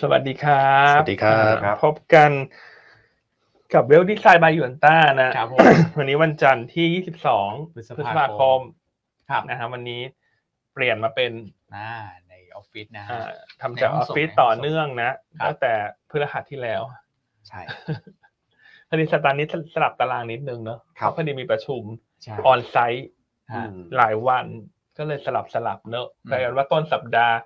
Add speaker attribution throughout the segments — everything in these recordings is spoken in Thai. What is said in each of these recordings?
Speaker 1: สวัสดีครับ
Speaker 2: สวัสดีครับ
Speaker 3: ครับ
Speaker 1: พบกันกับเวลดีไซน์บายหยวนต้านะ
Speaker 3: ครับผม
Speaker 1: วันนี้วันจันทร์ที่ 22
Speaker 3: พฤษ
Speaker 1: พฤษ
Speaker 3: ภาคม
Speaker 1: ภาคม
Speaker 3: ครับ
Speaker 1: นะครับวันนี้เปลี่ยนมาเป็น
Speaker 3: อ่าในออฟฟิศนะฮะ
Speaker 1: อ่าทำจาก
Speaker 3: ใน
Speaker 1: อ
Speaker 3: ห้
Speaker 1: อ
Speaker 3: อง
Speaker 1: ฟ
Speaker 3: ส่ง
Speaker 1: ฟิศ
Speaker 3: ในห้อง
Speaker 1: ต่อ
Speaker 3: ส่ง
Speaker 1: เนื่องนะครับ ตั้งแต่พฤหัสที่แล้ว
Speaker 3: ใช่
Speaker 1: พอดีสตาร์นี้สลับตารางนิดนึงเนอะ
Speaker 3: ครั
Speaker 1: เพ
Speaker 3: บ
Speaker 1: ราะพอดีมีประชุม
Speaker 3: ใช่
Speaker 1: ออนไซต์
Speaker 3: ฮะ
Speaker 1: หลายวัน ก็เลยสลับสลับเนอะ
Speaker 3: อืม
Speaker 1: กลายเป็นว่าต้นสัปดาห์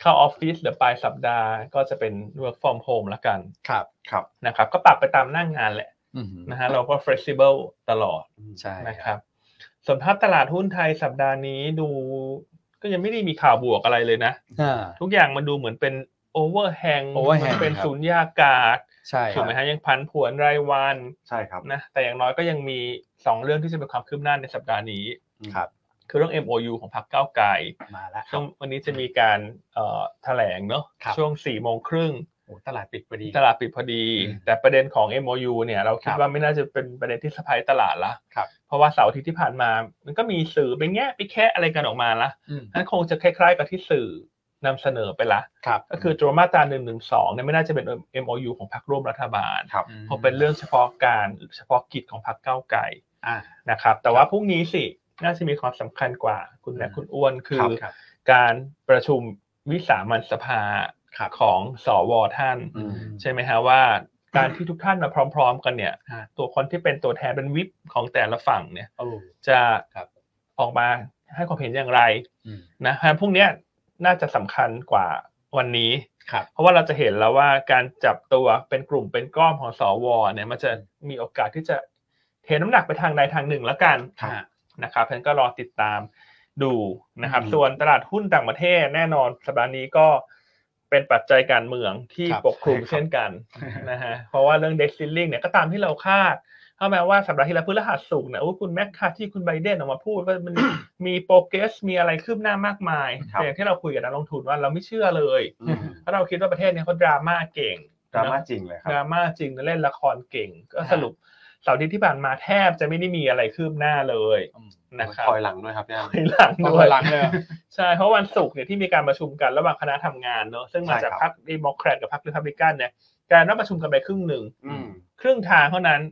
Speaker 1: เข้าออฟฟิศหรือปลายสัปดาห์ก็จะเป็น work from home ละกัน
Speaker 3: ครับ
Speaker 2: ครับ
Speaker 1: นะครับก็ปรับไปตามหน้างงานแหละ
Speaker 3: อืม
Speaker 1: นะฮะเราก็ flexible ตลอด
Speaker 3: ใช่
Speaker 1: นะครับส่วนภาพตลาดหุ้นไทยสัปดาห์นี้ดู ก็ยังไม่ได้มีข่าวบวกอะไรเลยนะ
Speaker 3: อ่า
Speaker 1: ทุกอย่างมันดูเหมือนเป็น overhang มั
Speaker 3: overhang
Speaker 1: เป็น
Speaker 3: ครับ
Speaker 1: สุญญากาศ
Speaker 3: ใช่
Speaker 1: ถูกไหมฮะยังพันผวนรายวัน
Speaker 2: ใช่ครับ
Speaker 1: นะแต่อย่างน้อยก็ยังมีสองเรื่องที่จะเป็นความคืบหน้าในสัปดาห์นี้
Speaker 3: ครับ
Speaker 1: คือเรื่อง MOU ของพรรคก้าวไกล
Speaker 3: มาแล้ว
Speaker 1: ซึ่งวันนี้จะมีการเอ่อแถลงเนาะ
Speaker 3: ครับ
Speaker 1: ช่วงสี่โมงครึ่ง
Speaker 3: โอ้ตลาดปิดพอดี
Speaker 1: ตลาดปิดพอดี
Speaker 3: อืม
Speaker 1: แต่ประเด็นของ MOU เนี่ยเราคิด
Speaker 3: ครับ
Speaker 1: ว่าไม่น่าจะเป็นประเด็นที่สะพายตลาดละ
Speaker 3: ครับ
Speaker 1: เพราะว่าเสาร์อาทิตย์ที่ผ่านมา มันก็มีสื่อไปแง่ไปแค่อะไรกันออกมาละ
Speaker 3: อืม
Speaker 1: นั้นคงจะคล้ายๆกับที่สื่อนำเสนอไปละ
Speaker 3: ครับ
Speaker 1: ก็คือตัวมาตราหนึ่งหนึ่งสองเนี่ยไม่น่าจะเป็น MOU ของพรรคร่วมรัฐบาล
Speaker 2: ครับ
Speaker 3: ม
Speaker 1: คงเป็นเรื่องเฉพาะการเฉพาะกิจของพรรคก้าวไกล
Speaker 3: อ่า
Speaker 1: นะครับ แต่ว่าพรุ่งนี้สิน่าจะมีความสำคัญกว่าคุณและ
Speaker 3: อืม
Speaker 1: คุณอ้วนคือ
Speaker 3: ครับ
Speaker 1: การประชุมวิสามัญสภา
Speaker 3: ครับ
Speaker 1: ของสวท่าน
Speaker 2: อืม
Speaker 1: ใช่ไหมฮะว่าการที่ทุกท่านมาพร้อม ๆ กันเนี่ย
Speaker 3: ฮะ
Speaker 1: ตัวคนที่เป็นตัวแทนเป็นวิปของแต่ละฝั่งเนี่ย
Speaker 3: โอ้
Speaker 1: จะ
Speaker 3: ครับ
Speaker 1: ออกมาให้ความเห็นอย่างไร
Speaker 3: อืม
Speaker 1: นะฮะพวกเนี้ยน่าจะสำคัญกว่าวันนี้
Speaker 3: ครับ
Speaker 1: เพราะว่าเราจะเห็นแล้วว่าการจับตัวเป็นกลุ่มเป็นก้อนของสวเนี่ยมันจะมีโอกาสที่จะเทน้ำหนักไปทางใดทางหนึ่งแล้วกัน
Speaker 3: ครับ
Speaker 1: นะครับเพนก็รอติดตามดูนะครับ
Speaker 3: อืม
Speaker 1: ส่วนตลาดหุ้นต่างประเทศแน่นอนสัปดาห์นี้ก็เป็นปัจจัยการเมืองที่
Speaker 3: ครับ
Speaker 1: ปกคลุม
Speaker 3: ใช่ครับ
Speaker 1: เช่นกัน นะฮะเพราะว่าเรื่องเดซิลลิงเนี่ยก็ตามที่เราคาดเข้าแม้ว่าสัปดาห์ที่แล้วพฤหัสสุกร์เนี่ยโอ้ยคุณแมคคาที่คุณไบเดนออกมาพูดว่า มัน มีโปรเกรสมีอะไรคืบหน้ามากมาย
Speaker 2: ครับ
Speaker 1: แต่อย่างที่เราคุยกับนักลงทุนว่าเราไม่เชื่อเลย
Speaker 2: อืม
Speaker 1: เพราะเราคิดว่าประเทศเนี่ยเขาดราม่าเก่ง
Speaker 2: ดราม่า
Speaker 1: เนอะ
Speaker 2: จริงเลยค
Speaker 1: ด
Speaker 2: รั
Speaker 1: รา
Speaker 2: บ
Speaker 1: ม่าจริงเล่นละครเก่ง ก็
Speaker 3: ฮะ
Speaker 1: สรุปเสาร์อาที่ที่ผ่านมาแทบจะไม่ได้มีอะไรคืบหน้าเลย
Speaker 3: อืม
Speaker 1: นะครับ
Speaker 2: คอยหลังด้วยครับย่า
Speaker 1: ถอยหลัง
Speaker 3: ต้อง
Speaker 1: ด้วย
Speaker 3: หลังเลยเหรอ
Speaker 1: ใช่เพราะวันศุกร์เนี่ยที่มีการประชุมกันระหว่างคณะทำงานเนอะซึ่งมาจาก
Speaker 2: ใช่
Speaker 1: พร
Speaker 2: ครับ
Speaker 1: รคเดโมแครตกับพรรครีพับลิกันเนี่ยการนัดประชุมกันไปครึ่งหนึ่ง
Speaker 2: อืม
Speaker 1: ครึ่งทางเท่านั้น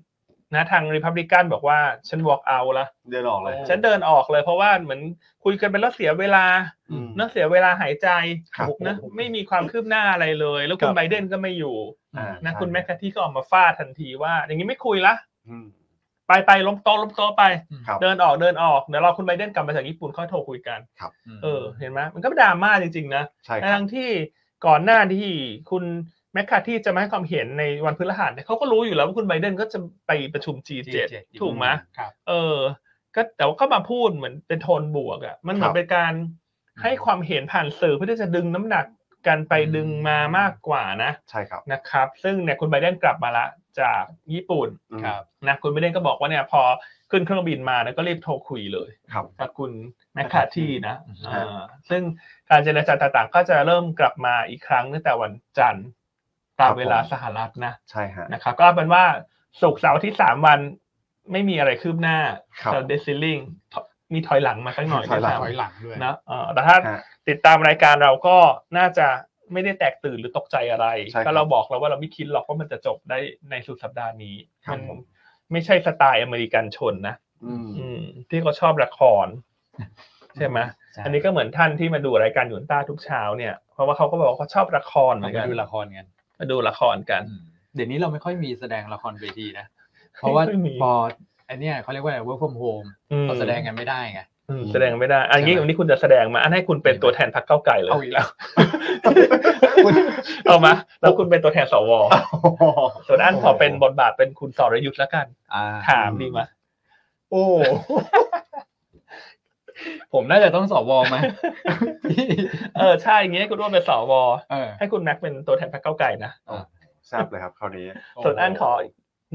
Speaker 1: นะทางริพับลิกันบอกว่าฉัน walk out ละ
Speaker 2: เดินออกเลย
Speaker 1: ฉันเดินออกเลยเพราะว่าเหมือนคุยกันไปแล้วเสียเวลา
Speaker 2: อืม
Speaker 1: เนอะเสียเวลาหายใจ
Speaker 2: ครับ
Speaker 1: นะไม่มีความคืบหน้าอะไรเลย แล้ว
Speaker 2: ค
Speaker 1: คุ
Speaker 2: รั
Speaker 1: ณ
Speaker 2: บ
Speaker 1: ไบเดนก็ไม่อยู่
Speaker 2: อ่า
Speaker 1: นะ
Speaker 2: ใช่
Speaker 1: คุณแมคคาที่ก็ออกมาฟาดทันทีว่า อย่างนี้ไม่คุยละ
Speaker 2: อืม
Speaker 1: ไปไปล้มโต๊ะล้มโต๊ะไป
Speaker 2: ครับ
Speaker 1: เดินออกเดินออกเดี๋ยวรอคุณไบเดนกลับมาจากญี่ปุ่นค่อยโทรคุยกันเออเห็นไหมมันก็ดราม่าจริงๆนะ
Speaker 2: ใช่ครับ
Speaker 1: ทั้งที่ก่อนหน้าที่คุณแมคคาที่จะมาให้ความเห็นในวันพฤหัสเนี่ยเขาก็รู้อยู่แล้วว่าคุณไบเดนก็จะไปประชุม G7
Speaker 3: G7
Speaker 1: ถูกไหม
Speaker 3: ครับ
Speaker 1: เออ ก็แต่ว่าก็มาพูดเหมือนเป็นโทนบวกอะ่ะมันเหมือนเป็นการให้ความเห็นผ่านสื่อเพื่อที่จะดึงน้ำหนักกันไปดึงมามากกว่านะ
Speaker 2: ใช่ครับ
Speaker 1: นะครับ ซึ่งเนี่ยคุณไบเดนกลับมาละจากญี่ปุ่น
Speaker 2: อืม
Speaker 3: ครับ
Speaker 1: นะคุณไบเดนก็บอกว่าเนี่ยพอขึ้นเครื่องบินมาเนี่ยก็รีบโทรคุยเลย
Speaker 2: ครับ
Speaker 1: กับคุณแมคคาที่นะ
Speaker 2: อ่า
Speaker 1: เอ่อซึ่งการเจรจาต่างๆ ก็จะเริ่มกลับมาอีกครั้งตั้งแต่วันจันทร์ตามเวลาสหรัฐนะ
Speaker 2: ใช่ฮะ
Speaker 1: นะครับ ก็เอาเป็นว่าศุกร์เสาร์อาที่สามวันไม่มีอะไรคืบหน้า
Speaker 2: ครับ
Speaker 1: เดซิลลิงมีถอยหลังมาสักหน่อย
Speaker 2: ถอยหลัง
Speaker 1: นะค
Speaker 3: ถ
Speaker 1: รับ
Speaker 3: อยหลังด้วย
Speaker 1: นะเอ่อแต่ถ้า
Speaker 2: ฮะ
Speaker 1: ติดตามรายการเราก็น่าจะไม่ได้แตกตื่นหรือตกใจอะไร
Speaker 2: ใช่ครับ
Speaker 1: ก็เราบอกแล้วว่าเราไม่คิดหรอกว่ามันจะจบได้ในสุดสัปดาห์นี้
Speaker 2: ครับ
Speaker 1: มัน
Speaker 2: ผม
Speaker 1: ไม่ใช่สไตล์อเมริกันชนนะ
Speaker 2: อืม
Speaker 1: อืมที่เขาชอบละค ร ใช่ไหม
Speaker 3: ใช่
Speaker 1: อันนี้ก็เหมือนท่านที่มาดูรายการหยุนต้าทุกเช้าเนี่ยเพราะว่าเขาก็บอกว่าเขาชอบละครเหมือน
Speaker 3: เราไป
Speaker 1: กัน
Speaker 3: ดูละครกัน
Speaker 1: มาดูละครกัน
Speaker 3: เดี๋ยวนี้เราไม่ค่อยมีแสดงละครเวทีนะ เพราะว่า
Speaker 1: ไม่มี
Speaker 3: พออันเนี้ยเขาเรียกว่าอะไร work from home
Speaker 1: ม
Speaker 3: เราแสดงกันไม่ได้ไง
Speaker 1: อืมแสดงไม่ได้ อันนี้
Speaker 3: ใช่ไหม
Speaker 1: วันนี้คุณจะแสดงมา อันให้คุณเป็นตัวแทนพรรคเก้าวไก่เลย
Speaker 3: เอาอีกแล้ว
Speaker 1: เอามาแล้วคุณเป็นตัวแทนสวส่วนอันขอเป็นบทบาทเป็นคุณสรยุทธ์แล้วกัน
Speaker 3: อ่า
Speaker 1: ถามดีไหม
Speaker 3: โอ้ ผมน่าจะต้องสอบวอไหม
Speaker 1: เออใช่อย่างเงี้ยคุณร่วมเป็นสว
Speaker 3: เออ
Speaker 1: ให้คุณแม็กเป็นตัวแทนพรรคเก้าวไก่นะ
Speaker 2: ทราบเลยครับคราวนี้
Speaker 1: ส่วนอันขอ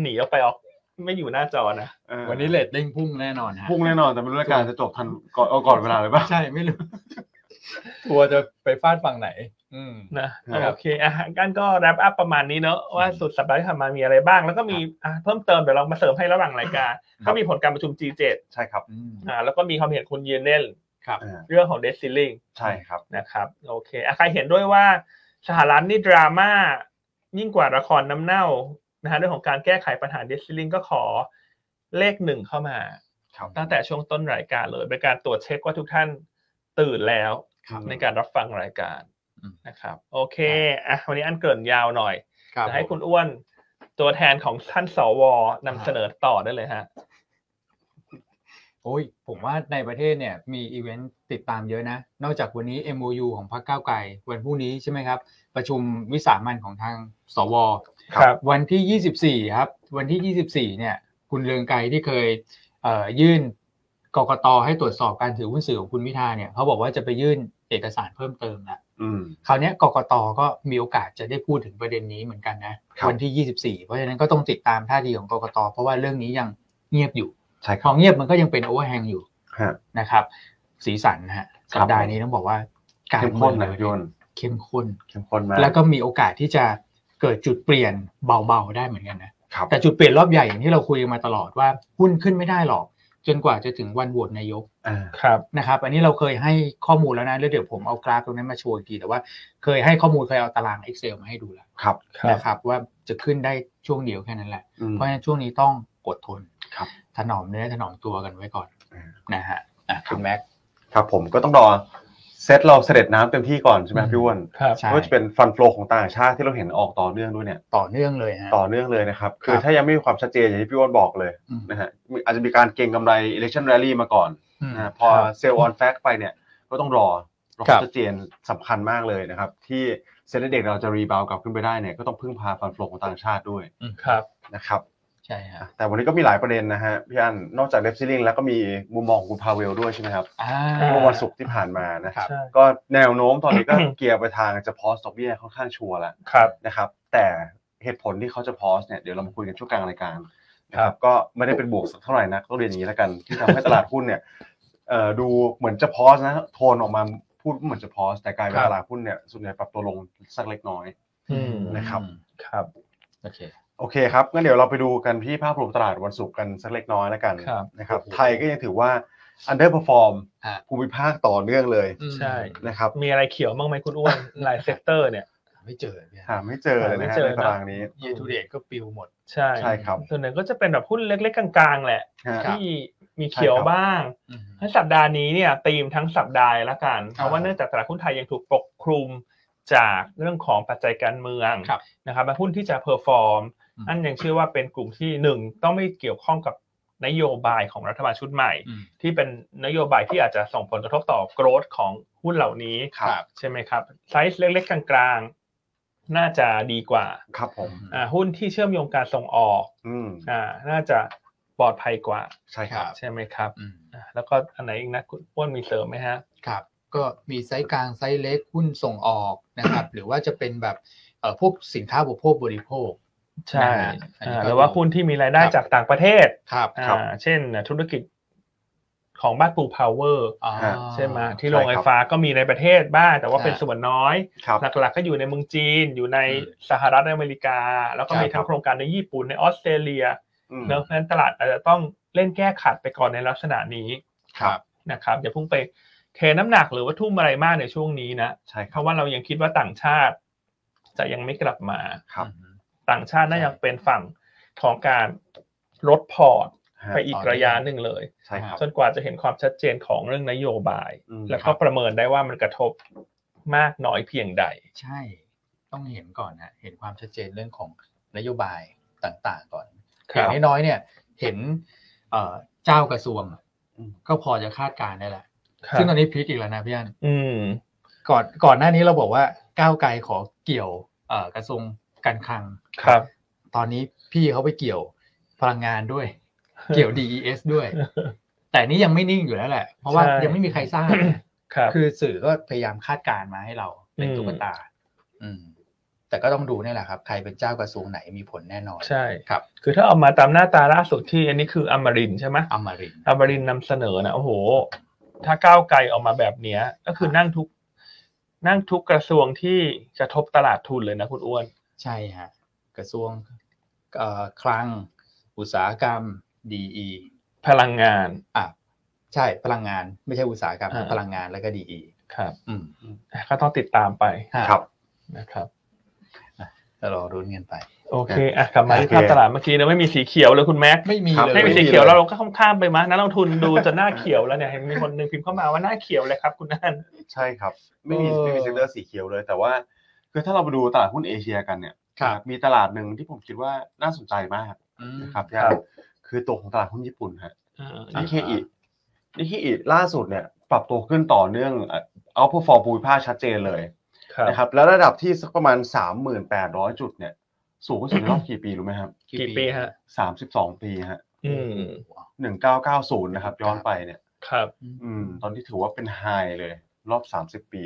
Speaker 1: หนีออกไปออก ไม่อยู่หน้าจอนะ
Speaker 2: เออ
Speaker 3: วันนี้เลตเด้งพุ่งแน่นอนฮะ
Speaker 2: พุ่งแน่นอนแต่ไม่รู้รายการจะจบทันก่อนเอาก่อนเวลาหรือเปล่า
Speaker 3: ใช่ไม่ รู้ ทัวร์จะไปฟาดฝั่งไหน อืม
Speaker 1: นะครับ โอเคอ่ะกันก็แรปอัพประมาณนี้เนอะว่าสุดสัปดาห์ที่ผ่านมามีอะไรบ้าง แล้วก็มีอ่ะเพิ่มเติมเดี๋ยวเรามาเสริมให้ระหว่างรายการก็มีผลการประชุม G7
Speaker 2: ใช่ครับ
Speaker 3: อืม
Speaker 1: อ่าแล้วก็มีความเห็นคุณเยเนล
Speaker 3: ครับ
Speaker 2: อ่า
Speaker 1: เรื่องของเดซิลลิง
Speaker 2: ใช่ครับ
Speaker 1: นะครับโอเคอ่ะใครเห็นด้วยว่า สหรัฐนี่ดราม่ายิ่งกว่าละครน้ำเน่านะฮะเรื่องของการแก้ไขปัญหาเดซิลิงก็ขอเลขหนึ่งเข้ามา
Speaker 2: ครับ
Speaker 1: ตั้งแต่ช่วงต้นรายการเลยเป็นการตรวจเช็คว่าทุกท่านตื่นแล้ว
Speaker 2: ครับ
Speaker 1: ในการรับฟังรายการ
Speaker 3: อืม
Speaker 1: นะครับ โอเคอ่ะวันนี้อันเกรินยาวหน่อย
Speaker 3: ครับ
Speaker 1: จะให้คุณอ้วนตัวแทนของท่านสวนำเสนอต่อได้เลยฮะ
Speaker 3: โอ้ยผมว่าในประเทศเนี่ยมีอีเวนต์ติดตามเยอะนะ นอกจากวันนี้ MOU ของพรรคก้าวไกลวันพรุ่งนี้ใช่ไหมครับ ประชุมวิสามันของทางสว
Speaker 1: ครับ
Speaker 3: วันที่ 24 ครับ วันที่ 24 เนี่ย คุณเรืองไกรที่เคยเอ่อยื่นกกตให้ตรวจสอบการถือหุ้นสื่อของคุณพิธาเนี่ยเขาบอกว่าจะไปยื่นเอกสารเพิ่มเติมละ
Speaker 2: อืม
Speaker 3: คราวเนี้ยกกตก็มีโอกาสจะได้พูดถึงประเด็นนี้เหมือนกันนะ
Speaker 2: ครับ
Speaker 3: วันที่ 24 เพราะฉะนั้นก็ต้องติดตามท่าทีของกกตเพราะว่าเรื่องนี้ยังเงียบอยู่
Speaker 2: ใช่ค
Speaker 3: พ
Speaker 2: รั
Speaker 3: อบ เงียบมันก็ยังเป็นโอเวอร์แฮงอยู่
Speaker 2: ฮะ
Speaker 3: นะครับ สีสันนะฮะ
Speaker 2: ครับ
Speaker 3: สัปดาห์นี้ต้องบอกว่าการ
Speaker 2: เข้มข้น
Speaker 3: เมื
Speaker 2: นะ
Speaker 3: อง
Speaker 2: โยน
Speaker 3: เข้มข้น
Speaker 2: เข้มข้นมาก
Speaker 3: แล้วก็มีโอกาสที่จะเกิดจุดเปลี่ยนเบาๆได้เหมือนกันนะ
Speaker 2: ครับ
Speaker 3: แต่จุดเปลี่ยนรอบใหญ่อย่างที่เราคุยกันมาตลอดว่าหุ้นขึ้นไม่ได้หรอก จนกว่าจะถึงวันโหวตนายก
Speaker 2: อ่า
Speaker 1: ครับ
Speaker 3: นะครับ อันนี้เราเคยให้ข้อมูลแล้วนะแล้วเดี๋ยวผมเอากราฟตรงนั้นมาโชว์อีกทีแต่ว่าเคยให้ข้อมูลเคยเอาตาราง Excel มาให้ดูแล้ว
Speaker 2: ครับ
Speaker 3: นะครับ ว่าจะขึ้นได้ช่วงเดียวแค่นั้นแหละ
Speaker 2: อืม
Speaker 3: เพราะฉะนั้นช่วงนี้ต้องอดทน
Speaker 2: ครับ
Speaker 3: ถนอมเนื้อถนอมตัวกันไว้ก่อน
Speaker 2: อ่า
Speaker 3: นะฮะอ่ะคุณแม็ก
Speaker 2: ครับผมก็ต้องรอเซตเราเสด็จน้ำเต็มที่ก่อนใช่ไหมครับพี่อ้วน
Speaker 1: ครับ
Speaker 3: ใช่
Speaker 2: ไม่ว่าจะเป็นฟันโฟลของต่างชาติที่เราเห็นออกต่อเนื่องด้วยเนี่ย
Speaker 3: ต่อเนื่องเลยฮะ
Speaker 2: ต่อเนื่องเลยนะครับ คือ
Speaker 3: ครับ
Speaker 2: ถ้ายังไม่มีความชัดเจนอย่างที่พี่อ้วนบอกเลย
Speaker 3: อืม
Speaker 2: นะฮะอาจจะมีการเก็งกำไร election rally มาก่อน
Speaker 3: อืม
Speaker 2: นะฮะพอเซลล์ออนแฟกไปเนี่ยก็ต้องรอรอ
Speaker 3: ครับ
Speaker 2: ชัดเจนสำคัญมากเลยนะครับ ที่เซ็นเด็กเราจะรีบาวกลับขึ้นไปได้เนี่ยก็ต้องพึ่งพาฟันโฟลของต่างชาติด้วย
Speaker 1: ครับ
Speaker 2: นะครับ
Speaker 3: ใช่ฮะ
Speaker 2: แต่วันนี้ก็มีหลายประเด็นนะฮะพี่อันนอกจากเดฟซิลิงแล้วก็มีมุมมองของคุณพาเวลด้วยใช่ไหมครับ
Speaker 3: อ่า
Speaker 2: เมื่อวันศุกร์ที่ผ่านมานะ
Speaker 3: ค รับ
Speaker 1: ใช่
Speaker 2: ก็แนวโน้มตอนนี้ก็
Speaker 1: อืม
Speaker 2: เกียร์ไปทางจะพอสตอกเบี้ยค่อนข้างชัวร์แล้ว
Speaker 1: ครับ
Speaker 2: นะครับแต่เหตุผลที่เขาจะพอสเนี่ยเดี๋ยวเรามาคุยกันช่วงกลางรายการนะค
Speaker 1: ครั
Speaker 2: รับบ ก็ไม่ได้เป็นบวกสักเท่าไหร่นักต้องเรียนอย่างนี้แล้วกันที่ทำให้ตลาดหุ้นเนี่ยเอ่อดูเหมือนจะพอสนะโทนออกมาพูดเหมือนจะพอสแต่กลายเป็
Speaker 1: ค
Speaker 2: น
Speaker 1: รับ
Speaker 2: ตลาดหุ้นเนี่ยส่วนใหญ่ปรับตัวลงสักเล็กน้อย
Speaker 1: อืม
Speaker 2: นะครับ
Speaker 1: ครับ
Speaker 3: โอเค
Speaker 2: โอเคครับงั้นเดี๋ยวเราไปดูกันที่ภาพรวมตลาดวันศุกร์กันสักเล็กน้อยแล้วกัน
Speaker 1: ครับ
Speaker 2: นะครับ
Speaker 3: โอ้โห
Speaker 2: ไทยก็ยังถือว่า underperform
Speaker 3: ฮะ
Speaker 2: ภูมิภาคต่อเนื่องเลย
Speaker 1: ใช่
Speaker 2: นะครับ
Speaker 1: มีอะไรเขียวบ้างไหมคุณอ้วนหลายเซกเตอร์เนี่ย
Speaker 3: ไม่เจอเนี่ย
Speaker 2: หาไม่เจอเลย
Speaker 1: หา
Speaker 2: นะ
Speaker 1: ไม่
Speaker 2: ฮะ
Speaker 1: เจอ
Speaker 2: ในตารางนี้
Speaker 3: เยทูเดตก็ปิวหมด
Speaker 1: ใช่
Speaker 2: ใช่ครับ
Speaker 1: ส่วนหนึ่งก็จะเป็นแบบหุ้นเล็ก ๆ กลางๆ แหละ
Speaker 2: ฮะ
Speaker 3: ครับ
Speaker 1: ที่มีเขียวบ้าง ทั้งสัปดาห์นี้เนี่ยธีมทั้งสัปดาห์ละกัน เพราะว่าเนื่องจากตลาดหุ้นไทยยังถูกปกคลุมจากเรื่องของปัจจัยการเมือง
Speaker 3: ครับ
Speaker 1: นะครับและหุ้นที่จะเพอร์ฟอร์ม
Speaker 3: อืม
Speaker 1: นั่นยังเชื่อว่าเป็นกลุ่มที่หนึ่งต้องไม่เกี่ยวข้องกับนโยบายของรัฐบาลชุดใหม่
Speaker 3: อืม
Speaker 1: ที่เป็นนโยบายที่อาจจะส่งผลกระทบต่อ growth ของหุ้นเหล่านี้
Speaker 2: ครับ
Speaker 1: ใช่ไหมครับไซส์เล็กๆ กลางๆ น่าจะดีกว่า
Speaker 2: ครับผม
Speaker 1: อ่าหุ้นที่เชื่อมโยงการส่งออก
Speaker 2: อืม
Speaker 1: อ่าน่าจะปลอดภัยกว่า
Speaker 2: ใช่ครับ
Speaker 3: ครับ
Speaker 1: ใช่ไหมครับ
Speaker 3: อืม
Speaker 1: อ่ะแล้วก็อันไหนอีกนะคุณอ้วนมีเสริมไหมฮะ
Speaker 3: ครับ ก็มีไซส์กลางไซส์เล็กหุ้นส่งออก นะครับ หรือว่าจะเป็นแบบเอ่อพวกสินค้าอุปโภคบริโภค
Speaker 1: ใช่
Speaker 3: อันนี้ก็
Speaker 1: หรือว่าหุ้นที่มีรายได้
Speaker 3: ครับ
Speaker 1: จากต่างประเทศ
Speaker 3: ครับ
Speaker 1: อ่า
Speaker 2: ครับ
Speaker 1: เช่นธุรกิจของบ้านปูพาวเวอร์
Speaker 3: อ๋อ
Speaker 2: ฮะ
Speaker 1: ใช่ไหมที่
Speaker 2: ใช่
Speaker 1: โรงไฟฟ้าก็มีในประเทศบ้างแต่ว่า
Speaker 3: ใช่
Speaker 1: เป็นส่วนน้อย
Speaker 2: ครับ
Speaker 1: หลักๆก็อยู่ในเมืองจีน อยู่ใน
Speaker 3: อืม
Speaker 1: สหรัฐอเมริกา แล้วก็มี
Speaker 2: ใช่ครั
Speaker 1: ทั้ง
Speaker 2: บ
Speaker 1: โครงการในญี่ปุ่นในออสเตรเลีย
Speaker 2: อืม
Speaker 1: เนอะเพราะฉะนั้นตลาดอาจจะต้องเล่นแก้ขัดไปก่อนในลักษณะนี้
Speaker 3: ครับ
Speaker 1: นะครับอย่าเพิ่งไปเทน้ำหนักหรือว่าทุ่มอะไรมากในช่วงนี้นะ
Speaker 2: ใช่ค
Speaker 1: เพ
Speaker 2: รับ
Speaker 1: ราะว่าเรายังคิดว่าต่างชาติ จะยังไม่กลับมา
Speaker 2: ครับ
Speaker 3: อืม
Speaker 1: ต่างชาติน่า
Speaker 3: ใช่
Speaker 1: จะเป็นฝั่งของการลดพอร์ต
Speaker 2: ฮะ
Speaker 1: ไปอีกระยะหนึ่งเลย
Speaker 2: ใช่ครับ
Speaker 1: จนกว่าจะเห็นความชัดเจนของเรื่องนโยบาย
Speaker 2: อืม
Speaker 1: แล้วก็ประเมินได้ว่ามันกระทบมากน้อยเพียงใด
Speaker 3: ใช่ ต้องเห็นก่อนนะเห็นความชัดเจนเรื่องของนโยบายต่างๆก่อนอย่างน้อยๆเนี่ย เห็นเอ่อเจ้ากระทรวง ก็พอจะคาดการณ์ได้แหละ
Speaker 1: ครับ
Speaker 3: ซึ่งตอนนี้พลิกอีกแล้วนะพี่อัน
Speaker 1: อืม
Speaker 3: ก่อนก่อนหน้านี้เราบอกว่าก้าวไกลขอเกี่ยวเอ่อกระทรวงการคลัง
Speaker 1: ครับ
Speaker 3: ตอนนี้พี่เขาไปเกี่ยวพลังงาน ด้วย เกี่ยว DES ด้วย แต่นี้ยังไม่นิ่งอยู่แล้วแหละ เพราะว่า
Speaker 1: ใช่
Speaker 3: ยังไม่มีใครทราบ
Speaker 1: ครับ
Speaker 3: คือสื่อก็พยายามคาดการณ์มาให้เราเป็น
Speaker 1: อืม
Speaker 3: ตุ๊กตา อืม แต่ก็ต้องดูนี่แหละครับ ใครเป็นเจ้ากระทรวงไหนมีผลแน่นอน
Speaker 1: ใช่
Speaker 3: ครับ
Speaker 1: คือถ้าเออกมาตามหน้าตาล่าสุดที่อันนี้คืออมรินทร์ใช่ไหม
Speaker 3: อมรินทร์
Speaker 1: อมรินทร์นำเสนอนะโอ้โห ถ้าก้าวไกลออกมาแบบเนี้ย ก็คือนั่งทุก นั่งทุกกระทรวงที่กระทบตลาดทุนเลยนะคุณอ้วน
Speaker 3: ใช่ฮะกระทรวงเอ่อคลัง อุตสาหกรรม DE
Speaker 1: พลังงาน
Speaker 3: อ่ะใช่พลังงานไม่ใช่อุตสาหกรรม
Speaker 1: อ่า
Speaker 3: พลังงานแล้วก็ดีอี
Speaker 1: ครับ
Speaker 3: อืม
Speaker 1: ก็ต้องติดตามไป
Speaker 2: ครับ
Speaker 3: นะครับอ่ะก็รอรุ้นกันไป
Speaker 1: โอเคอ่ะกลับมาที่ภาพตลาดเมื่อกี้นะไม่มีสีเขียวเลยคุณแม็ก
Speaker 3: ไม่มี
Speaker 2: ครับ
Speaker 3: เลย
Speaker 1: ไม่มีสีเขียวแล้วเราก็ข้ามๆไปมั้ยนักลงทุนดูจนหน้าเขียวแล้วเนี่ยเห็นมีคนหนึ่งพิมพ์เข้ามาว่าหน้าเขียวเลยครับคุณนัน
Speaker 2: ใช่ครับ ไม่มีไม่มีเซกเตอร์สีเขียวเลย แต่ว่าคือถ้าเรามาดูตลาดหุ้นเอเชียกันเนี่ย
Speaker 3: ครับ
Speaker 2: มีตลาดหนึ่งที่ผมคิดว่าน่าสนใจมาก
Speaker 3: อืม
Speaker 2: นะครับย่าคือตัวของตลาดหุ้นญี่ปุ่นฮะ
Speaker 1: อ่า
Speaker 3: อ่า
Speaker 2: นิเคอินิเคอิล่าสุดเนี่ย ปรับตัวขึ้นต่อเนื่องเอาพอฟอร์ภูมิภาคชัดเจนเลย
Speaker 1: ครับ
Speaker 2: นะครับ แล้วระดับที่สักประมาณ 3,800 จุดเนี่ย สูงที่สุดในรอบกี่ปีรู้ไหมครับ
Speaker 1: กี่ปีฮะ
Speaker 2: 32 ปีฮะ
Speaker 1: อืม
Speaker 2: 1990 นะครับ ย้อนไปเนี่ย
Speaker 1: ครับ
Speaker 2: อืม ตอนที่ถือว่าเป็นไฮเลย รอบ 30 ปี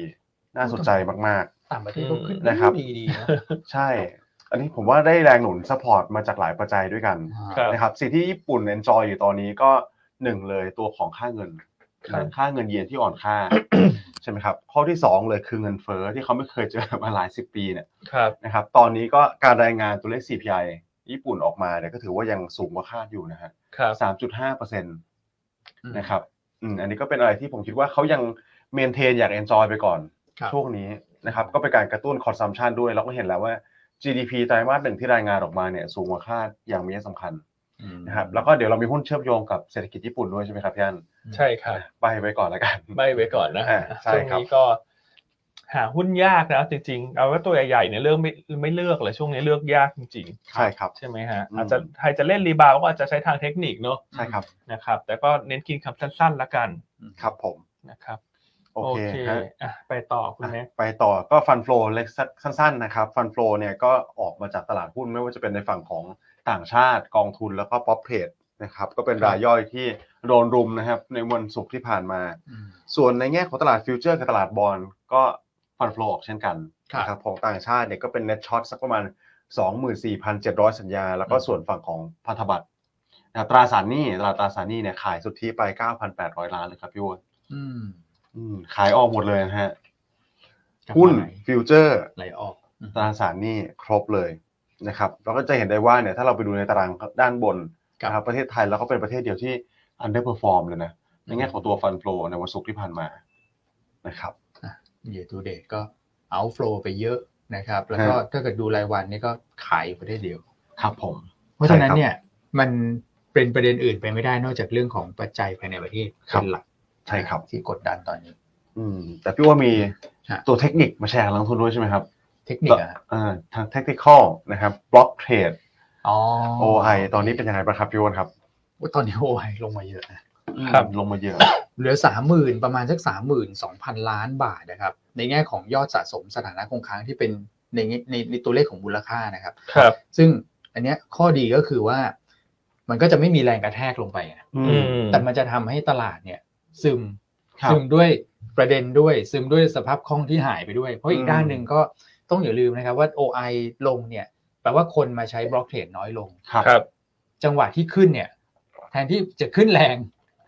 Speaker 2: น่าสนใจมาก
Speaker 3: ต่างประเทศก็ขึ้น
Speaker 2: นะครับ
Speaker 3: ดีดีๆนะ
Speaker 2: ๆ ใช่ อันนี้ผมว่าได้แรงหนุนสปอร์ตมาจากหลายปัจจัยด้วยกัน
Speaker 1: ครับ
Speaker 2: นะครับสิ่งที่ญี่ปุ่น enjoy อยู่ตอนนี้ก็หนึ่งเลยตัวของค่าเงิน
Speaker 1: ครับ
Speaker 2: ค่าเงินเยนที่อ่อน ค่า ใช่ไหมครับข้อที่สองเลยคือเงินเฟ้อที่เขาไม่เคยเจอมาหลายสิบปีเนี่ย
Speaker 1: ครับ
Speaker 2: นะครับตอนนี้ก็การรายงานตัวเลข CPI ญี่ปุ่นออกมาเนี่ยก็ถือว่ายังสูงกว่าคาดอยู่นะฮะ
Speaker 1: ครับ
Speaker 2: สามจุดห้าเปอร์เซ็นต์
Speaker 3: อืม
Speaker 2: นะครับอืมอันนี้ก็เป็นอะไรที่ผมคิดว่าเขายังเมนเทนอยาก enjoy ไปก่อน
Speaker 3: ครับ
Speaker 2: ช่วงนี้นะครับก็เป็นการกระตุ้น consumption ด้วยเราก็เห็นแล้วว่า GDP ไตรมาสหนึ่งที่รายงานออกมาเนี่ยสูงกว่าคาดอย่างมีนัยสำคัญ
Speaker 3: อืม
Speaker 2: นะครับแล้วก็เดี๋ยวเรามีหุ้นเชื่อมโยงกับเศรษฐกิจญี่ปุ่นด้วยใช่ไหมครับพี่อัน
Speaker 1: ใช่ครับ
Speaker 2: ไปไว้ก่อนแล้วกัน
Speaker 1: ใบไว้ก่อนนะ
Speaker 2: อ่าใช่
Speaker 1: ช่วง
Speaker 2: ครับ
Speaker 1: นี้ก็ หาหุ้นยากนะจริงๆ เอาว่าตัวใหญ่ๆเนี่ยเลือกไม่ไม่เลือกเลยช่วงนี้เลือกยากจริง
Speaker 2: ใช่ครับ
Speaker 1: ๆ ใช่ไหมฮะ
Speaker 2: อืม
Speaker 1: อาจจะใครจะเล่นรีบาวก็อาจจะใช้ทางเทคนิคเนอะ
Speaker 2: ใช่ครับ
Speaker 1: นะครับ แต่ก็เน้นกินคำสั้นๆละกัน
Speaker 2: ครับผม
Speaker 1: นะครับ
Speaker 2: โอเคฮะ
Speaker 1: อ่ะไปต่อคุณแม็ก
Speaker 2: ไปต่อก็ฟันโฟลเล็กสั้นๆนะครับฟันโฟลเนี่ยก็ออกมาจากตลาดหุ้นไม่ว่าจะเป็นในฝั่งของต่างชาติกองทุนแล้วก็ป๊อปเทรดนะครับก็เป็นรายย่อยที่โดนรุมนะครับในวันศุกร์ที่ผ่านมา
Speaker 3: อืม
Speaker 2: ส่วนในแง่ของตลาดฟิวเจอร์กับตลาดบอลก็ฟันโฟลออกเช่นกัน
Speaker 3: ครับ
Speaker 2: นะครับของต่างชาติเนี่ยก็เป็นเน็ตช็อตสักประมาณ 24,700 สัญญา แล้วก็
Speaker 3: อืม
Speaker 2: ส่วนฝั่งของพันธบัตรนะครับตราสารหนี้ตลาดตราสารหนี้เนี่ยขายสุทธิไป 9,800 ล้านเลยครับพี่อ้วน
Speaker 3: อืม
Speaker 2: อืมขายออกหมดเลยนะฮะหุ้นฟิวเจอร์
Speaker 3: ไหลออกอืม
Speaker 2: ตราสารหนี้ครบเลยนะครับเราก็จะเห็นได้ว่าเนี่ยถ้าเราไปดูในตารางด้านบน
Speaker 3: ครับ
Speaker 2: นะครับประเทศไทยเราก็เป็นประเทศเดียวที่อันเดอร์เพอร์ฟอร์มเลยนะในแง่ของตัวฟันโฟลในวันศุกร์ที่ผ่านมานะครับ
Speaker 3: เยตูเดตก็เอาฟลไปเยอะนะครับ แล้วก็
Speaker 2: ครับ
Speaker 3: ถ้าเกิดดูรายวันนี่ก็ขายอยู่ประเทศเดียว
Speaker 2: ครับผม
Speaker 3: เพราะฉะนั้น
Speaker 2: ใช่ครับ
Speaker 3: เนี่ยมันเป็นประเด็นอื่นไปไม่ได้นอกจากเรื่องของปัจจัยภายในประเทศ
Speaker 2: ครับ
Speaker 3: เป็นหลัก
Speaker 2: ใช่ครับ
Speaker 3: ที่กดดันตอนนี้
Speaker 2: อืม แต่พี่ว่ามี
Speaker 3: ฮะ
Speaker 2: ตัวเทคนิคมาแชร์กับนักลงทุนด้วยใช่ไหมครับ
Speaker 3: เทคนิคอะฮะ
Speaker 2: อ่าทางเทคนิคอลนะครับบล็อกเทรด
Speaker 3: อ๋อ
Speaker 2: OI ตอนนี้เป็นยังไงบ้างครับพี่อ้วนครับ
Speaker 3: โอ้ตอนนี้โอไอลงมาเยอะนะครับ
Speaker 2: อืมลงมาเยอะ
Speaker 3: เหลือสามหมื่นประมาณสักสามหมื่นสองพันล้านบาทนะครับ ในแง่ของยอดสะสมสถานะคงค้างที่เป็นในแง่ในในตัวเลขของมูลค่านะครับ
Speaker 1: ครับ
Speaker 3: ซึ่งอันเนี้ยข้อดีก็คือว่ามันก็จะไม่มีแรงกระแทกลงไปนะ
Speaker 2: อื
Speaker 1: อื
Speaker 2: ม
Speaker 1: ม
Speaker 3: แต่มันจะทำให้ตลาดเนี่ย ซึม
Speaker 2: ครับ
Speaker 3: ซึมด้วยประเด็นด้วย ซึมด้วยสภาพคล่องที่หายไปด้วย เพราะอี
Speaker 2: อื
Speaker 3: ก
Speaker 2: ม
Speaker 3: ด้านหนึ่งก็ต้องอย่าลืมนะครับว่า OI ลงเนี่ยแปลว่าคนมาใช้บล็อกเทรดน้อยลง
Speaker 2: ครับ
Speaker 1: ครับ
Speaker 3: จังหวะที่ขึ้นเนี่ย แทนที่จะขึ้นแรง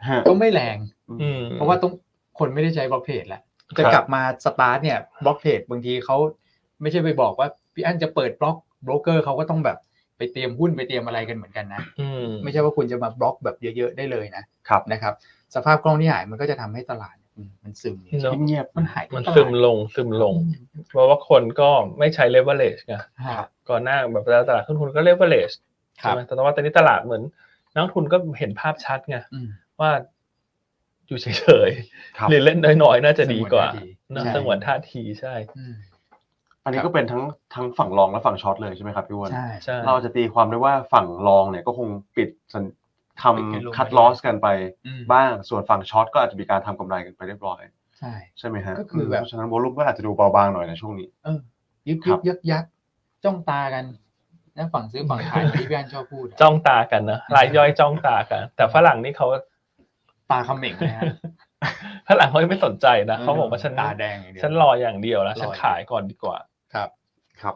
Speaker 2: ฮะ
Speaker 3: ก็ไม่แรง
Speaker 1: อืม
Speaker 3: เพราะว่าต้องคนไม่ได้ใช้บล็อกเทรดแล้วจะ
Speaker 1: ครับ
Speaker 3: กลับมาสตาร์ทเนี่ยบล็อกเทรดบางทีเขาไม่ใช่ไปบอกว่าพี่อันจะเปิดบล็อกโบรกเกอร์เขาก็ต้องแบบไปเตรียมหุ้นไปเตรียมอะไรกันเหมือนกันนะ
Speaker 1: อืม
Speaker 3: ไม่ใช่ว่าคุณจะมาบล็อกแบบเยอะๆได้เลยนะ
Speaker 2: ครับ
Speaker 3: นะครับสภาพคล่องที่หายมันก็จะทำให้ตลาดเนี่ยมันมันซึมเนี่ย
Speaker 1: เนอะ
Speaker 2: เงียบๆ
Speaker 3: มันหายทั้
Speaker 1: มัน
Speaker 3: งตลาด
Speaker 1: ซึมลงซึมลง เพราะว่าคนก็ไม่ใช้เลเวอเรจไง
Speaker 3: ครับ
Speaker 1: ก่อนหน้าแบบเวลาตลาดหุ้นคุณก็เลเวอเรจ
Speaker 3: ค
Speaker 1: ใช่
Speaker 3: รับ
Speaker 1: ไหมแต่ว่าตอนนี้ตลาดเหมือนนักลงทุนก็เห็นภาพชัดไง
Speaker 3: อืม
Speaker 1: ว่าอยู่เฉย
Speaker 2: ครั
Speaker 1: ๆ
Speaker 2: บ
Speaker 1: หรือเล่นน้อยๆ น่าจะดีกว่า
Speaker 3: สงวนท่าที
Speaker 1: นะ
Speaker 3: ใช่
Speaker 1: สงวนท่าทีใช่
Speaker 3: อืม
Speaker 2: อันนี้ก็เป็นทั้งทั้งฝั่งรองและฝั่งช็อตเลยใช่ไหมครับพี่อ้วน
Speaker 3: ใช่
Speaker 1: ใช่
Speaker 2: เราจะตีความได้ว่าฝั่งรองเนี่ยก็คงปิดสัญท
Speaker 3: ปิดกันลง
Speaker 2: ำคัด
Speaker 3: ไป
Speaker 2: ลอสกันไป
Speaker 3: อืม
Speaker 2: บ้างส่วนฝั่งช็อตก็อาจจะมีการทำกำไรกันไปเรียบร้อย
Speaker 3: ใช่
Speaker 2: ใช่ไหมฮะ
Speaker 3: ก็คือแบบ
Speaker 2: เพราะฉะนั้นวอลุ่มก็อาจจะดูเบาบางหน่อยในช่วงนี้
Speaker 3: เออยึก
Speaker 2: ครั
Speaker 3: ยึ
Speaker 2: บ
Speaker 3: กยักยักจ้องตากันนะฝั่งซื้อฝั่งขายที่พี่อันชอบพูดอะ
Speaker 1: จ้องตากันนะรายย่อยจ้องตากัน แต่ฝรั่งนี่เขา
Speaker 3: ตาเขม่งนะฮะ
Speaker 1: ฝรั่งเขาไม่สนใจนะเขาบอกว่าฉัน
Speaker 3: ตาแดงอย่างเดียว
Speaker 1: ฉันรออย่างเดียวนะฉัน
Speaker 3: รออย่าง
Speaker 1: ขายก่อนดีกว่า
Speaker 3: ครับ
Speaker 2: ครับ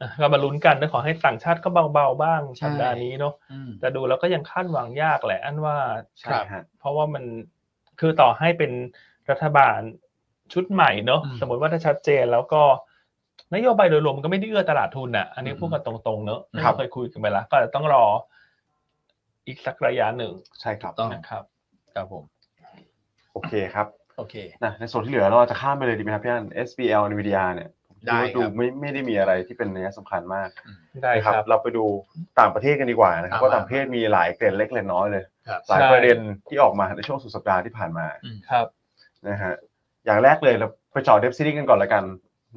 Speaker 1: อ่ะก็มาลุ้นกันนะขอให้ต่างชาติก็เบาๆบ้าง
Speaker 3: ใช่
Speaker 1: สัปดาห์นี้เนาะ
Speaker 3: อืม
Speaker 1: แต่ดูแล้วก็ยังคาดหวังยากแหละ อันว่า
Speaker 2: ใช่ฮะ
Speaker 1: เพราะว่ามันคือต่อให้เป็นรัฐบาลชุดใหม่เนาะ
Speaker 3: อืม
Speaker 1: สมมติว่าถ้าชัดเจนแล้วก็นโยบายโดยรวมมันก็ไม่ได้เอื้อตลาดทุนอ่ะ อันนี้
Speaker 3: อืม
Speaker 1: พูดกันตรงๆเนอะ
Speaker 2: ครับ
Speaker 1: เราเคยคุยกันไปแล้วก็อาจจะต้องรออีกสักระยะหนึ่ง
Speaker 2: ใช่ครับ
Speaker 3: ต้อง
Speaker 1: นะครับ
Speaker 3: ครับผม
Speaker 2: โอเคครับ
Speaker 3: โอเค
Speaker 2: นะในส่วนที่เหลือเราจะข้ามไปเลยดีไหมครับพี่อัน SBL NVDR เนี่ยผม
Speaker 3: ได้ครับ
Speaker 2: ดูไม่ไม่ได้มีอะไรที่เป็นนัยสำคัญมาก
Speaker 1: ได้
Speaker 2: นะ
Speaker 1: ค
Speaker 2: ครั
Speaker 1: รั
Speaker 2: บบ เราไปดูต่างประเทศกันดีกว่านะครับ
Speaker 3: อ่า
Speaker 2: ว่าต่างประเทศมีหลายเกรดเล็กเกรดน้อยเลย
Speaker 3: ครับ
Speaker 2: หลาย
Speaker 1: ใช่
Speaker 2: ประเด็นที่ออกมาในช่วงสุดสัปดาห์ที่ผ่านมา
Speaker 3: อืม
Speaker 1: ครับ
Speaker 2: นะฮะอย่างแรกเลยเราไปเจอเดฟซิลิงกันก่อนละกัน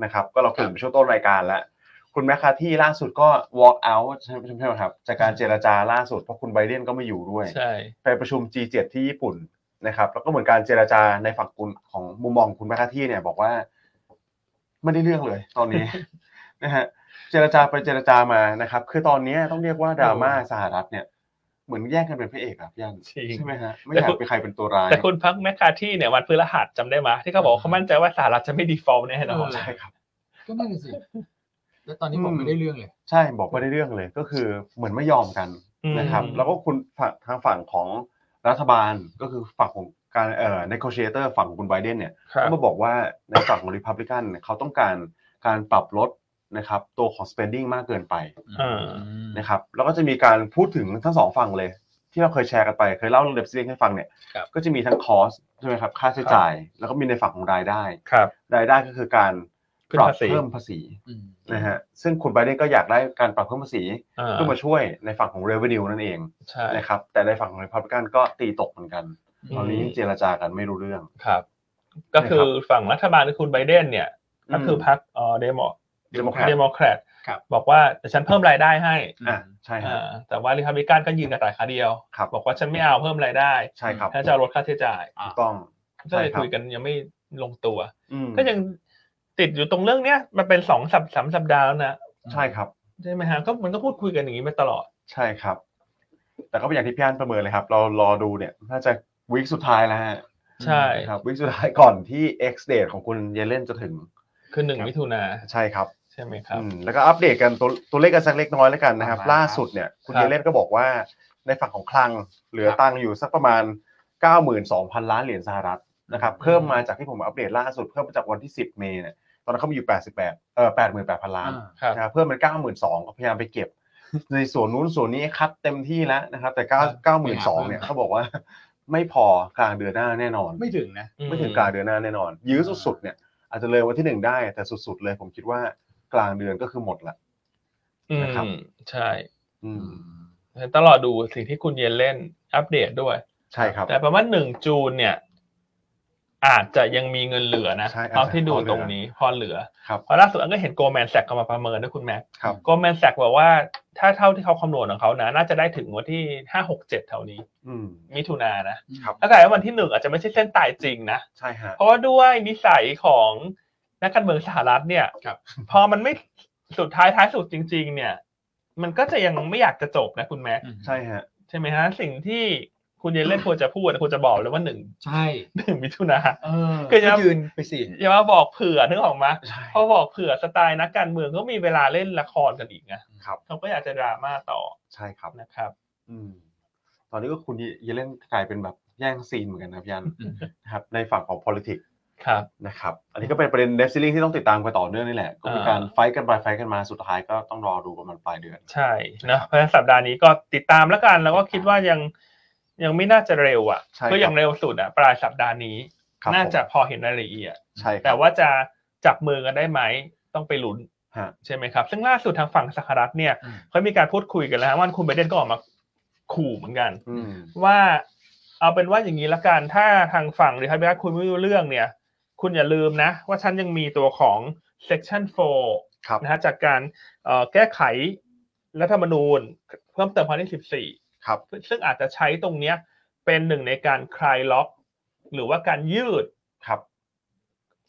Speaker 2: นะครับก็เราคุยไปช่วงต้นรายการแล้ว คุณแมคคาที่ล่าสุดก็ walk out ใช่ไหมใช่ไหมครับจากการเจรจาล่าสุดเพราะคุณไบเดนก็ไม่อยู่ด้วย
Speaker 1: ใช่
Speaker 2: ไปประชุม G7 ที่ญี่ปุ่นนะครับ แล้วก็เหมือนการเจราจาในฝั่งคุณของมุมมองคุณแมคคาที่เนี่ย บอกว่า ไม่ได้เรื่องเลย ตอนนี้ นะฮะเจราจาไปเจราจามานะครับ คือตอนนี้ต้องเรียกว่าดราม่าสหรัฐเนี่ย เหมือนแย่งกันเป็นพระเอกครับย่าน
Speaker 1: จริง
Speaker 2: ใช่ไหมฮะไม่อยากเป็นใครเป็นตัวร้าย
Speaker 1: แต่คุณพักแมคคาที่เนี่ยวันพฤหัสจำได้ไหมที่เขาบอกว่าเขามั่นใจว่าสหรัฐจะไม่ดีฟอลต์แน่นอน
Speaker 3: เออ
Speaker 2: ใช่ครับ
Speaker 3: ก็นั่นน่ะสิแล้วตอนนี้
Speaker 2: อืม
Speaker 3: ผมไม่ได้เรื่องเลย
Speaker 2: ใช่บอกไม่ได้เรื่องเลย ก็คือเหมือนไม่ยอมกันนะครับ
Speaker 1: อืม
Speaker 2: แล้วก็คุณฝั่งทางฝั่งของรัฐบาลก็คือฝั่งของการเอ่อ negotiator ฝั่งของคุณไบเดนเนี่ย
Speaker 1: ครับ
Speaker 2: ก็มาบอกว่าในฝั่งของ Republican เนี่ยเขาต้องการการปรับลดนะครับตัวของ spending มากเกินไป
Speaker 1: เออ
Speaker 2: นะครับแล้วก็จะมีการพูดถึงทั้งสองฝั่งเลย ที่เราเคยแชร์กันไปเคยเล่าเรื่องเด็บซีให้ฟังเนี่ย
Speaker 3: ครับ
Speaker 2: ก็จะมีทั้ง cost ใช่ไหมครับค่าใช้จ่าย แล้วก็มีในฝั่งของรายได้
Speaker 1: ครับ
Speaker 2: รายได้ก็คือการ
Speaker 1: ขึ้น
Speaker 2: ปรั
Speaker 1: ภา
Speaker 2: บ
Speaker 1: ษี
Speaker 2: เพิ่มภาษี
Speaker 3: อืม
Speaker 2: นะฮะซึ่งคุณไบเดนก็อยากได้การปรับเพิ่มภาษี
Speaker 1: อ่า
Speaker 2: เพื่อมาช่วยในฝั่งของ revenue นั่นเอง
Speaker 1: ใช่
Speaker 2: นะครับแต่ในฝั่งของ Republican ก็ตีตกเหมือนกันตอนนี้เจรจากันไม่รู้เรื่อง
Speaker 1: ครับ ก็คือฝั่งรัฐบาลคือคุณไบเดนเนี่ย ก็คือพรรคเอ่อเดโม
Speaker 2: Democrat
Speaker 1: เดโมแครต
Speaker 3: ครับ
Speaker 1: บอกว่าเดี๋ยวฉันเพิ่มรายได้ให้
Speaker 2: อ่ะใช่ฮะ
Speaker 1: อ่าแต่ว่าริพับลิกันก็ยืนกระต่ายขาเดียว
Speaker 2: ครับ
Speaker 1: บอกว่าฉันไม่เอาเพิ่มรายได้
Speaker 2: ใช่ครับ
Speaker 1: ฉันจะเอาลดค่าใช้จ่าย
Speaker 2: ถูกต้อง
Speaker 1: ก็เลย
Speaker 2: ใช่ครับ
Speaker 1: คุยกันยังไม่ลงตัว
Speaker 2: อืม
Speaker 1: ก็ยังติดอยู่ตรงเรื่องเนี้ยมันเป็นสองสัปสามสัปดาห์แล้วนะ
Speaker 2: ใช่ครับ
Speaker 1: ใช่ไหมฮะก็มันก็พูดคุยกันอย่างนี้มาตลอด
Speaker 2: ใช่ครับ แต่ก็เป็นอย่างที่พี่อันประเมินเลยครับ เรารอดูเนี่ยน่าจะวีคสุดท้ายแล้วฮะ
Speaker 1: ใช่
Speaker 2: นะครับวีคสุดท้ายก่อนที่ X date ของคุณเยเลนจะถึง
Speaker 1: คือหนึ่ง
Speaker 2: ครับ
Speaker 1: มิถุนา
Speaker 2: ใช่ครับ
Speaker 1: ใช่ไหมครับ
Speaker 2: อืมแล้วก็อัปเดตกันตัวตัวเลขกันสักเล็กน้อยแล้วกันนะครับ
Speaker 3: ประมาณ
Speaker 2: ล่าสุดเนี่ย คุณ
Speaker 1: ครับ
Speaker 2: เยเลนก็บอกว่าในฝั่งของคลังเหลือตังค์อยู่สักประมาณ 92,000 ล้านเหรียญสหรัฐนะครับเพิ่มมาจากที่ผมอัปเดตล่าสุดเพิ่มมาจากวันที่ 10 เมษายนเนี่ยตอนนั้นเขามีอยู่ 88เอ่อ88,000 ล้า
Speaker 3: อ่าน
Speaker 1: ครับ
Speaker 2: นะครับเพิ่มเป็นเก้าหมื่นสองก็พยายามไปเก็บ ในส่วนนู้นส่วนนี้คัดเต็มที่แล้วนะครับ แต่เก้าเก้าหมื่นสองเนี่ยเขาบอกว่า ไม่พอกลางเดือนหน้าแน่นอน
Speaker 3: ไม่ถึงนะ
Speaker 2: ไม่ถึงกลางเดือนหน้าแน่นอน ยื้อสุดๆเนี่ยอาจจะเลยวันที่หนึ่งได้ แต่สุดๆเลยผมคิดว่ากลางเดือนก็คือหมดละ
Speaker 1: อืม
Speaker 2: นะครับ
Speaker 1: ใช่
Speaker 2: อืม
Speaker 1: ต้องรอดูสิ่งที่คุณเยนเล่นอัปเดตด้วย
Speaker 2: ใช่ครับ
Speaker 1: แต่ประมาณหนึ่งจูนเนี่ย อาจจะยังมีเงินเหลือนะ
Speaker 2: ใช่อาจจะ
Speaker 1: เท่าที่ดู
Speaker 2: พอเหลือ
Speaker 1: ตรงนี้พอเหลือ
Speaker 2: ครับ
Speaker 1: เพราะล่าสุดอันก็เห็นโกลแมนแซกก็มาประเมินด้วยคุณแม็ก
Speaker 2: ครับ
Speaker 1: โกลแมนแซกบอกว่าถ้าเท่าที่เขาคำนวณของเขานะ น่าจะได้ถึงวันที่ห้าหกเจ็ดแถวนี้
Speaker 2: อืม
Speaker 1: มิถุนายนนะครับ แล้วกลายว่าวันที่หนึ่งอาจจะไม่ใช่เส้นตายจริงนะ
Speaker 2: ใช่ฮะ
Speaker 1: เพราะว่าด้วยนิสัยของนักการเมืองสหรัฐเนี่ย
Speaker 3: ครับ
Speaker 1: พอมันไม่สุดท้ายท้ายสุดจริง ๆ เนี่ย มันก็จะยังไม่อยากจะจบนะคุณแม็ก
Speaker 3: อืม
Speaker 2: ใช่ฮะ
Speaker 1: ใช่ไหมฮะสิ่งที่คุณเยนเล่นควรจะพูดนะควรจะบอกเลยว่าหนึ่ง
Speaker 3: ใช่
Speaker 1: หนึ่งมิถุนา
Speaker 3: เออ
Speaker 1: คือจะ
Speaker 3: ก็ยืนไปสิ
Speaker 1: อย่ามาบอกเผื่อนึกออกมา
Speaker 2: ใช่
Speaker 1: พอบอกเผื่อสไตล์นักการเมืองก็มีเวลาเล่นละครกันอีกนะครับ เขาก็อยากจะดราม่าต่อ
Speaker 2: ใช่ครับ
Speaker 1: นะครับ
Speaker 2: อืม ตอนนี้ก็คุณเยเลนกลายเป็นแบบแย่งซีนเหมือนกันนะครับยัน
Speaker 3: อืม
Speaker 2: นะครับ ในฝั่งของ politics
Speaker 1: ครับ
Speaker 2: นะครับอันนี้ก็เป็นประเด็นเดฟซิลิงที่ต้องติดตามกันต่อเนื่องนี่แหละ ก็เป็น
Speaker 1: อ่า
Speaker 2: การไฟท์กันไปไฟท์กันมาสุดท้ายก็ต้องรอดูประมาณปลายเดือน
Speaker 1: ใช่นะเพราะฉะนั้นสัปดาห์นี้ก็ติดตามแล้วกัน แล้วก็คิดว่ายังยังไม่น่าจะเร็วอ่ะ
Speaker 2: ใช่ครับ
Speaker 1: ก็ยังเร็วสุดอ่ะปลายสัปดาห์นี้
Speaker 2: ครับ
Speaker 1: น่าจะ
Speaker 2: ผม
Speaker 1: พอเห็นรายละเอียด
Speaker 2: ใช่ครับ
Speaker 1: แต่ว่าจะจับมือกันได้ไหมต้องไปลุ้น
Speaker 2: ฮะ
Speaker 1: ใช่ไหมครับ ซึ่งล่าสุดทางฝั่งสหรัฐเนี่ย
Speaker 3: อืม
Speaker 1: เขามีการพูดคุยกันแล้วฮะว่าคุณไบเดนก็ออกมาขู่เหมือนกัน
Speaker 2: อืม
Speaker 1: ว่าเอาเป็นว่าอย่างนี้ละกัน ถ้าทางฝั่งหรือทางพิพาทคุณไม่รู้เรื่องเนี่ย คุณอย่าลืมนะ ว่าฉันยังมีตัวของ section
Speaker 2: ครับ
Speaker 1: 4นะฮะจากการเอ่อแก้ไขรัฐธรรมนูญเพิ่มเติมข้อที่
Speaker 2: ครับ
Speaker 1: 14 ซึ่งอาจจะใช้ตรงเนี้ยเป็นหนึ่งในการคลายล็อก หรือว่าการยืด
Speaker 2: ครับ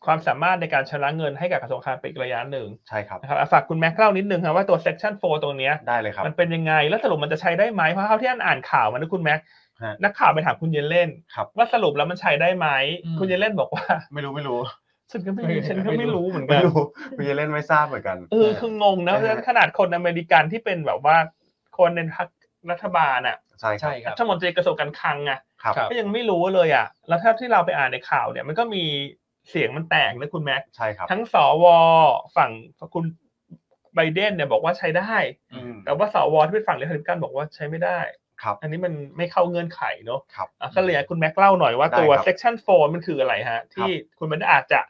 Speaker 1: ความสามารถในการชำระเงินให้กับกระทรวงการคลังไปอีกระยะหนึ่ง
Speaker 2: ใช่ครับ
Speaker 1: นะครับอ่ะฝากคุณแม็กเล่านิดนึงครับว่าตัว section 4ตรงเนี้ย
Speaker 2: ได้เลยครับ
Speaker 1: มันเป็นยังไง แล้วสรุปมันจะใช้ได้ไหม เพราะเท่าที่อ่านอ่านข่าวมานะคุณแม็ก
Speaker 2: ฮะ
Speaker 1: นักข่าวไปถามคุณเยนเล่น
Speaker 2: ครับ
Speaker 1: ว่าสรุปแล้วมันใช้ได้ไหม
Speaker 3: อืม
Speaker 1: คุณเยนเล่นบอกว่า
Speaker 2: ไม่รู้ไม่รู้
Speaker 1: ฉันก็ไม่
Speaker 3: ไม่
Speaker 1: รู้ฉันก็
Speaker 3: ไม่
Speaker 1: ไม่
Speaker 3: รู้
Speaker 1: รู้เหมือน
Speaker 2: ไม่
Speaker 1: กัน
Speaker 2: รู้คุณเยเลนไม่ทราบเหมือนกัน
Speaker 1: เออคืองงนะ
Speaker 2: เออ
Speaker 1: ขนาดคนอเมริกันที่เป็นแบบว่าคนในพรรครัฐบาลอ่ะ
Speaker 2: ใช่ครับ
Speaker 3: ใช่ครับ
Speaker 1: รัฐมนตรีกระทรวงการคลังอ่ะ
Speaker 2: ครับ
Speaker 3: ครับ
Speaker 1: ก็ยังไม่รู้เลยอ่ะ แล้วถ้าที่เราไปอ่านในข่าวเนี่ยมันก็มีเสียงมันแตกนะคุณแม็ก
Speaker 2: ใช่ครับ
Speaker 1: ทั้งสวฝั่งคุณไบเดนเนี่ยบอกว่าใช้ได้
Speaker 2: อืม
Speaker 1: แต่ว่าสวที่เป็นฝั่งเดโมแครตบอกว่าใช้ไม่ได้
Speaker 2: ครับ
Speaker 1: อันนี้มันไม่เข้าเงื่อนไขเนอะ
Speaker 2: ครับ
Speaker 1: อ่ะก็เลยให้คุณแม็กเล่าหน่อยว่าตัว
Speaker 2: ได้ครับ
Speaker 1: section 4 มันคืออะไรฮะ ที่คุณมันอาจจะ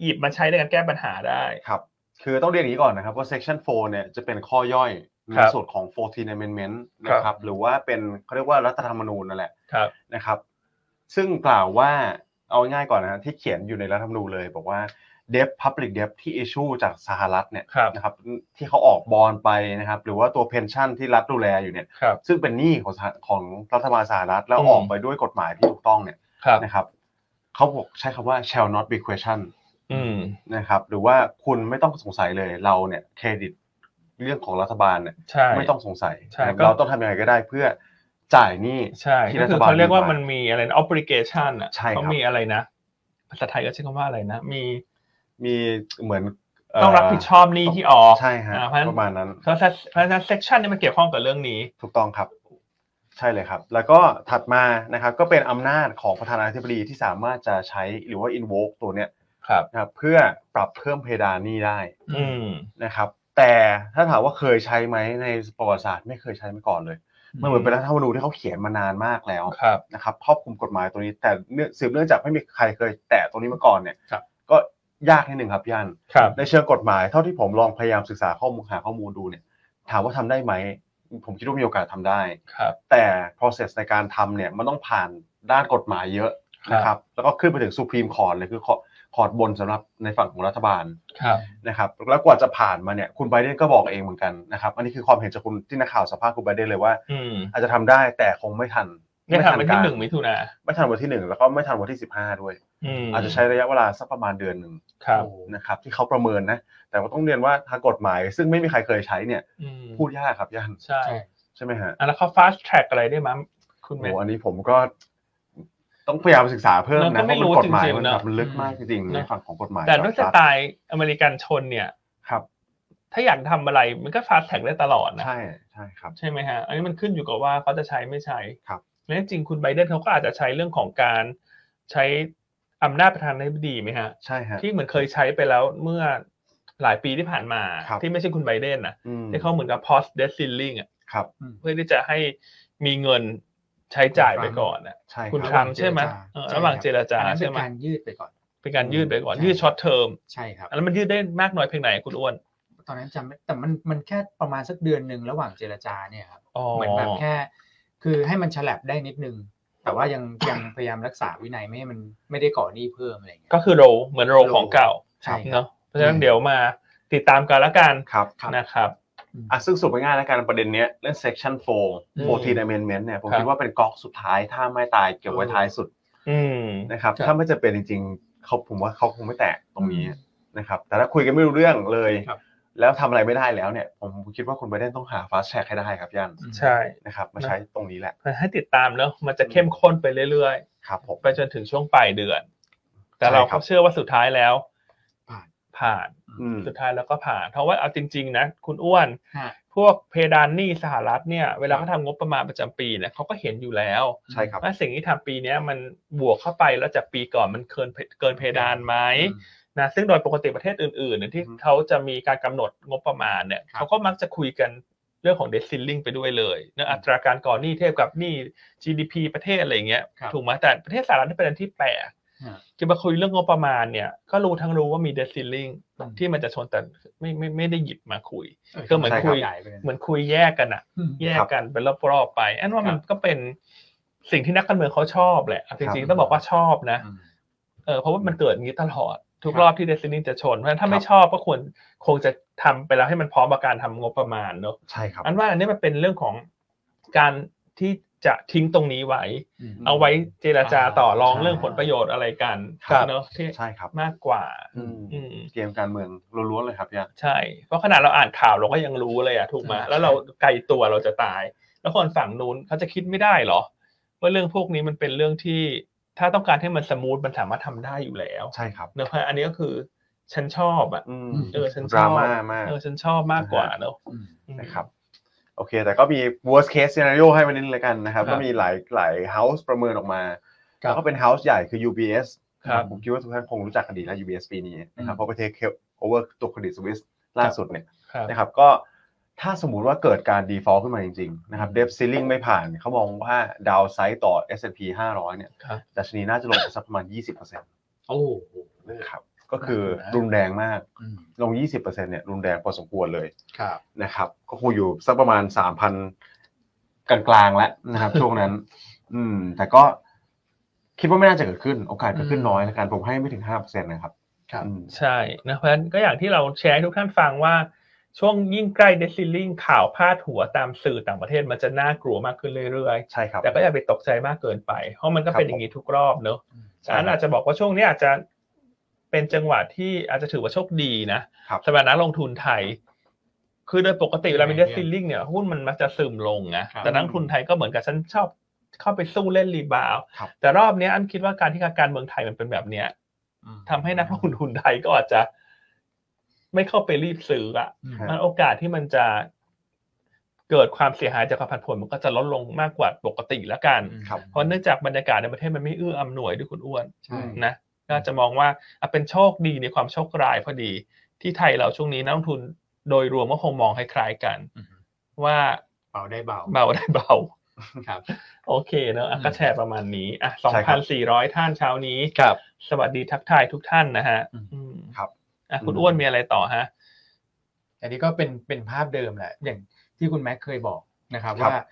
Speaker 1: หยิบมาใช้ในการแก้ปัญหาได้
Speaker 2: ครับคือต้องเรียนอย่างนี้ก่อนนะครับว่า section 4เนี่ยจะเป็นข้อย่อยใน
Speaker 1: ครับ
Speaker 2: ส่วนของ 14 amendment
Speaker 1: ครับ
Speaker 2: นะครับหรือว่าเป็นเขาเรียกว่ารัฐธรรมนูญนั่นแหละ
Speaker 1: ครับ
Speaker 2: นะครับ ซึ่งกล่าวว่าเอาง่ายๆก่อนนะฮะที่เขียนอยู่ในรัฐธรรมนูญเลย บอกว่า debt public debt ที่ issue จากสหรัฐเนี่ย
Speaker 1: ครับ
Speaker 2: นะครับที่เขาออกบอลไปนะครับหรือว่าตัว pension ที่รัฐดูแลอยู่เนี่ย
Speaker 1: ครับ
Speaker 2: ซึ่งเป็นหนี้ของสหของรัฐบาลสหรัฐแล้ว
Speaker 1: อืม
Speaker 2: ออกไปด้วยกฎหมายที่ถูกต้องเนี่ย
Speaker 1: ครับ
Speaker 2: นะครับเขาบอกใช้คำว่า shall not be questioned
Speaker 1: อืม
Speaker 2: นะครับหรือว่าคุณไม่ต้องสงสัยเลยเราเนี่ยเครดิตเรื่องของรัฐบาลเนี่ย
Speaker 1: ใช่
Speaker 2: ไม่ต้องสงสัย
Speaker 1: ใช่
Speaker 2: นะครับ
Speaker 1: ก็
Speaker 2: เราต้องทำยังไงก็ได้เพื่อจ่ายหนี้
Speaker 1: ใช่
Speaker 2: ที่
Speaker 1: ก็คือ
Speaker 2: รัฐบาล
Speaker 1: เขาเรียกว่ามัน
Speaker 2: มีมามี
Speaker 1: มีอะไรนะ obligation อ่ะ
Speaker 2: ใช่ครับ
Speaker 1: เขามีอะไรนะ ภาษาไทยก็ใช้คำว่าอะไรนะ มี
Speaker 2: มีเหมือนเ
Speaker 1: ต้องรับผิดชอบหนี้ที่ออก
Speaker 2: ใช่ฮะ
Speaker 1: อ่าเพราะฉะนั้น
Speaker 2: ประมาณนั้น
Speaker 1: เพราะฉะนั้นเพราะฉะนั้น section นี้มันเกี่ยวข้องกับเรื่องนี้
Speaker 2: ถูกต้องครับ ใช่เลยครับ แล้วก็ถัดมานะครับก็เป็นอำนาจของประธานาธิบดีที่สามารถจะใช้หรือว่า invoke ตัวเนี้ย
Speaker 1: ครับ
Speaker 2: นะครับเพื่อปรับเพิ่มเพดานหนี้ได้
Speaker 1: อืม
Speaker 2: นะครับ แต่ถ้าถามว่าเคยใช้ไหมในประวัติศาสตร์ไม่เคยใช้มาก่อนเลยมันเหมือนเป็นรัฐธรรมนูญที่เขาเขียนมานานมากแล้ว
Speaker 1: ครับ
Speaker 2: นะครับครอบคลุมกฎหมายตัวนี้แต่เนื่องสืบเนื่องจากไม่มีใครเคยแตะตรงนี้มาก่อนเนี่ย
Speaker 1: ครับ
Speaker 2: ก็ยากนิดหนึ่งครับพี่อัน
Speaker 1: ครับ
Speaker 2: ในเชิงกฎหมายเท่าที่ผมลองพยายามศึกษาข้อมูลหาข้อมูลดูเนี่ย ถามว่าทำได้ไหม ผมคิดว่ามีโอกาสทำได้
Speaker 1: ครับ
Speaker 2: แต่ process ในการทำเนี่ยมันต้องผ่านด้านกฎหมายเยอะนะครับ แล้วก็ขึ้นไปถึง Supreme Court เลยคือคอร์ดบนสำหรับในฝั่งของรัฐบาล
Speaker 1: ครับ
Speaker 2: นะครับแล้วกว่าจะผ่านมาเนี่ยคุณไบเดนก็บอกเองเหมือนกันนะครับอันนี้คือความเห็นจากคุณที่นักข่าวสัมภาษณ์คุณไบเดนเลยว่า
Speaker 1: อืม
Speaker 2: อาจจะทำได้แต่คงไม่ทัน
Speaker 1: ในทางเป็นที่
Speaker 2: การ
Speaker 1: หนึ่งมิถุนา
Speaker 2: ไม่ทันวันที่หนึ่งแล้วก็ไม่ทันวันที่สิบห้าด้วย
Speaker 1: อืม
Speaker 2: อาจจะใช้ระยะเวลาสักประมาณเดือนหนึ่ง
Speaker 1: ครับ
Speaker 3: โอ้
Speaker 2: นะครับ ที่เขาประเมินนะ แต่ว่าต้องเรียนว่าทางกฎหมาย ซึ่งไม่มีใครเคยใช้เนี่ย
Speaker 1: อืม
Speaker 2: พูดยากครับย่าน
Speaker 1: ใช่
Speaker 3: ใช่
Speaker 2: ใช่ไหมฮะ
Speaker 1: อ่ะแล้วเขา fast track อะไรได้มั้ยคุณ
Speaker 2: โอ้
Speaker 1: แม
Speaker 2: โห
Speaker 1: น
Speaker 2: อันนี้ผมก็ต้องพยายามศึกษาเพิ่ม
Speaker 1: เราก็
Speaker 2: นะเพ
Speaker 1: ไม่
Speaker 2: ราะ
Speaker 1: รู้
Speaker 2: มันกฎหมาย
Speaker 1: จริงๆ
Speaker 2: มัน
Speaker 1: นะ
Speaker 2: แบบมันลึกมากจริง
Speaker 1: อืม
Speaker 2: ๆในฝั่งของกฎหมาย
Speaker 1: แต่ด้วยส
Speaker 2: รัฐ
Speaker 1: ไตล์อเมริกันชนเนี่ย
Speaker 2: ครับ
Speaker 1: ถ้าอยากทำอะไรมันก็ fast track ได้ตลอดนะ
Speaker 2: ใช่ใช่ครับ
Speaker 1: ใช่ไหมฮะ อันนี้มันขึ้นอยู่กับว่าเขาจะใช้ไม่ใช้
Speaker 2: ครับ
Speaker 1: และจริงๆคุณไบเดนเขาก็อาจจะใช้เรื่องของการใช้อำนาจประธานาธิบดีไหมฮะ
Speaker 2: ใช่ฮะ
Speaker 1: ที่เหมือนเคยใช้ไปแล้วเมื่อหลายปีที่ผ่านมา
Speaker 2: ครับ
Speaker 1: ที่ไม่ใช่คุณไบเดนนะ
Speaker 2: อืม
Speaker 1: ที่เขาเหมือนกับ post debt ceiling อะ
Speaker 2: ครับ
Speaker 1: เพื่อที่จะให้มีเงินใช้จ่ายไปก่อนนะ
Speaker 2: ใช่
Speaker 1: คุณ
Speaker 2: ค
Speaker 1: ทรั
Speaker 2: รับ
Speaker 1: มป์ใช่ไหมเออ
Speaker 3: ใช่ครับ
Speaker 1: ระหว่างเจรจา
Speaker 3: อันนั้นเป็
Speaker 1: ใช่
Speaker 3: น
Speaker 1: ไหม
Speaker 3: การยืดไปก่อน
Speaker 1: เป็นการยืดไปก่อน
Speaker 3: ใช่
Speaker 1: ยืดช็อตเทอม
Speaker 3: ใช่ครับ
Speaker 1: แล้วมันยืดได้มากน้อยเพียงไหนคุณอ้วน
Speaker 3: ตอนนั้นจำไม่แต่มันมันแค่ประมาณสักเดือนหนึ่งระหว่างเจรจาเนี่ยครับ
Speaker 1: อ๋อ
Speaker 3: เหมือนแบบแค่ คือให้มันฉลับได้นิดนึง แต่ว่ายังยังพยายามรักษาวินัยไม่ให้มันไม่ได้ก่อหนี้เพิ่มอะไรอย่างเงี้ย
Speaker 1: ก็คือโรลเหมือนโรลของเก่า
Speaker 3: ใช่ครับ
Speaker 1: เนาะเพราะฉะนั้นเดี๋ยวมาติดตามกันละกัน
Speaker 2: ครับ
Speaker 1: นะครับ
Speaker 2: อ่ะซึ่งสรุปง่ายๆแล้วกันประเด็นเนี้ยเรื่อง section
Speaker 1: อื
Speaker 2: 4
Speaker 1: ม
Speaker 2: 14 amendment เนี่ยผม
Speaker 1: ครับ
Speaker 2: คิดว่าเป็นก๊อกสุดท้ายถ้าไม่ตายเก็บไว้ท้ายสุด
Speaker 1: อืม
Speaker 2: นะครับ
Speaker 3: ครับ
Speaker 2: ถ้าไม่จะเป็นจริงๆเขาผมว่าเขาคงไม่แตะตรงนี้
Speaker 3: อืม
Speaker 2: นะครับแต่ถ้าคุยกันไม่รู้เรื่องเลย
Speaker 3: ครับ
Speaker 2: แล้วทำอะไรไม่ได้แล้วเนี่ย ผมคิดว่าคุณไบเดนต้องหาฟาสแ a กให้ได้ครับย่าน
Speaker 1: ใช่
Speaker 2: นะครับมาใช้ตรงนี้แหละ
Speaker 1: ให้ติดตามเนาะมันจะเข้มข้นไปเรื่อยๆ
Speaker 2: ครับผม
Speaker 1: ไปจนถึงช่วงปลายเดือน แต่เรา
Speaker 2: ใช่ครั
Speaker 1: ก็
Speaker 2: บ
Speaker 1: เชื่อว่าสุดท้ายแล้ว
Speaker 3: ผ่าน
Speaker 1: ผ่าน
Speaker 2: อืม
Speaker 1: สุดท้ายแล้วก็ผ่าน เพราะว่าเอาจริง ๆ นะ คุณอ้วน
Speaker 3: ฮะ
Speaker 1: พวกเพดานหนี้สหรัฐเนี่ย เวลาเขาทำงบประมาณประจำปีเนี่ยเขาก็เห็นอยู่แล้ว
Speaker 2: ใช่ครับ
Speaker 1: ว่าสิ่งที่ทำปีเนี้ยมันบวกเข้าไปแล้วจากปีก่อนมันเกินเกินเพดานไหมนะซึ่งโดยปกติประเทศอื่นๆเนี่ยที่เขาจะมีการกำหนดงบประมาณเนี่ย
Speaker 3: ครับ
Speaker 1: เขาก็มักจะคุยกันเรื่องของเดซิลลิงไปด้วยเลยเรื่องอัตราการก่อหนี้เทียบกับหนี้ GDP ประเทศอะไรอย่างเงี้ย
Speaker 3: ครับ
Speaker 1: ถูกไหมแต่ประเทศสหรัฐนี่เป็นอันที่แปลก คือมาคุยเรื่องงบประมาณเนี่ยก็รู้ทั้งรู้ว่ามีเดซิลลิง
Speaker 3: อืม
Speaker 1: ที่มันจะชนแต่ไม่ไม่ไม่ได้หยิบมาคุย ก็
Speaker 3: ก็
Speaker 1: เห
Speaker 3: เห
Speaker 1: มื
Speaker 3: มื
Speaker 1: อ
Speaker 3: อน น
Speaker 1: คุ
Speaker 3: คุ
Speaker 1: ย
Speaker 3: ย
Speaker 1: เหมือนคุยแยกกันอะแยกกันเป็นรอบๆไปอันว่ามันก็เป็นสิ่งที่นักการเมืองเขาชอบแหละเอาจริงๆ
Speaker 2: ครับ
Speaker 1: ต้องบอกว่าชอบนะเออเพราะว่ามันเกิดอย่างนี้ตลอด ทุกรอบที่เดซิลลิงจะชนเพราะฉะนั้นถ้าไม่
Speaker 2: ครับ
Speaker 1: ชอบก็ควรคงจะทำไปแล้วให้มันพร้อมกับการทำงบประมาณเนอะ
Speaker 2: ใช่ครับ
Speaker 1: อันว่าอันนี้มันเป็นเรื่องของการที่จะทิ้งตรงนี้ไว้ เอาไว้เจรจาต่อรอง
Speaker 3: อ่า
Speaker 1: เรื่องผลประโยชน์อะไรกัน
Speaker 2: ครับ
Speaker 1: เนอะที่
Speaker 2: ใช่ครับ
Speaker 1: มากกว่า
Speaker 2: อืม
Speaker 1: อืม
Speaker 2: เกมการเมืองล้วนๆเลยครับย่าน
Speaker 1: ใช่ เพราะขนาดเราอ่านข่าวเราก็ยังรู้เลยอะถูกไหม
Speaker 3: ใช่
Speaker 1: แล้วเราไกลตัวเราจะตาย แล้วคนฝั่งนู้นเขาจะคิดไม่ได้เหรอ ว่าเรื่องพวกนี้มันเป็นเรื่องที่ถ้าต้องการให้มันสมูทมันสามารถทำได้อยู่แล้ว
Speaker 2: ใช่ครับ
Speaker 1: เนอะเพราะอันนี้ก็คือฉันชอบอะ
Speaker 2: อืม
Speaker 1: เออฉันชอบ
Speaker 2: ดราม่ามาก
Speaker 1: เออฉันชอบมากกว่าเนอะ
Speaker 2: นะครับโอเค แต่ก็มี worst case scenario ให้มานิดนึงเลยกันนะครับ
Speaker 3: ครับ
Speaker 2: ก็มีหลายหลาย house ประเมินออกมา
Speaker 3: ครับ
Speaker 2: แล้วก็เป็น house ใหญ่คือ UBS
Speaker 1: ครับ
Speaker 2: ผมคิดว่าทุกท่านคงรู้จักกันดีแล้ว UBS ปีนี้นะครับ
Speaker 3: อืม
Speaker 2: เพราะประเทศ over ตัวเครดิตสวิสล่าสุดเนี่ย
Speaker 1: ครับ
Speaker 2: นะครับก็ถ้าสมมติว่าเกิดการ default ขึ้นมาจริงๆนะครับ debt ceiling ไม่ผ่านเขามองว่า downside ต่อ S&P 500 เนี่ย
Speaker 1: ครับ
Speaker 2: ดัชนีน่าจะลงไปสักประมาณ 20%น
Speaker 3: โอ้โห
Speaker 2: ะครับ ก็คือ
Speaker 3: หนักอยู่นะ
Speaker 2: รุนแรงมาก
Speaker 3: อืม
Speaker 2: ลง 20%เนี่ยรุนแรงพอสมควรเลย
Speaker 3: ครับ
Speaker 2: นะครับ ก็คงอยู่สักประมาณ 3,000 กลางๆแล้วนะครับ ช่วงนั้น อืม แต่ก็คิดว่าไม่น่าจะเกิดขึ้น โอกาสเกิดขึ้นน้อยละกันผมให้ไม่ถึง 5%นะครับ
Speaker 3: ครับ
Speaker 2: อืม
Speaker 1: ใช่นะเพราะฉะนั้นก็อย่างที่เราแชร์ให้ทุกท่านฟังว่า ช่วงยิ่งใกล้เดซิลลิงข่าวพาดหัวตามสื่อต่างประเทศมันจะน่ากลัวมากขึ้นเรื่อย
Speaker 2: ใช่ครั
Speaker 1: ๆ
Speaker 2: บ
Speaker 1: แต่ก็อย่าไปตกใจมากเกินไป เพราะมันก็เป็น
Speaker 2: ครับ
Speaker 1: อย่างนี้ทุกรอบเนอะ
Speaker 3: อืม
Speaker 1: ฉะนั้นอาจจะบอกว่าช่วงนี้อาจจะเป็นจังหวะที่อาจจะถือว่าโชคดีนะ
Speaker 2: ครับ
Speaker 1: สำหรับนักลงทุนไทย คือโดยปกติเวลาเป็นเดซิลลิงเนี่ยหุ้นมันมักจะซึมลงนะครับ แต่นักลงทุนไทยก็เหมือนกับฉันชอบเข้าไปสู้เล่นรีบาวด์
Speaker 2: ครับ
Speaker 1: แต่รอบเนี้ยอันคิดว่าการที่การเมืองไทยมันเป็นแบบเนี้ย
Speaker 3: อืม
Speaker 1: ทำให้นักลงทุนไทยก็อาจจะ ไม่เข้าไปรีบซื้ออะ
Speaker 3: อืม
Speaker 1: มันโอกาสที่มันจะเกิดความเสียหายจากความผันผวนมันก็จะลดลงมากกว่าปกติละกัน
Speaker 2: ครับ
Speaker 1: เพราะเนื่องจากบรรยากาศในประเทศมันไม่เอื้ออำนวยด้วยคุณอ้วน
Speaker 3: ใช่
Speaker 1: นะก็จะมองว่าอ่ะเป็นโชคดีในความโชคร้ายพอดี ที่ไทยเราช่วงนี้นักลงทุนโดยรวมก็คงมองคล้ายๆกัน
Speaker 3: อืม
Speaker 1: ว่า
Speaker 3: เบาได้เบา
Speaker 1: เบาได้เบา
Speaker 3: ครับ
Speaker 1: โอเคเนอะอ่ะ
Speaker 3: อืม
Speaker 1: ก็แชร์ประมาณนี้อ่ะ
Speaker 2: ใช่ครับ
Speaker 1: 2,400 ท่านเช้านี้
Speaker 3: ครับ
Speaker 1: สวัสดีทักทายทุกท่านนะฮะ
Speaker 3: อืม
Speaker 1: อืม
Speaker 2: ครับ
Speaker 1: อ่ะคุณอ้วนมีอะไรต่อฮะ
Speaker 3: อันนี้ก็เป็นเป็นภาพเดิมแหละ อย่างที่คุณแม็กเคยบอกนะครับ
Speaker 2: ครับ
Speaker 3: ว่า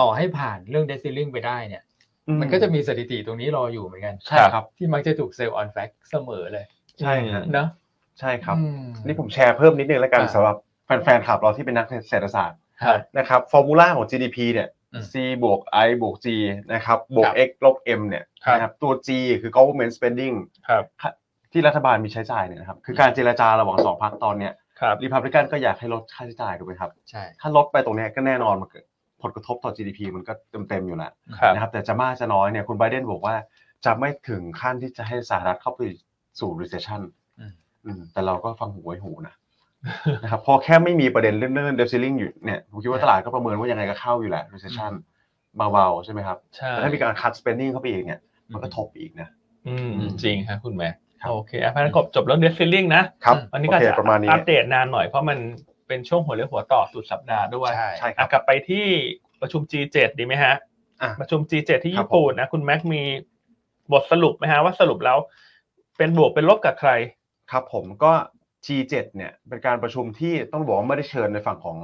Speaker 3: ต่อให้ผ่านเรื่องเดซิลลิงไปได้เนี่ย
Speaker 2: อื
Speaker 3: มันก็จะมีสถิติตรงนี้รออยู่เหมือนกัน
Speaker 2: ใช่ครับ
Speaker 3: ที่มักจะถูกเซลล์ออนแฟกเสมอเลย
Speaker 2: ใช่ฮะ
Speaker 3: เนอะ
Speaker 2: ใช่ครับ
Speaker 3: อื
Speaker 2: นี่ผมแชร์เพิ่มนิดนึงแล้วกัน
Speaker 3: อ่า
Speaker 2: สำหรับแฟนๆขับเราที่เป็นนักเศรษฐศาสตร์
Speaker 3: ครับ
Speaker 2: นะครับฟอร์มูล่าของ GDP เนี่ย
Speaker 3: อืม
Speaker 2: C บวก I บวก G นะครับบว
Speaker 3: ค
Speaker 2: ก
Speaker 3: รับ
Speaker 2: X ลบ M เนี่ย
Speaker 1: ครับ
Speaker 2: นะครับตัว G คือ government spending
Speaker 1: ครับ
Speaker 2: ที่รัฐบาลมีใช้จ่ายเนี่ยนะครับคือการเจรจาระหว่างสองพรรคตอนเนี้ย
Speaker 1: ครับ
Speaker 2: รีพับลิกันก็อยากให้ลดค่าใช้จ่ายถูกไหมครับ
Speaker 3: ใช่
Speaker 2: ถ้าลดไปตรงเนี้ยก็แน่นอนมันเกิดผลกระทบต่อ GDP มันก็เต็มๆอยู่แล้ว
Speaker 1: ครับ
Speaker 2: นะครับแต่จะมากจะน้อยเนี่ยคุณไบเดนบอกว่าจะไม่ถึงขั้นที่จะให้สหรัฐเข้าไปสู่ recession
Speaker 3: อืม
Speaker 2: อืมแต่เราก็ฟังหูไว้หูนะ นะครับเพอแค่ไม่มีประเด็นเรื่องเรื่องเดฟซิลลิงอยู่เนี่ยผมคิดว่าตลาดก็ประเมินว่ายังไงก็เข้าอยู่แหละ recession เบาๆ ใช่ไหมครับ
Speaker 1: ใช่
Speaker 2: แต่ถ้ามีการ cut spending เข้าไปอีกเนี่ย มันก็ทบอีกนะ
Speaker 1: อืมจริงครับคุณแม่
Speaker 2: ครับ
Speaker 1: โอเคอ่ะพันกบจบเรื่องเดซิลลิงนะ
Speaker 2: ครับ
Speaker 1: วันนี้ก็
Speaker 2: โอเค
Speaker 1: จะ
Speaker 2: ประมาณนี้
Speaker 1: อัปเดตนานหน่อยเพราะมันเป็นช่วงหัวเรือหัวต่อสุดสัปดาห์ด้วย
Speaker 3: ใช่
Speaker 2: ใช่ ครับ
Speaker 1: อ่ะกลับไปที่ประชุม G7 ดีไหมฮะ
Speaker 2: อ่ะ
Speaker 1: ประชุม G7 ที่
Speaker 2: ครับ
Speaker 1: ญี่ปุ่นนะคุณแม็กมีบทสรุปไหมฮะว่าสรุปแล้วเป็นบวกเป็นลบกับใคร
Speaker 2: ครับผมก็ G7 เนี่ยเป็นการประชุมที่ต้องบอกว่าไม่ได้เชิญในฝั่งของ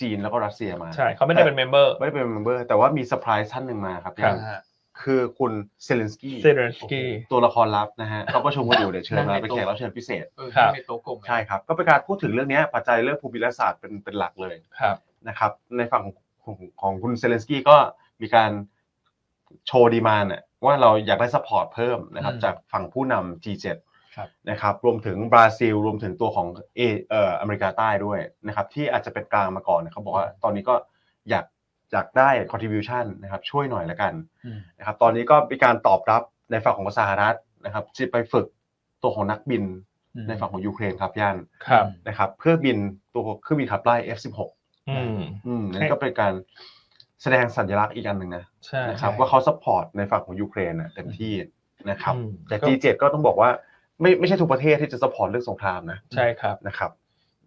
Speaker 2: จีนแล้วก็รัสเซียมา
Speaker 1: ใช่เขาไม่ได้เป็นเมมเบอร์
Speaker 2: ไม่ได้เป็นเมมเบอร์แต่ว่ามีเซอร์ไพรส์ท่านหนึ่งมาครับ
Speaker 1: ครับ
Speaker 3: นะฮะ
Speaker 2: คือคุณเซเลนสกี้
Speaker 1: เซเรนสกี้
Speaker 2: ตัวละครลับนะฮะเขาประชุมกันอยู่เดี๋ยวเชิญมา
Speaker 3: นั่งใน
Speaker 2: เป็น
Speaker 3: โต๊ะ
Speaker 2: แขกรับเชิญพิเศษ
Speaker 3: เออ
Speaker 1: ครับ
Speaker 3: ที่เป็นโต๊ะกลมอะ
Speaker 2: ใช่ครับ ก็เป็นการพูดถึงเรื่องเนี้ยปัจจัยเรื่องภูมิรัฐศาสตร์เป็นเป็นหลักเลย
Speaker 1: ครับ
Speaker 2: นะครับ ในฝั่งของของคุณเซเลนสกี้ก็มีการโชว์ดีมานน่ะว่าเราอยากได้สปอร์ตเพิ่มนะครับจากฝั่งผู้นำ G7
Speaker 3: ครับ
Speaker 2: นะครับรวมถึงบราซิล รวมถึงตัวของเอเอ่ออเมริกาใต้ด้วยนะครับที่อาจจะเป็นกลางมาก่อนเขาบอกว่าตอนนี้ก็อยากอยากได้ contribution นะครับช่วยหน่อยละกัน
Speaker 3: อืม
Speaker 2: นะครับตอนนี้ก็มีการตอบรับในฝั่งของสหรัฐนะครับจะไปฝึกตัวของนักบินในฝั่งของยูเครนครับย่าน
Speaker 1: ครับ
Speaker 2: นะครับเพื่อบินตัวเครื่องบินขับไล่ F16
Speaker 1: อืม
Speaker 2: อืมนั่
Speaker 1: ใช่
Speaker 2: นก็เป็นการแสดงสัญลักษณ์อีกอันหนึ่งนะ
Speaker 1: ใช่
Speaker 2: นะค
Speaker 1: ค
Speaker 2: รั
Speaker 1: รั
Speaker 2: บบ ว่าเขาสปอร์ตในฝั่งของยูเครนน่ะเต็มที่นะครับ
Speaker 1: อืม
Speaker 2: แต่ G7 ก็ต้องบอกว่าไม่ไม่ใช่ทุกประเทศที่จะสปอร์ตเรื่องสงครามนะ
Speaker 1: ใช่ครับ
Speaker 2: นะครับ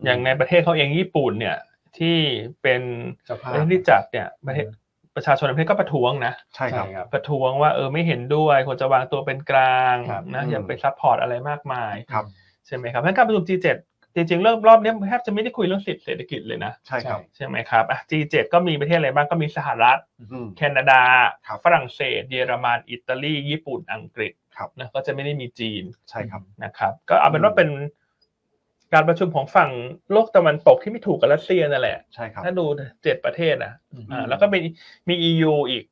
Speaker 1: อย่างในประเทศเขาเองญี่ปุ่นเนี่ย ที่เป็น
Speaker 3: เจ้า
Speaker 1: ป
Speaker 3: ภาพ
Speaker 1: ระเทศที่จัดเนี่ยประเทศประชาชนในประเทศก็ประท้วงนะ
Speaker 2: ใช่ครับ
Speaker 1: ประท้วงว่าเออไม่เห็นด้วยควรจะวางตัวเป็นกลาง
Speaker 3: ครับ
Speaker 1: นะ
Speaker 2: อืม
Speaker 1: อย่าไปซัพพอร์ตอะไรมากมาย
Speaker 2: ครับ
Speaker 1: ใช่ไหมครับเพราะฉะนั้นการประชุม G7 จริงๆเริ่มรอบเนี้ยแทบจะไม่ได้คุยเรื่องสิทธิเศรษฐกิจเลยนะ
Speaker 2: ใช่ครับ
Speaker 1: ใช่ไหมครับอ่ะ G7 ก็มีประเทศอะไรบ้างก็มีสหรัฐ
Speaker 2: อืม
Speaker 1: แคนาดา
Speaker 2: ครับ
Speaker 1: ฝรั่งเศส เยอรมัน อิตาลี ญี่ปุ่น อังกฤษ
Speaker 2: ครับ
Speaker 1: นะก็จะไม่ได้มีจีน
Speaker 2: ใช่ครับ
Speaker 1: นะครับ ก็เอาเป็นว่าเป็นการประชุมของฝั่งโลกตะวันตกที่ไม่ถูกกับรัสเซียนั่นแหละ
Speaker 2: ใช่ครับ
Speaker 1: ถ้าดูเจ็ดประเทศนะ
Speaker 3: อืม
Speaker 1: อ่าแล้วก็มีมี EU อีก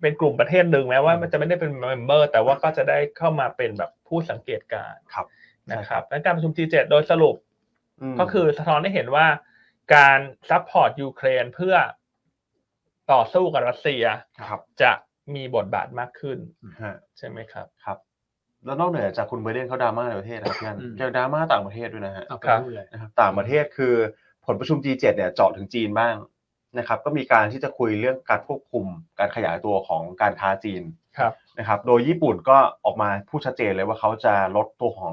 Speaker 1: เป็นกลุ่มประเทศหนึ่งแม้ว่ามันจะไม่ได้เป็นเมมเบอร์ แต่ว่าก็จะได้เข้ามาเป็นแบบผู้สังเกตการณ์
Speaker 2: ครับ
Speaker 1: นะครับและการประชุม G7 โดยสรุป
Speaker 2: ม
Speaker 1: ก็คือสะท้อนให้เห็นว่าการซัพพอร์ตยูเครนเพื่อต่อสู้กับรัสเซีย
Speaker 2: ครับ
Speaker 1: จะมีบทบาทมากขึ้น
Speaker 2: ฮะ
Speaker 1: ใช่ไหมครับ
Speaker 2: ครับ แล้วนอกเหนือจากคุณไบเดนเขาดราม่าในประเทศนะเพื่อน
Speaker 3: อืม
Speaker 2: เกี่ยวดราม่าต่างประเทศด้วยนะฮะ
Speaker 3: เอาไป
Speaker 1: ครับ
Speaker 3: ดูเลย
Speaker 2: นะครับต่างประเทศคือผลประชุม G7 เนี่ยเจาะถึงจีนบ้างนะครับ ก็มีการที่จะคุยเรื่องการควบคุมการขยายตัวของการค้าจีน
Speaker 1: ครับ
Speaker 2: นะครับ โดยญี่ปุ่นก็ออกมาพูดชัดเจนเลยว่าเขาจะลดตัวของ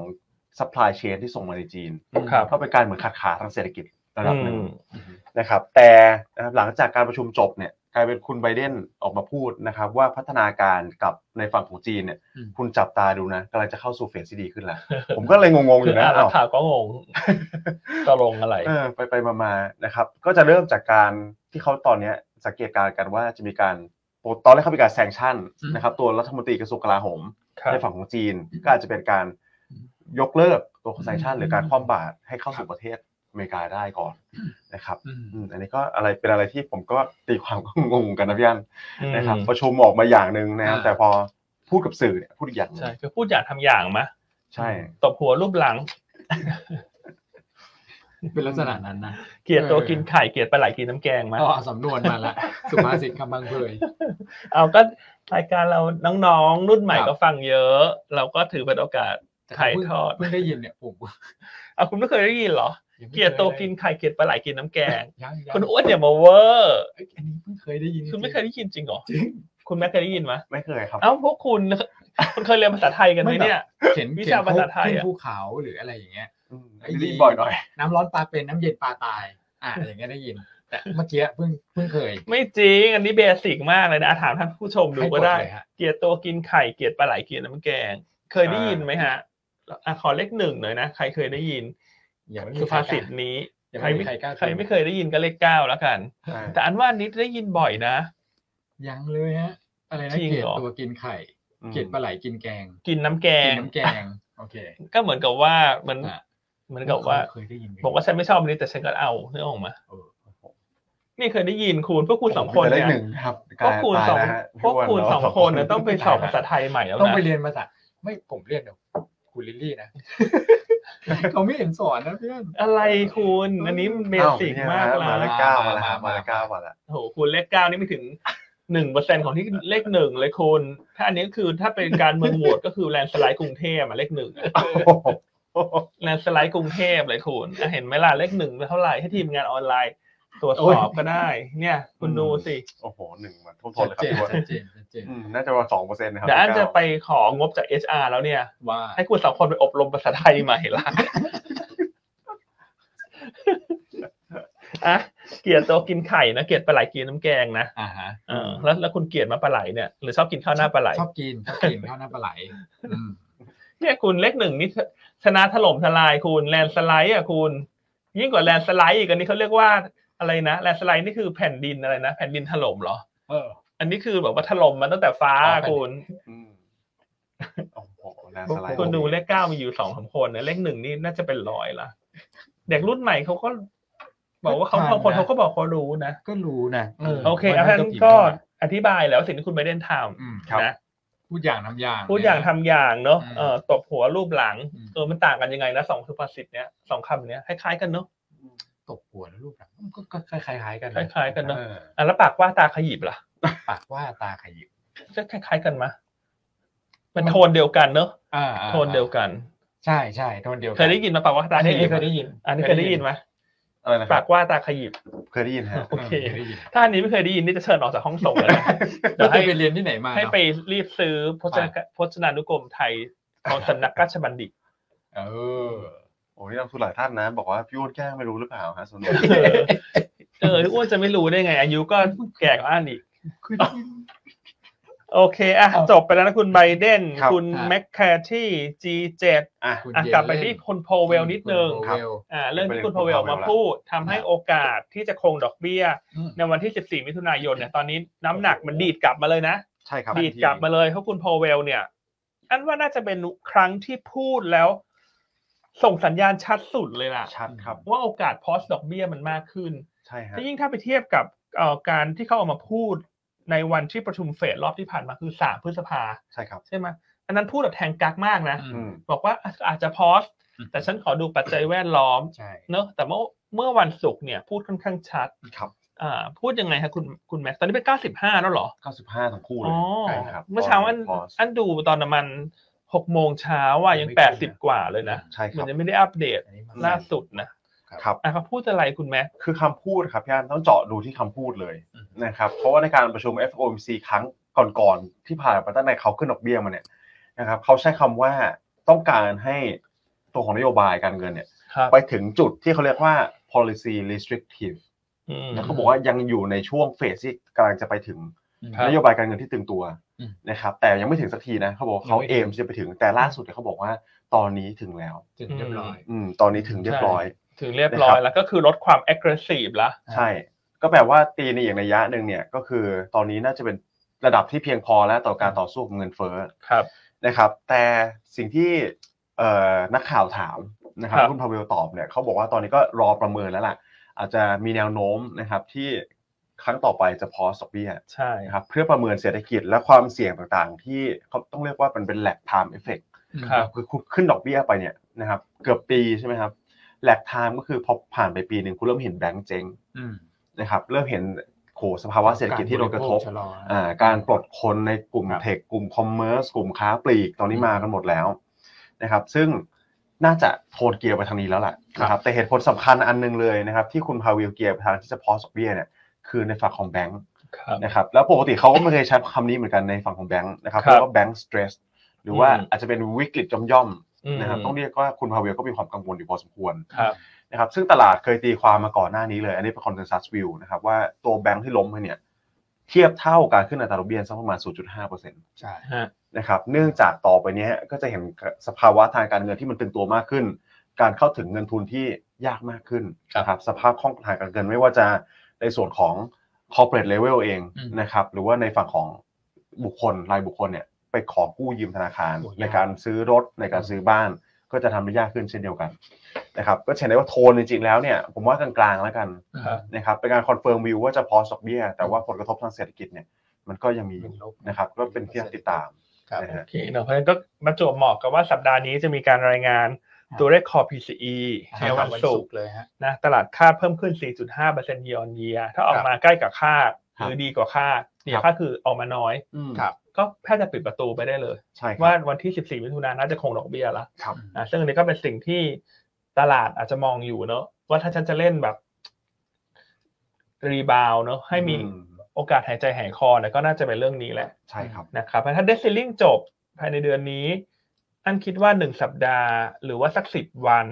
Speaker 2: supply chain ที่ส่งมาในจีน
Speaker 1: ครับ
Speaker 2: ก็เป็นการเหมือนขัดขาทางเศรษฐกิจระดับหนึ่ง
Speaker 1: อืม
Speaker 2: นะครับแต่นะครับหลังจากการประชุมจบเนี่ย กลายเป็นคุณไบเดนออกมาพูดนะครับว่าพัฒนาการกับในฝั่งของจีนเนี่ย
Speaker 3: อืม
Speaker 2: คุณจับตาดูนะกำลังจะเข้าสู่เฟสที่ดีขึ้นแล้ว ผมก็เลยงงๆอยู่นะ
Speaker 1: อ่าน
Speaker 2: อ้าว
Speaker 1: ข่าวก็งงตกลงอะไร
Speaker 2: เออไปไปมามานะครับ ก็จะเริ่มจากการที่เขาตอนเนี้ยสังเกตการณ์กันว่าจะมีการตอนแรกเขามีการแซงชั่น
Speaker 3: อืม
Speaker 2: นะครับ ตัวรัฐมนตรีกระทรวงกลาโหม
Speaker 1: ครับ
Speaker 2: ในฝั่งของจีนก็อาจจะเป็นการยกเลิกตัวแซงชั่นหรือการคว่ำบาตรให้เข้าสู่ประเทศอเมริกาได้ก่อนนะครับ
Speaker 3: อืม
Speaker 2: อืมอันนี้ก็อะไรเป็นอะไรที่ผมก็ตีความก็งงกันนะพี่อันนะครับ
Speaker 1: อืม
Speaker 2: ประชุมออกมาอย่างหนึ่งนะครับแต่พอพูดกับสื่อเนี่ยพูดอีกอย่างหนึ่ง
Speaker 1: ใช่คือพูดอย่างทำอย่างมะ
Speaker 2: ใช่
Speaker 1: ตบหัวรูปหลัง
Speaker 3: เป็นลักษณะนั้นนะ
Speaker 1: เกลียดตัวกินไข่เกลียดปลาไหลกินน้ำแกงมะ
Speaker 3: อ๋อสำนวนมาละ สุภาษิตคำบางเพย
Speaker 1: เอาก็รายการเราน้องๆ รุ่นใหม่
Speaker 3: ครับ
Speaker 1: ก็ฟังเยอะ เราก็ถือเป็นโอกาส
Speaker 3: แต่
Speaker 1: ถ่ายทอด
Speaker 3: เพิ่งเพิ่งได้ยินเนี่ยผม
Speaker 1: เอาคุณไม่เคยได้ยินเหรอ
Speaker 3: งไม่
Speaker 1: เกลียดตัวกิน
Speaker 3: ค
Speaker 1: ไข่เกลียดปลาไหลกินน้ำแกง
Speaker 3: ยังยัง
Speaker 1: คุณอ้วนอย่ามาเวอร์
Speaker 3: เอ้ยอันนี้เพิ่งเคยได้ยิน
Speaker 1: คุณไม่เคยได้ยินจริงเหรอ
Speaker 3: จริง
Speaker 1: คุณแม่เคยได้ยินไหมย
Speaker 2: ไม่เคยครับ
Speaker 1: เอ้าพวกคุณคุณเคยเรียนภาษาไทยกันไหมเนี่ย
Speaker 3: เขียน
Speaker 1: วิ
Speaker 3: เขีย
Speaker 1: ชาน ภาษา
Speaker 3: พวก
Speaker 1: ไทย
Speaker 3: ขึ้น
Speaker 1: อะ
Speaker 3: ภูเขาหรืออะไรอย่างเงี้ย
Speaker 2: อืม
Speaker 3: ไอ้ดี
Speaker 2: รีบบ่อยหน่อย
Speaker 3: น้ำร้อนปลาเป็นน้ำเย็นปลาตาย อ่าอย่างเงี้ยได้ยิน แต่เมื่อกี้เพิ่งเพิ่งเคย
Speaker 1: ไม่จริง อันนี้เบสิกมากเลยนะอ่ะถามท่านผู้ชมดู
Speaker 3: ให้
Speaker 1: ก็ได้
Speaker 3: เลยฮะ
Speaker 1: เกลียดตัวกินไข่เกลียดปลาไหลเกลียดน้ำแกง เคยได้ยินไหมฮะอ่ะขอเลขหนึ่งหน่อยนะ ใครเคยได้ยิน
Speaker 3: ยังไม่มี
Speaker 1: สุภาษิตนี้
Speaker 3: ยังไม่มีใครกล้า
Speaker 1: ใครไม่เคยได้ยินก็เลขเก้าแล้วกัน
Speaker 2: ใช่
Speaker 1: แต่อันว่าอันนี้ได้ยินบ่อยนะ
Speaker 3: ยังเลยฮะ อะไรนะ
Speaker 1: จริง
Speaker 3: เกลียด
Speaker 1: เหรอ
Speaker 3: ตัวกินไข่ เกลียดปลาไหลกินแกง
Speaker 1: กินน้ำแก
Speaker 3: กิ
Speaker 1: ง
Speaker 3: นน้ำแกง โอเค
Speaker 1: ก็เหมือนกับว่ามัน
Speaker 3: อ่ะ
Speaker 1: เหมือนกับว่า
Speaker 3: เคยได้ยิน
Speaker 1: บอกว่าฉันไม่ชอบอันนี้แต่ฉันก็เอาเนื้อออกมา
Speaker 3: เออ
Speaker 1: นี่เคยได้ยินคุณพวกคุณสอง
Speaker 2: ผม
Speaker 1: คน
Speaker 2: เป็เล
Speaker 1: เนี่ย
Speaker 2: ขหนึ่งครับ
Speaker 1: พวกคุณ
Speaker 2: ตาย
Speaker 1: สอง
Speaker 2: แล้วฮะ
Speaker 1: พวกคุณ
Speaker 2: พี่
Speaker 1: ส
Speaker 2: น
Speaker 1: องคนเนี่ยต้องไปสอบภาษาไทยใหม่แล้ว
Speaker 3: ต้อง
Speaker 1: นะ
Speaker 3: ไปเรียนภาษาไม่ผมเรียนเดี๋ยวคุณลิลลี่นะ เขาไม่เห็นสอนนะเพื่อน
Speaker 1: อะไรคุณอันนี้มันเบ
Speaker 2: อ้ว
Speaker 1: สิก
Speaker 2: นี่ย
Speaker 1: มาก
Speaker 2: ฮะ
Speaker 1: แล้
Speaker 2: มาว เลขเก้ามาแล้วฮะมาเลขเก้ามาแล้ว
Speaker 1: โอ้โหคุณเลขเก้านี่ไม่ถึงหนึ่งเปอร์เซ็นของที่เลขหนึ่งเลยคุณถ้าอันนี้คือถ้าเป็นการเมืองโหวตก็คือแลนด์สไลด์กรุงเทพอะเลขหนึ่งอะแลนด์สไลด์กรุงเทพเลยคุณอ่ะเห็นไหมล่ะเลขหนึ่งเท่าไหร่ให้ทีมงานออนไลน์ตรวจสอบก็ได้ เนี่ย คุณดูสิ
Speaker 2: โอ้โหหนึ่งมันท่วมท้
Speaker 3: ชั
Speaker 2: น
Speaker 3: ด
Speaker 2: เลยครับพี่อ้ว
Speaker 3: เจน
Speaker 2: น
Speaker 3: ชัดเจนชัดเจน
Speaker 2: อืมน่าจะประมาณสองเปอร์เซ็นต์นะครับ
Speaker 1: เดี๋ยวอันจะไป
Speaker 2: พี่
Speaker 1: ของบจาก HR แล้วเนี่ย
Speaker 3: ว่า
Speaker 1: ให้คุณสองคนไปอบรมภาษาไทยใหม่ละอะเกลียดตัวกินไข่นะเกลียดปลาไหลกินน้ำแกงนะ
Speaker 3: อ่าฮะ
Speaker 1: เออแล้วแล้วคุณเกลียดมาปลาไหลเนี่ยหรือชอบกินข้าวหน้าปลาไหล
Speaker 3: ชอบกินชอบกินข้าวหน้าปลาไหลอืม
Speaker 1: เนี่ยคุณเลขหนึ่งนี่ชนะถล่มทลายคุณแลนสไลด์อ่ะคุณ ยิ่งกว่าแลนสไลด์อีกอันนี้เขาเรียกว่าอะไรนะแลนสไลด์นี่คือแผ่นดินอะไรนะแผ่นดินถล่มเหรอ
Speaker 3: เออ
Speaker 1: อันนี้คือแบบว่าถล่มมาตั้งแต่ฟ้า
Speaker 3: อ๋อแผ่นดิน
Speaker 1: คุณ
Speaker 2: อืมโอ้โหแรงสไลด์
Speaker 1: คนดูเลขเก้ามีอยู่สองสามคนนะเลขหนึ่งนี่น่าจะเป็นร้อยละเด็กรุ่นใหม่เขาก็ บอกว่าเขา
Speaker 3: ทันนะ
Speaker 1: บางคนเขาก็บอกเขารู้นะ
Speaker 3: ก็รู้นะ
Speaker 1: โอเค
Speaker 3: วั
Speaker 1: อันนั้นก็
Speaker 3: เข้ามา
Speaker 1: อธิบายแล้วสิ่งที่คุณไบเดนท
Speaker 3: อืม
Speaker 2: ครับ
Speaker 1: ำนะ
Speaker 3: พูดอย่างทำอย่าง
Speaker 1: พูดอย่างทำอย่างเนอะ
Speaker 3: อืม
Speaker 1: เออตบหัวรูปหลัง
Speaker 3: อืม
Speaker 1: เออมันต่างกันยังไงนะสองสุภาษิตเนี้ยสองคำเนี้ยคล้ายๆกันเนอะ
Speaker 3: ตบหัวแล้วรูปหลังก็ก็ก็คล้ายๆกัน
Speaker 1: คล้ายๆกันเนอะ
Speaker 3: ออ
Speaker 1: อ่ะแล้วปากว่าตาขยิบล่ะ
Speaker 3: ปากว่าตาขยิบ
Speaker 1: ก็คล้าย ๆกันมะมันโทนเดียวกันเนอะ
Speaker 3: อ่า
Speaker 1: โทนเดียวกัน
Speaker 3: ใช่ใช่โทนเดียวกั
Speaker 1: เคยได้ยินมาปากว่าตา
Speaker 3: อัน
Speaker 1: ข
Speaker 3: นี้
Speaker 1: ยิบ
Speaker 3: เคยได้ยิน
Speaker 1: อันนี้เคยได้ยินไหม
Speaker 2: อะไรนะค
Speaker 1: ปา
Speaker 2: รับ
Speaker 1: กว่าตาขยิบ
Speaker 2: เคยได้ยินฮะ
Speaker 1: โอเค
Speaker 3: ยได้ยิน
Speaker 1: ถ้าอันนี้ไม่เคยได้ยินนี่จะเชิญออกจากห้องส่งเลยนะเดี๋ยว ว
Speaker 3: แล้จะ
Speaker 1: ให้
Speaker 3: ไปเรียนที่ไหนมา
Speaker 1: ให้ไป
Speaker 3: เนอะ
Speaker 1: รีบซื้อพจนาพจนานุกรมไทยของสำนักราชบัณฑิต
Speaker 3: เออ
Speaker 2: โอ้นี่นักทุนหลายท่านนะ บอกว่าพี่อ้วนแกล้งไม่รู้หรือเปล่าฮะส่วนใหญ่
Speaker 1: เออเอออ้วนจะไม่รู้ได้ไง อายุก็แก่กว่าอันอีก
Speaker 3: คือ
Speaker 1: โอเคอ่ะ
Speaker 3: ครับ
Speaker 1: จบไปแล้วนะคุณไบเดน คุณ
Speaker 3: ครับ
Speaker 1: แมคคาที่ G7
Speaker 2: อ่ะ
Speaker 3: คุณ
Speaker 1: อ่ะ
Speaker 3: เย
Speaker 1: กลับไปที่คุณโพเวลนิดนึง
Speaker 3: ณ
Speaker 2: ครับ
Speaker 3: โพเวล
Speaker 1: อ่าเรื่องที่คุณโพเวล
Speaker 2: เป็นเรื่อง
Speaker 1: มา
Speaker 2: ของ Powell
Speaker 1: พูดทำให้
Speaker 3: ครับ
Speaker 1: โอกาสที่จะคงดอกเบี้ย
Speaker 3: อืม
Speaker 1: ในวันที่ 14 มิถุนายนเนี่ยตอนนี้น้ำหนักมันดีดกลับมาเลยนะ
Speaker 2: ใช่ครับ
Speaker 1: ดีดกลับมาเลยเพราะคุณพอลเวลเนี่ย อันว่าน่าจะเป็นครั้งที่พูดแล้ว ส่งสัญญาณชัดสุดเลยล่ะ
Speaker 2: ชัดครับ
Speaker 1: ว่าโอกาสพอสดอกเบี้ยมันมากขึ้น
Speaker 2: ใช่ฮะ
Speaker 1: และยิ่งถ้าไปเทียบกับเอ่อการที่เขาเออกมาพูดในวันที่ประชุมเฟดรอบที่ผ่านมาคือ 3 พฤษภา
Speaker 2: ใช่ครับ
Speaker 1: ใช่ไหมอันนั้นพูดแบบแทงกักมากนะ
Speaker 3: อื
Speaker 2: อืม
Speaker 1: บอกว่าอ่ะอาจจะพอสแต่ฉันขอดูปัจจัยแวดล้อม
Speaker 3: ใช่
Speaker 1: เนอะแต่เมื่อเมื่อวันศุกร์เนี่ยพูดค่อนข้างชัด
Speaker 2: ครับ
Speaker 1: อ่าพูดยังไงฮะคุณคุณแม็กซ์ตอนนี้เป็น 95 แล้วเหรอ
Speaker 2: เก้าสิบห้าทั้งคู่เลย
Speaker 1: อ๋อ
Speaker 2: ใช่ครับ
Speaker 1: เมื่อเช้าอัน
Speaker 2: พอส
Speaker 1: อันดูตอนประมาณหกโมงเช้าอ่ะยังแปดสิบกว่าเลยนะ
Speaker 2: ใช่ค
Speaker 1: มั
Speaker 2: รั
Speaker 1: น
Speaker 2: บ
Speaker 1: ยังไม่ได้อัปเดต
Speaker 3: อันนี้ม
Speaker 1: ล่าสุดนะครับ อ่ะเขาพูดอะไรคุณแม่
Speaker 2: คือคำพูดครับพี่อันต้องเจาะดูที่คำพูดเลยนะครับเพราะว่าในการประชุม FOMC ครั้งก่อนๆที่ผ่านมาตั้งแต่เขาขึ้นดอกเบี้ยมาเนี่ยนะครับเขาใช้คำว่าต้องการให้ตัวของนโยบายการเงินเนี่ย
Speaker 1: ครับ
Speaker 2: ไปถึงจุดที่เขาเรียกว่า policy restrictive
Speaker 1: อืม
Speaker 2: แล้วก็บอกว่ายังอยู่ในช่วงเฟสที่กำลังจะไปถึง
Speaker 1: ครับ
Speaker 2: นโยบายการเงินที่ตึงตัว
Speaker 3: อืม
Speaker 2: นะครับ แต่ยังไม่ถึงสักทีนะเขาบอกว่าเขา
Speaker 3: ยังไม่ถึ
Speaker 2: เอง มจะไปถึงแต่ล่าสุดเนี่ยเขาบอกว่าตอนนี้ถึงแล้ว
Speaker 3: ถึงเรียบร้อย
Speaker 2: อืม ตอนนี้ถึงเรียบร้อย
Speaker 1: ถึงเรียบร้อย
Speaker 2: นะครับ
Speaker 1: แล้วก็คือลดความ aggressive ละ
Speaker 3: ใช่
Speaker 2: ใช่ ก็แปลว่าตีในอย่างระยะหนึ่งเนี่ย ก็คือตอนนี้น่าจะเป็นระดับที่เพียงพอแล้วต่อการต่อสู้กับเงินเฟ้อ
Speaker 1: ครับ
Speaker 2: นะครับแต่สิ่งที่เอ่อนักข่าวถามนะครับ
Speaker 1: ครับ
Speaker 2: คุณพาเวลตอบเนี่ยเขาบอกว่าตอนนี้ก็รอประเมินแล้วล่ะ อาจจะมีแนวโน้มนะครับที่ครั้งต่อไปจะพอสอกเบี้ย
Speaker 1: ใช่
Speaker 2: นะครับเพื่อประเมินเศรษฐกิจและความเสี่ยงต่างๆ ที่เขาต้องเรียกว่าเป็นเป็นแลกไทม์เอฟเฟก
Speaker 1: ครับ
Speaker 2: คือขึ้นดอกเบี้ยไปเนี่ยนะครับเกือบปีใช่ไหมครับแลกไทม์ก็คือพอผ่านไปปีหนึ่งคุณเริ่มเห็นแบงก์เจ๊ง
Speaker 3: อืม
Speaker 2: นะครับเริ่มเห็นโขสภาวะเศรษฐกิจที่โดนกระทบ
Speaker 3: าชะลอนะ
Speaker 2: อ่าการปลดคนในกลุ่ม
Speaker 3: ครับ
Speaker 2: เทคกลุ่มคอมเมอร์สกลุ่มค้าปลีกตอนนี้มากันหมดแล้วนะครับ ซึ่งน่าจะโทนเกียร์ไปทางนี้แล้วแหละนะครับแต่เหตุผลสำคัญอันหนึงเลยนะครับ ที่คุณพาวิลเกียร์ไปทางที่จะพอสเบียเนี่ยคือในฝั่งของแบงค์
Speaker 1: ครับ
Speaker 2: นะครับแล้วปกติเขาก็ไม่เคยใช้คำนี้เหมือนกันในฝั่งของแบงค์นะครับ
Speaker 1: ค
Speaker 2: เพ
Speaker 1: รับ
Speaker 2: ราะว่าแบงค์สเตรสหรือว่า
Speaker 1: อืม
Speaker 2: อาจจะเป็นวิกฤตย่อม
Speaker 1: อืม
Speaker 2: ๆนะครับต้องเรียกว่าคุณพาวิลก็มีความกังวลอยู่พอสมควร
Speaker 1: ครับ
Speaker 2: นะครับซึ่งตลาดเคยตีความมาก่อนหน้านี้เลย อันนี้เป็นคอนเซนแซสวิวนะครับว่าตัวแบงค์ที่ล้มไปเนี่ยเทียบเท่าการขึ้นอัตราดอกเบี้ยสักประมาณ 0.5%น
Speaker 3: ใช่
Speaker 1: ฮะ
Speaker 2: ะครับเนื่องจากต่อไปเนี้ยก็จะเห็นสภาวะทางการเงินที่มันตึงตัวมากขึ้น การเข้าถึงเงินทุนที่ยากมากขึ้น
Speaker 3: ครับ
Speaker 2: นะครับสภาพคล่องทางการเงินไม่ว่าจะในส่วนของ corporate level เอง
Speaker 3: อืม
Speaker 2: นะครับหรือว่าในฝั่งของบุคคลรายบุคคลเนี่ยไปขอกู้ยืมธนาคาร
Speaker 3: โอ้ยาก
Speaker 2: ในการซื้อรถในการซื้อบ้าน ก็จะทำได้ยากขึ้นเช่นเดียวกันนะครับก็เห็นได้ว่าโทนจริงๆแล้วเนี่ยผมว่ากลางๆแล้วกัน
Speaker 1: ครับ
Speaker 2: นะครับเป็นการคอนเฟิร์มวิวว่าจะพอสอกเบี้ย แต่ว่าผลกระทบทางเศรษฐกิจเนี่ยมันก็ยังมีอยู่
Speaker 3: เป็นลบ
Speaker 2: นะครับก็เป็นที่น่าติดตาม
Speaker 3: ครับ
Speaker 2: นะ
Speaker 1: โอ
Speaker 2: ฮะ
Speaker 1: เคเนาะเพราะฉะนั้นก็มาจวบเหมาะกับว่าสัปดาห์นี้จะมีการรายงาน
Speaker 3: บ
Speaker 1: ตัวเลขคอ PCE
Speaker 3: ใช่
Speaker 1: ใน
Speaker 3: ครั
Speaker 1: วั
Speaker 3: บ
Speaker 1: น
Speaker 3: วัน
Speaker 1: ศุ
Speaker 3: ศุ
Speaker 1: ก
Speaker 3: ก
Speaker 1: ร์
Speaker 3: ร์เลยฮะ
Speaker 1: นะตลาดคาดเพิ่มขึ้น 4.5% year on year ถ้าออกมาใกล้กับคาดหรือดีกว่าคาดเนี่ยคาดคือออกมาน้อย
Speaker 2: อืม
Speaker 3: ครับ
Speaker 1: ก็แค่จะปิดประตูไปได้เลย
Speaker 2: ใช่ครับ
Speaker 1: ว่าวันที่ 14 มิถุนายนน่าจะคงดอกเบี้ยละ
Speaker 2: ครับ
Speaker 1: อ่ะซึ่งอันนี้ก็เป็นสิ่งที่ตลาดอาจจะมองอยู่เนอะว่าถ้าฉันจะเล่นแบบรีบาวเนอะให้มี
Speaker 2: อื
Speaker 1: โอกาสหายใจหายคอเนี่ยก็น่าจะเป็นเรื่องนี้แหละ
Speaker 2: ใช่ครับ
Speaker 1: นะครับถ้าเดซิลลิ่งจบภายในเดือนนี้อันคิดว่าหนึ่งสัปดาห์ หรือว่าสักสิบวัน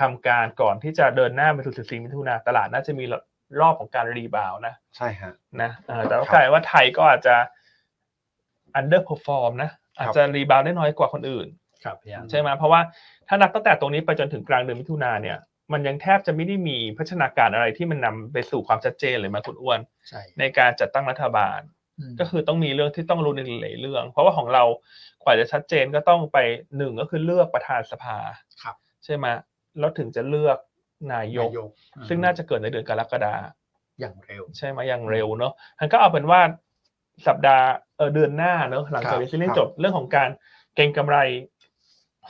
Speaker 1: ทำการก่อนที่จะเดินหน้าไปสู่สิบสี่มิถุนาตลาดน่าจะมีรอบของการรีบาวด์นะ
Speaker 2: ใช่ฮะ
Speaker 1: นะเออแต่ว่า
Speaker 2: ครับ
Speaker 1: กลายว่าไทยก็อาจจะ underperform นะ อาจจะรีบาวด์ได้น้อยกว่าคนอื่น
Speaker 3: ครับพี่อัน
Speaker 1: ใช่ไหมเพราะว่าถ้านับตั้งแต่ตรงนี้ไปจนถึงกลางเดือนมิถุนาเนี่ย มันยังแทบจะไม่ได้มีพัฒนาการอะไรที่มันนำไปสู่ความชัดเจนเลยมาคุณอ้วน
Speaker 3: ใช่
Speaker 1: ในการจัดตั้งรัฐบาล
Speaker 3: ม
Speaker 1: ก็คือต้องมีเรื่องที่ต้องรู้ในหลายๆเรื่อง เพราะว่าของเรากว่าจะชัดเจนก็ต้องไปหนึ่งก็คือเลือกประธานสภา
Speaker 3: ครับ
Speaker 1: ใช่ไหมแล้วถึงจะเลือกนายก
Speaker 3: นายก
Speaker 1: ซึ่งน่าจะเกิดในเดือนกรกฎา
Speaker 3: อย่างเร็ว
Speaker 1: ใช่ไหมอย่างเร็วเนอะมันก็เอาเป็นว่าสัปดาห์เออเดือนหน้าเนอะหลังจาก
Speaker 2: ครับ
Speaker 1: วิสเล่นจบเรื่องของการเก็งกำไร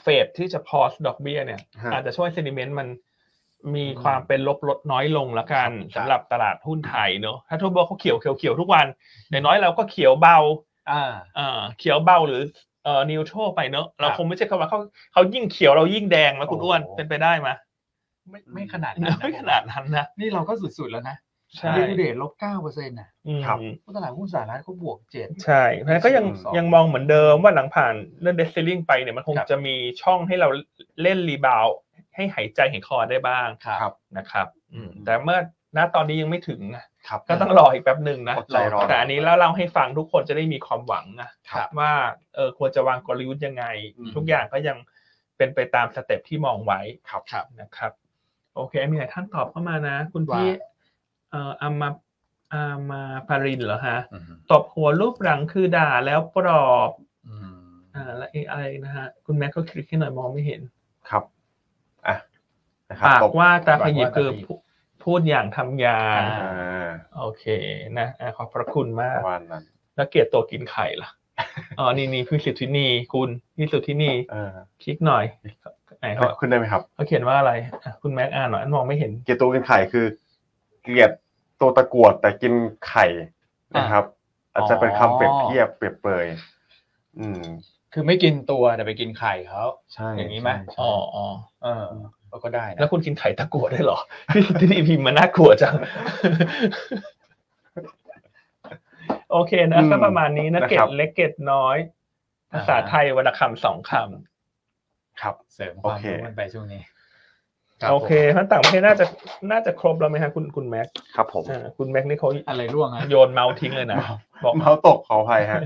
Speaker 1: เฟดที่จะพอสดอกเบี้ยเนี่ย
Speaker 2: ฮะ
Speaker 1: อาจจะช่วยเซนิเมนต์มันมีความเป็นลบลดน้อยลงละกัน
Speaker 3: ครับ
Speaker 1: สำหรับตลาดหุ้นไทยเนอะถ้าทั่วโลกเขาเขียวเขียวเขียวทุกวันอย่างน้อยเราก็เขียวเบา
Speaker 3: อ่า
Speaker 1: เอ่อเขียวเบาหรือเอ่อนิวโตรไปเนอะเรา
Speaker 3: ครับ
Speaker 1: คงไม่ใช่คำว่าเขาเขายิ่งเขียวเรายิ่งแดงนะคุณ
Speaker 2: โอ้
Speaker 1: อ้วน
Speaker 2: โห
Speaker 1: เป็นไปได้ไหม
Speaker 3: ไม่ไม่ขนาดนั้นะ
Speaker 1: ไม่ขนาดนั้นนะ
Speaker 3: นี่เราก็สุดๆแล้วนะ
Speaker 1: ใช่
Speaker 3: ดิวเดทลบเก้าเปอร์เซ็นต์นะ
Speaker 1: อืม
Speaker 2: ครับ
Speaker 3: เพราะตลาดหุ้นสหรัฐเขาบวกเจ็ด
Speaker 1: ใช่เพราะฉะนั้นก็ยัง
Speaker 2: สอง
Speaker 1: ยังมองเหมือนเดิมว่าหลังผ่านเรื่องเดซซิลิงไปเนี่ยมันคง
Speaker 3: ครับ
Speaker 1: จะมีช่องให้เราเล่นรีบาวด์ให้หายใจหายคอได้บ้าง
Speaker 3: ครับ
Speaker 2: ครับ
Speaker 1: นะครับอืมแต่เมื่อณตอนนี้ยังไม่ถึงนะครับ ก็ต้องรออีกแป๊บหนึ่งนะ
Speaker 2: อดใจรอ
Speaker 1: แต่อันนี้เล่าเล่าให้ฟังทุกคนจะได้มีความหวังนะ
Speaker 2: ครับ
Speaker 1: ว่าเออควรจะวางกลยุทธ์ยังไง
Speaker 2: อืม
Speaker 1: ทุกอย่างก็ยังเป็นไปตามสเต็ปที่มองไว้
Speaker 2: ครับ
Speaker 3: ครับ
Speaker 1: นะครับ โอเค มีหลายท่านตอบเข้ามานะ คุณ
Speaker 3: ว่า
Speaker 1: พี่เอ่ออามาอามาปารินเหรอฮะ
Speaker 3: อืม
Speaker 1: ตบหัวรูปหลังคือด่าแล้วปลอบ
Speaker 3: อืม
Speaker 1: อ่าและเออะไรนะฮะ คุณแม็กก็คลิกให้หน่อยมองไม่เห็น
Speaker 2: ครับอ่ะนะครับ
Speaker 1: ปาก
Speaker 2: ตบ
Speaker 1: ว่าตาขยิบคือพูพูดอย่างทำยา
Speaker 2: อ่า
Speaker 1: โอเคนะอ่ะขอบพระคุณมาก
Speaker 2: วันนั้น
Speaker 1: แล้วเกียรติตัวกินไข่ล่ะอ๋อนี่นี่พี่สุทธินีคุณพี่สุทธินี
Speaker 2: เออ
Speaker 1: คลิกหน่อยไหนเขา
Speaker 2: ขึ้นได้ไหมครับ
Speaker 1: เขาเขียนว่าอะไรอ่ะคุณแม็กอ่านหน่อยอันมองไม่เห็น
Speaker 2: เกลียดตัวกินไข่คือ เกลียดตัวตะกรวดแต่กินไข่นะครับ อาจจะเป็นคำเปรียบเทียบเปรียบเปรยอืม
Speaker 3: คือไม่กินตัวแต่ไปกินไข่เขา
Speaker 2: ใช่
Speaker 3: อย่างนี้ไหม
Speaker 2: ใช่
Speaker 1: อ๋ออ๋อ
Speaker 3: เออเราก็ได้นะ
Speaker 1: แล้วคุณกินไข่ตะกั่วได้เหรอ พี่ที่นี่พิมพ์มาน่ากลัวจัง โอเคนะก็ประมาณนี้นะเกตเล็กเกตน้อย ภาษาไทยวรรณคำสองค
Speaker 2: ครับ
Speaker 3: เสริมความ
Speaker 2: โอเค
Speaker 3: รู้มันไปช่วงนี้ รับ
Speaker 1: โอเคทั้นต่างประเทศน่าจะน่าจะครบแล้วไหมฮะคุณคุณแม็ก
Speaker 2: ครับผม
Speaker 1: อ่าคุณแม็กนี่เขา
Speaker 3: ผมอะไรร่วงฮะ
Speaker 1: โยนเมาส์ทิ้งเลยนะบอก
Speaker 2: เมาส์ตกขออภัย ฮะ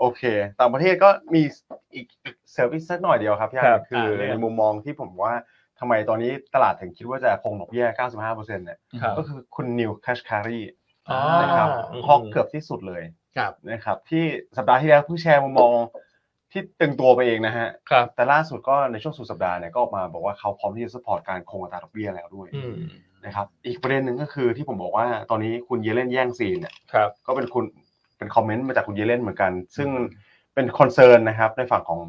Speaker 2: โอเค ต่างประเทศก็มีอีกเซอร์วิสสักหน่อยเดียวครับพี่อัน
Speaker 1: ครับ
Speaker 2: คือ
Speaker 1: เรื่
Speaker 2: ใน
Speaker 1: อง
Speaker 2: มุมมองที่ผมว่าทำไมตอนนี้ตลาดถึงคิดว่าจะคงดอกเบี้ย 95%เนี่ย
Speaker 1: ครับ
Speaker 2: ก็คือคุณนิวแคชคารี
Speaker 1: อ๋อ
Speaker 2: นะครับ
Speaker 1: อืม
Speaker 2: ฮอกเกือบที่สุดเลย
Speaker 3: ครับ
Speaker 2: นะครับที่สัปดาห์ที่แล้วเพิ่งแชร์มุมมองที่ตึงตัวไปเองนะฮะ
Speaker 1: ครับ
Speaker 2: แต่ล่าสุดก็ในช่วงสุดสัปดาห์เนี่ยก็ออกมาบอกว่าเขาพร้อมที่จะสปอร์ตการคงอัตราดอกเบี้ยแล้วด้วย
Speaker 1: อืม
Speaker 2: นะครับอีกประเด็นหนึ่งก็คือที่ผมบอกว่าตอนนี้คุณเยเลนแย่งซีนเนี่ย
Speaker 1: ครับ
Speaker 2: ก็เป็นคุณเป็นคอมเมนต์มาจากคุณเยเลนเหมือนกัน ซึ่งเป็นคอนเซิร์นนะครับในฝั่งของ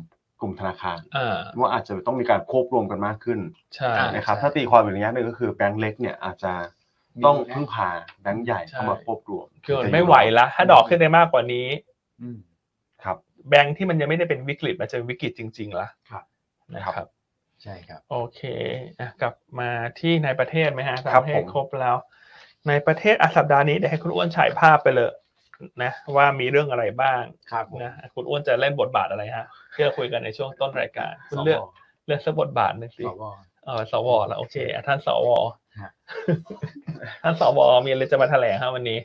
Speaker 2: กลุ่มธนาคาร
Speaker 1: อ่า
Speaker 2: ว่าอาจจะต้องมีการควบรวมกันมากขึ้น
Speaker 1: ใช่
Speaker 3: อ่า
Speaker 2: นะครับ
Speaker 3: ใช่
Speaker 2: ถ้าตีความอีกระยะหนึ่งก็คือแบงก์เล็กเนี่ยอาจจะต้องพึ่งพาแบงก์ใหญ่เข้ามาควบรวม
Speaker 1: คือมันไม่ไหวละถ้าดอกขึ้นได้มากกว่านี้
Speaker 3: อืม
Speaker 2: ครับ
Speaker 1: แบงค์ที่มันยังไม่ได้เป็นวิกฤตมันจะเป็นวิกฤตจริงๆละ
Speaker 3: ครับ
Speaker 1: นะครับ
Speaker 2: ครับ
Speaker 3: ใช่ครับ
Speaker 1: โอเคอ่ะกลับมาที่ในประเทศไหมฮะต่าง
Speaker 2: ครั
Speaker 1: ป
Speaker 2: บ
Speaker 1: ระเท
Speaker 2: ผ
Speaker 1: ศ
Speaker 2: ม
Speaker 1: ครบแล้ว ในประเทศอ่ะสัปดาห์นี้เดี๋ยวให้คุณอ้วนฉายภาพไปเลยนะว่ามีเรื่องอะไรบ้าง
Speaker 3: ครับผม
Speaker 1: นะคุณอ้วนจะเล่นบทบาทอะไรฮะที่เราคุยกันในช่วงต้นรายการ คุณเลือกเลือกสักบทบาทหนึ่งสิ
Speaker 3: สว
Speaker 1: เออสวแล้วโอเคอ่ะท่านสว
Speaker 3: ฮะ
Speaker 1: ท่านสวมีอะไรจะมาแถลงฮะวันนี้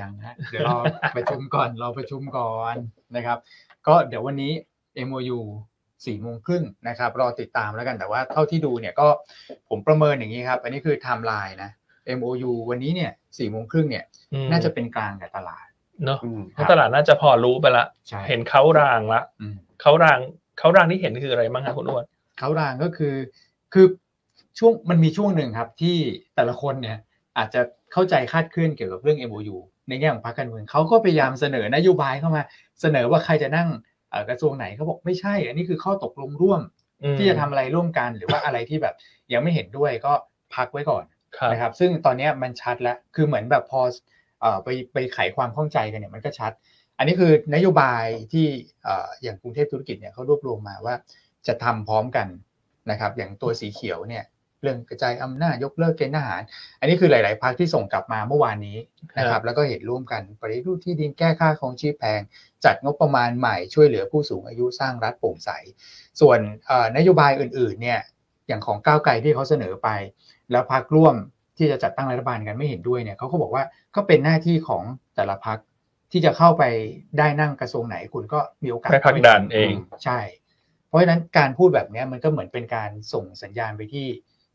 Speaker 3: ยังฮะเดี๋ยวรอประชุมก่อนรอประชุมก่อนนะครับ ก็เดี๋ยววันนี้ MOU สี่โมงครึ่งนะครับรอติดตามแล้วกันแต่ว่าเท่าที่ดูเนี่ยก็ผมประเมินอย่างนี้ครับ อันนี้คือไทม์ไลน์นะ MOU วันนี้เนี่ยสี่โมงครึ่งเนี่ย
Speaker 1: อืม
Speaker 3: น่าจะเป็นกลางกับตลาด
Speaker 1: เนาะ
Speaker 2: อืม
Speaker 1: เพราะตลาดน่าจะพอรู้ไปละ
Speaker 3: ใช่
Speaker 1: เห็นเขารางละ
Speaker 3: อืม
Speaker 1: เขารางเขารางที่เห็นคืออะไรบ้างฮะคุณอ้วน
Speaker 3: เขารางก็คือคือช่วงมันมีช่วงหนึ่งครับที่แต่ละคนเนี่ยอาจจะเข้าใจคาดเคลื่อนเกี่ยวกับเรื่อง MOU ในแง่ของพรรคการเมืองเขาก็พยายามเสนอนโยบายเข้ามา เสนอว่าใครจะนั่งเอ่อกระทรวงไหนเขาบอกไม่ใช่ อันนี้คือข้อตกลงร่วม
Speaker 1: อืม
Speaker 3: ที่จะทำอะไรร่วมกันหรือว่าอะไรที่แบบยังไม่เห็นด้วยก็พักไว้ก่อน
Speaker 1: ครับ
Speaker 3: นะครับ ซึ่งตอนเนี้ยมันชัดแล้วคือเหมือนแบบพอเอ่อไปไปไขความข้องใจกันเนี่ยมันก็ชัด อันนี้คือนโยบายที่เอ่ออย่างกรุงเทพธุรกิจเนี่ยเขารวบรวมมาว่าจะทำพร้อมกันนะครับ อย่างตัวสีเขียวเนี่ยเรื่องกระจายอำนาจยกเลิกเกณฑ์ทหาร อันนี้คือหลาย ๆพักที่ส่งกลับมาเมื่อวานนี้นะค
Speaker 1: ครั
Speaker 3: รับ
Speaker 1: บ
Speaker 3: แล้วก็เห็นร่วมกันปฏิรูปที่ดินแก้ค่าของชีพแพง จัดงบประมาณใหม่ช่วยเหลือผู้สูงอายุสร้างรัฐโปร่งใส ส่วนเอ่อนโยบายอื่นๆเนี่ยอย่างของก้าวไกลที่เขาเสนอไป แล้วพักร่วมที่จะจัดตั้งรัฐบาลกันไม่เห็นด้วยเนี่ยเขาก็บอกว่าก็เป็นหน้าที่ของแต่ละพักที่จะเข้าไปได้นั่งกระทรวงไหนคุณก็มีโอกาส
Speaker 1: ไปผลักดันเอง
Speaker 3: ใช่ เพราะฉะนั้นการพูดแบบเนี้ยมันก็เหมือนเป็นการส่งสัญญาณไปที่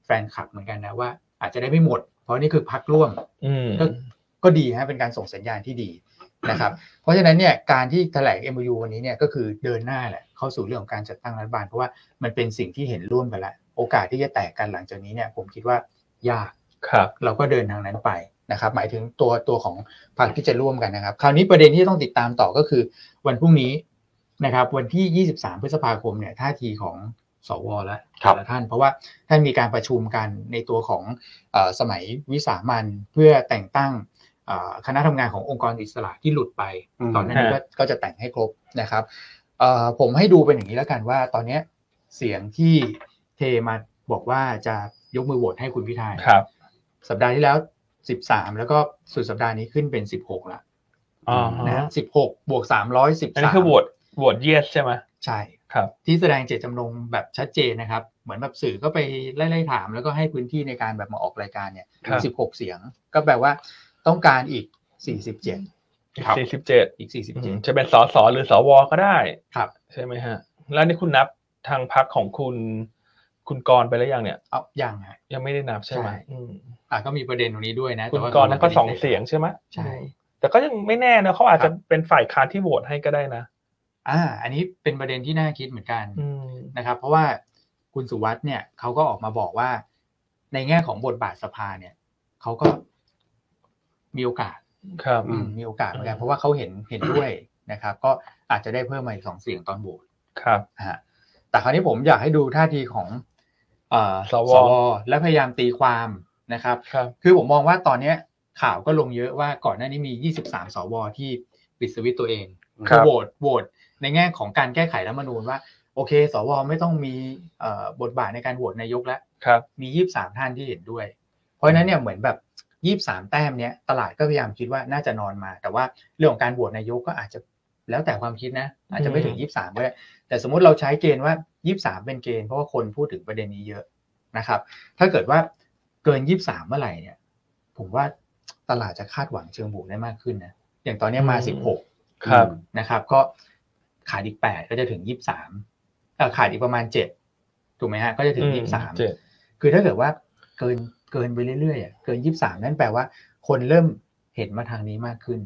Speaker 3: แฟนคลับเหมือนกันนะว่า อาจจะได้ไม่หมด เพราะนี่คือพักร่วม
Speaker 1: อืม
Speaker 3: ก็ก็ดีฮะเป็นการส่งสัญญาณที่ดีนะครับ เพราะฉะนั้นเนี่ยการที่แถลง MOU วันนี้เนี่ยก็คือเดินหน้าแหละเข้าสู่เรื่องของการจัดตั้งรัฐบาล เพราะว่ามันเป็นสิ่งที่เห็นร่วมกันแล้วโอกาสที่จะแตกกันหลังจากนี้เนี่ยผมคิดว่ายาก
Speaker 1: ครับ
Speaker 3: เราก็เดินทางนั้นไปนะครับ หมายถึงตัวตัวของพรรคที่จะร่วมกันนะครับ คราวนี้ประเด็นที่ต้องติดตามต่อก็คือวันพรุ่งนี้นะครับ วันที่ 23 พฤษภาคมเนี่ยท่าทีของสวและ
Speaker 2: ครับ
Speaker 3: แต่ละท่าน เพราะว่าท่านมีการประชุมกันในตัวของ เอ่อสมัยวิสามันเพื่อแต่งตั้งเอ่อคณะทำงานขององค์กรอิสระที่หลุดไป
Speaker 2: อืม
Speaker 3: ตอนหนั้านก็ก็จะแต่งให้ครบนะครับเอ่อผมให้ดูเป็นอย่างนี้แล้วกันว่าตอนเนี้ยเสียงที่เทมาบอกว่าจะยกมือโหวตให้คุณพิธา
Speaker 1: ครับ
Speaker 3: สัปดาห์ที่แล้ว 13 แล้วก็สุดสัปดาห์นี้ขึ้นเป็น 16ละ
Speaker 1: อ๋อ
Speaker 3: นะ16 บวก 313
Speaker 1: อันนี้คือโหวตโหวตเยสใช่ไหม
Speaker 3: ใช่
Speaker 1: ครับ
Speaker 3: ที่แสดงเจตจำนงแบบชัดเจนนะครับ เหมือนแบบสื่อก็ไปไล่ๆถาม แล้วก็ให้พื้นที่ในการแบบมาออกรายการเนี่ย
Speaker 1: ครับ
Speaker 3: 16 เสียง ก็แปลว่าต้องการอีก 47 ครับ
Speaker 1: สี่สิบเจ็ด
Speaker 3: อีก
Speaker 1: จะเป็นสสหรือสวก็ได้
Speaker 3: ครับ
Speaker 1: ใช่ไหมฮะ แล้วนี่คุณนับทางพักของคุณคุณกรณ์ไปแล้วยังเนี่ย
Speaker 3: 47เอาอย่างฮะ
Speaker 1: ยังไม่ได้นับใช่ไหม
Speaker 3: ใช่
Speaker 1: อืม
Speaker 3: อ่ะก็มีประเด็นตรงนี้ด้วยนะ
Speaker 1: คุณ
Speaker 3: แต่ว่าก
Speaker 1: รณ์นั้นก็สองเสียงใช่ไหม
Speaker 3: ใช่
Speaker 1: แต่ก็ยังไม่แน่นะเขาอาจจะเป็นฝ่ายค้านที่โหวตให้ก็ได้นะ
Speaker 3: อ่าอันนี้เป็นประเด็นที่น่าคิดเหมือนกัน
Speaker 1: อืม
Speaker 3: นะครับ เพราะว่าคุณสุวัสด์เนี่ยเขาก็ออกมาบอกว่า ในแง่ของบทบาทสภาเนี่ยเขาก็มีโอกาส
Speaker 1: ครับ
Speaker 3: อืมมีโอกาสเหมือนกั
Speaker 1: อื
Speaker 3: น
Speaker 1: ม
Speaker 3: เพราะว่าเขาเห็นเห็นด้วยนะครับ ก็อาจจะได้เพิ่มมาอีกสองเสียงตอนโหวต
Speaker 1: ครับ
Speaker 3: นะฮะแต่คราวนี้ผมอยากให้ดูท่าทีของเอ่อ
Speaker 1: สว
Speaker 3: และพยายามตีความนะครับ
Speaker 1: ครับ
Speaker 3: คือผมมองว่าตอนเนี้ยข่าวก็ลงเยอะว่าก่อนหน้านี้มี 23 สวที่ปิดสวิตช์ตัวเอง
Speaker 1: ครั
Speaker 3: คือบ โหวตโหวตในแง่ของการแก้ไขรัฐธรรมนูญว่า โอเค สวไม่ต้องมีเอ่อบทบาทในการโหวตนายกแล้ว
Speaker 1: ครับ
Speaker 3: มี 23 ท่านที่เห็นด้วย เพราะฉะนั้นเนี่ยเหมือนแบบ 23 แต้มเนี้ยตลาดก็พยายามคิดว่าน่าจะนอนมา แต่ว่าเรื่องของการโหวตนายกก็อาจจะแล้วแต่ความคิดนะ อาจจะไม่ถึง 23ก็ได้แต่สมมติเราใช้เกณฑ์ว่า 23 เป็นเกณฑ์เพราะว่าคนพูดถึงประเด็นนี้เยอะ นะครับ ถ้าเกิดว่าเกิน 23 เมื่อไหร่เนี่ย ผมว่าตลาดจะคาดหวังเชิงบวกได้มากขึ้นนะอย่างตอนเนี้ยมา
Speaker 1: อืม
Speaker 3: 16
Speaker 4: ครับ
Speaker 3: นะครับก็ขาดอีกแปดก็จะถึงยี่สามขาดอีกประมาณเจ็ดถูกไหมฮะก็จะถึง
Speaker 1: อืม
Speaker 3: ยี่สาม
Speaker 4: เจ็ด
Speaker 3: คือถ้าเกิดว่าเกินเกินไปเรื่อยๆอ่ะเกินยี่สามนั่นแปลว่า คนเริ่มเห็นมาทางนี้มากขึ้น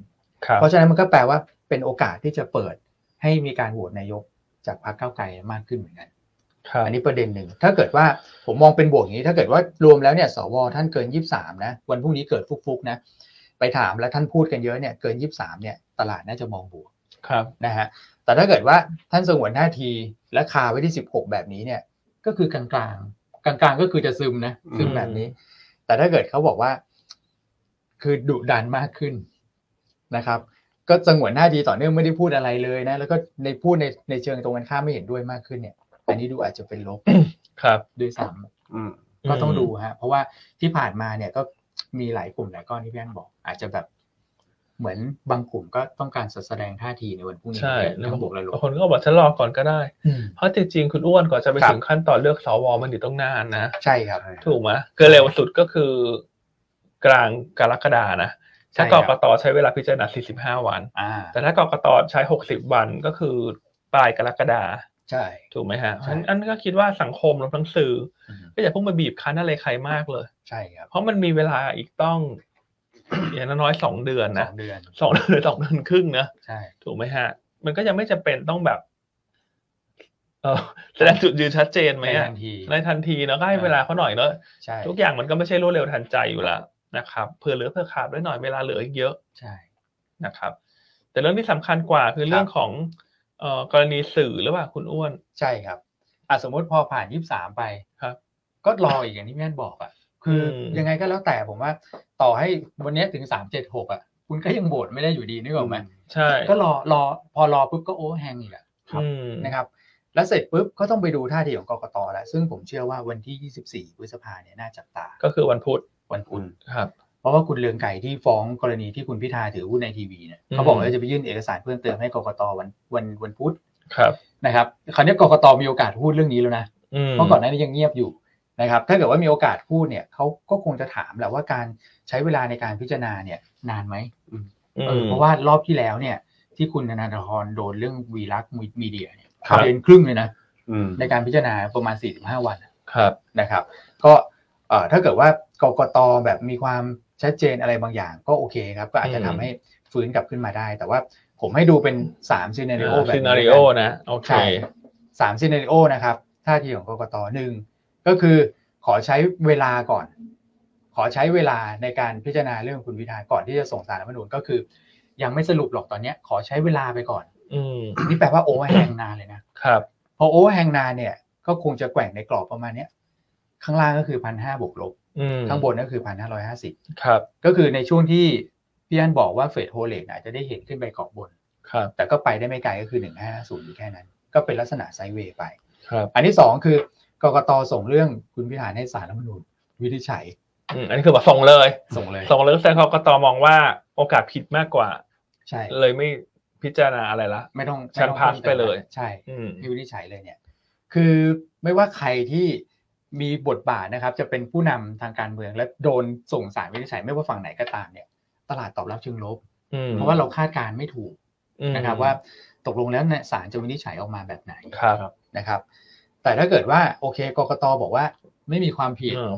Speaker 4: ครับ
Speaker 3: เพราะฉะนั้นมันก็แปลว่าเป็นโอกาสที่จะเปิดให้มีการโหวตนายกจากพรรคก้าวไกลมากขึ้นเหมือนกัน
Speaker 4: ครับ
Speaker 3: อันนี้ประเด็นหนึ่ง ถ้าเกิดว่าผมมองเป็นบวกอย่างนี้ ถ้าเกิดว่ารวมแล้วเนี่ย สวท่านเกิน 23 นะ วันพรุ่งนี้เกิดฟุกๆนะ ไปถามแล้วท่านพูดกันเยอะเนี่ย เกิน 23 เนี่ย ตลาดน่าจะมองบวก
Speaker 1: ครับ
Speaker 3: นะฮะ แต่ถ้าเกิดว่าท่านสงวนท่าทีและคาไว้ที่ 16 แบบนี้เนี่ย ก็คือกลางๆ กลางๆ ก็คือจะซึมนะ ซึมแบบนี้ แต่ถ้าเกิดเขาบอกว่า คือดุดันมากขึ้นนะครับ ก็สงวนท่าทีต่อเนื่องไม่ได้พูดอะไรเลยนะ แล้วก็ในพูดในในเชิงตรงกันข้ามไม่เห็นด้วยมากขึ้นเนี่ย อันนี้ดูอาจจะเป็นลบ
Speaker 4: ครับ
Speaker 3: ด้วยซ้
Speaker 2: อืม
Speaker 3: ำก็ต้องดูฮะเพราะว่าที่ผ่านมาเนี่ยก็มีหลายกลุ่มหลายก้อนที่พี่อันบอก อาจจะแบบเหมือนบางกลุ่มก็ต้องการแสดงท่าทีในวันพรุ่งนี้
Speaker 1: ใช่
Speaker 3: ทั้งบวกและล
Speaker 1: บาง
Speaker 3: บ
Speaker 1: คนก็บอกฉันรอก่อนก็ได้
Speaker 3: อืม
Speaker 1: เพราะจริงๆคุณอ้วนกว่อนจะไป
Speaker 3: ครับ
Speaker 1: ถึงขั้นตอนเลือกสวมันอยู่ต้องนานนะ
Speaker 3: ใช่ครับ
Speaker 1: ถูกไหมเกินเร็วสุดก็คือกลางกรกฎานะถ้า
Speaker 3: ใช่
Speaker 1: ก
Speaker 3: ครั
Speaker 1: ร
Speaker 3: บ
Speaker 1: กตใช้เวลาพิจารณา 45 วัน
Speaker 3: อ่า
Speaker 1: แต่ถ้ากรกตใช้ 60 วันก็คือปลายกรกฎา
Speaker 3: ใช่
Speaker 1: ถูกไหมฮะ
Speaker 3: ใช่
Speaker 1: อันอันก็คิดว่าสังคมรวมทั้งสื่อ
Speaker 3: อืม
Speaker 1: ก็อย่าเพิ่งไปบีบคั้นอะไรใครมากเลย
Speaker 3: ใช่ครับ
Speaker 1: เพราะมันมีเวลาอีกต้อง อย่างน้อยๆสองเดือน
Speaker 3: ส
Speaker 1: นะ
Speaker 3: องเดือน
Speaker 1: สองเดือนส องเดือนครึ่งนะ
Speaker 3: ใช่
Speaker 1: ถูกไหมฮะ มันก็ยังไม่จำเป็นต้องแบบ เออ แสดงจุดยืนชัดเจนไหม
Speaker 3: ใน
Speaker 1: อะ
Speaker 3: ทันที
Speaker 1: ในทันทีเนอะก็ให้เวลาเขาหน่อยเนอะ
Speaker 3: ใช่
Speaker 1: ทุกอย่างมันก็ไม่ใช่รวดเร็วทันใจอยู่แล้วนะครับเผื่อเหลือเผื่อขาดไว้หน่อยเวลาเหลืออีกเยอะ
Speaker 3: ใช่
Speaker 1: นะครับ แต่เรื่องที่สำคัญกว่าคือเรื่องของเอ่อกรณีสื่อหรือเปล่าคุณอ้วน
Speaker 3: ใช่ครับอ่ะสมมติพอผ่านยี่สามไป
Speaker 1: ครับ
Speaker 3: ก็รออีกอย่างที่พี่แม่นบอกอ่ะคืออ
Speaker 1: ม
Speaker 3: ยังไงก็แล้วแต่ผมว่า ต่อให้วันเนี้ยถึงสามเจ็ดหกอ่ะ คุณก็ยังโบดไม่ได้อยู่ดีนึกออกไหม
Speaker 1: ใช่
Speaker 3: ก็รอรอพอรอปุ๊บก็โอ้แหงอีกแล้ว
Speaker 1: อืม
Speaker 3: นะครับ แล้วเสร็จปุ๊บก็ต้องไปดูท่าทีของกกตแล้วซึ่งผมเชื่อว่าวันที่ 24พฤษภาเนี่ยน่าจับตา
Speaker 1: ก็คือวันพุธ
Speaker 3: วันพุธ
Speaker 1: ครับ
Speaker 3: เพราะว่าคุณเลืองไก่ที่ฟ้องกรณีที่คุณพิธาถือหุ้นในทีวีเนี่ย
Speaker 1: อืม
Speaker 3: เขาบอกว่าจะไปยื่นเอกสารเพิ่มเติมให้กกตวันวันวันพุธ
Speaker 1: ครับ
Speaker 3: นะครับคราวนี้กกตมีโอกาสพูดเรื่องนี้แล้วนะ
Speaker 1: อืม
Speaker 3: เพราะก่อนหน้านี้ยังเงียบอยู่นะครับ ถ้าเกิดว่ามีโอกาสพูดเนี่ยเขาก็คงจะถามแหละว่าการใช้เวลาในการพิจารณาเนี่ยนานไหม
Speaker 1: อืม
Speaker 3: เออเพราะว่ารอบที่แล้วเนี่ย ที่คุณธนาธรโดนเรื่องวีรักมีเดียเนี่ย
Speaker 1: ครับ
Speaker 3: เดือนครึ่งเลยนะ
Speaker 2: อืม
Speaker 3: ในการพิจารณาประมาณ 45 วัน
Speaker 1: ครับ
Speaker 3: นะครับ ก็เอ่อถ้าเกิดว่ากกตแบบมีความชัดเจนอะไรบางอย่าง ก็โอเคครับ ก็อาจจะ
Speaker 1: อืม
Speaker 3: ทำให้ฟื้นกลับขึ้นมาได้ แต่ว่าผมให้ดูเป็น3ซีนารีโอแบบ
Speaker 1: ซี
Speaker 3: นี้
Speaker 1: นารีโอนะโอเค
Speaker 3: ใช่สามซีนารีโอนะครับท่าทีของกกตหนึ่งก็คือขอใช้เวลาก่อน ขอใช้เวลาในการพิจารณาเรื่องคุณวิทาก่อนที่จะส่งสารรัฐธรรมนูญก็คือ ยังไม่สรุปหรอกตอนเนี้ยขอใช้เวลาไปก่อน
Speaker 1: อืม
Speaker 3: นี่แปลว่าโอเวอร์แฮงนานเลยนะครับ พอโอเวอร์แฮงนานเนี่ย ก็คงจะแกว่งในกรอบประมาณเนี้ยข้างล่างก็คือพันห้าบวกลบ
Speaker 1: อืม
Speaker 3: ข้างบนก็คือพันห้าร้อยห้าสิบ
Speaker 1: ครับ
Speaker 3: ก็คือในช่วงที่พี่อันบอกว่าเฟดโฮเลตอาจจะได้เห็นขึ้นไปกรอบบน
Speaker 1: ครับ
Speaker 3: แต่ก็ไปได้ไม่ไกลก็คือหนึ่งห้าศูนย์อยู่แค่นั้น ก็เป็นลักษณะไซด์เวย์ไป
Speaker 1: ครับ
Speaker 3: อันที่สองคือกกตส่งเรื่องคุณพิธาให้ศาลรัฐธรรมนูญวินิจฉัย
Speaker 1: อืมอันนี้คือแบบส่งเลย
Speaker 3: ส่งเลย
Speaker 1: ส่งเลยแสดงกกตมองว่าโอกาสผิดมากกว่า
Speaker 3: ใช่
Speaker 1: เลยไม่พิจารณาอะไรละ
Speaker 3: ไม่ต้อง
Speaker 1: ฉันพาสไปเลย
Speaker 3: ใช่
Speaker 1: อืม
Speaker 3: ที่วินิจฉัยเลยเนี่ยคือไม่ว่าใครที่มีบทบาทนะครับ จะเป็นผู้นำทางการเมืองและโดนส่งสารวินิจฉัยไม่ว่าฝั่งไหนก็ตามเนี่ย ตลาดตอบรับเชิงลบ
Speaker 1: อืม
Speaker 3: เพราะว่าเราคาดการณ์ไม่ถูก
Speaker 1: อืม
Speaker 3: นะครับว่าตกลงแล้วเนี่ยศาลจะวินิจฉัยออกมาแบบไหน
Speaker 1: ครับ
Speaker 3: นะครับ แต่ถ้าเกิดว่าโอเคกกตบอกว่าไม่มีความผิด
Speaker 1: อืม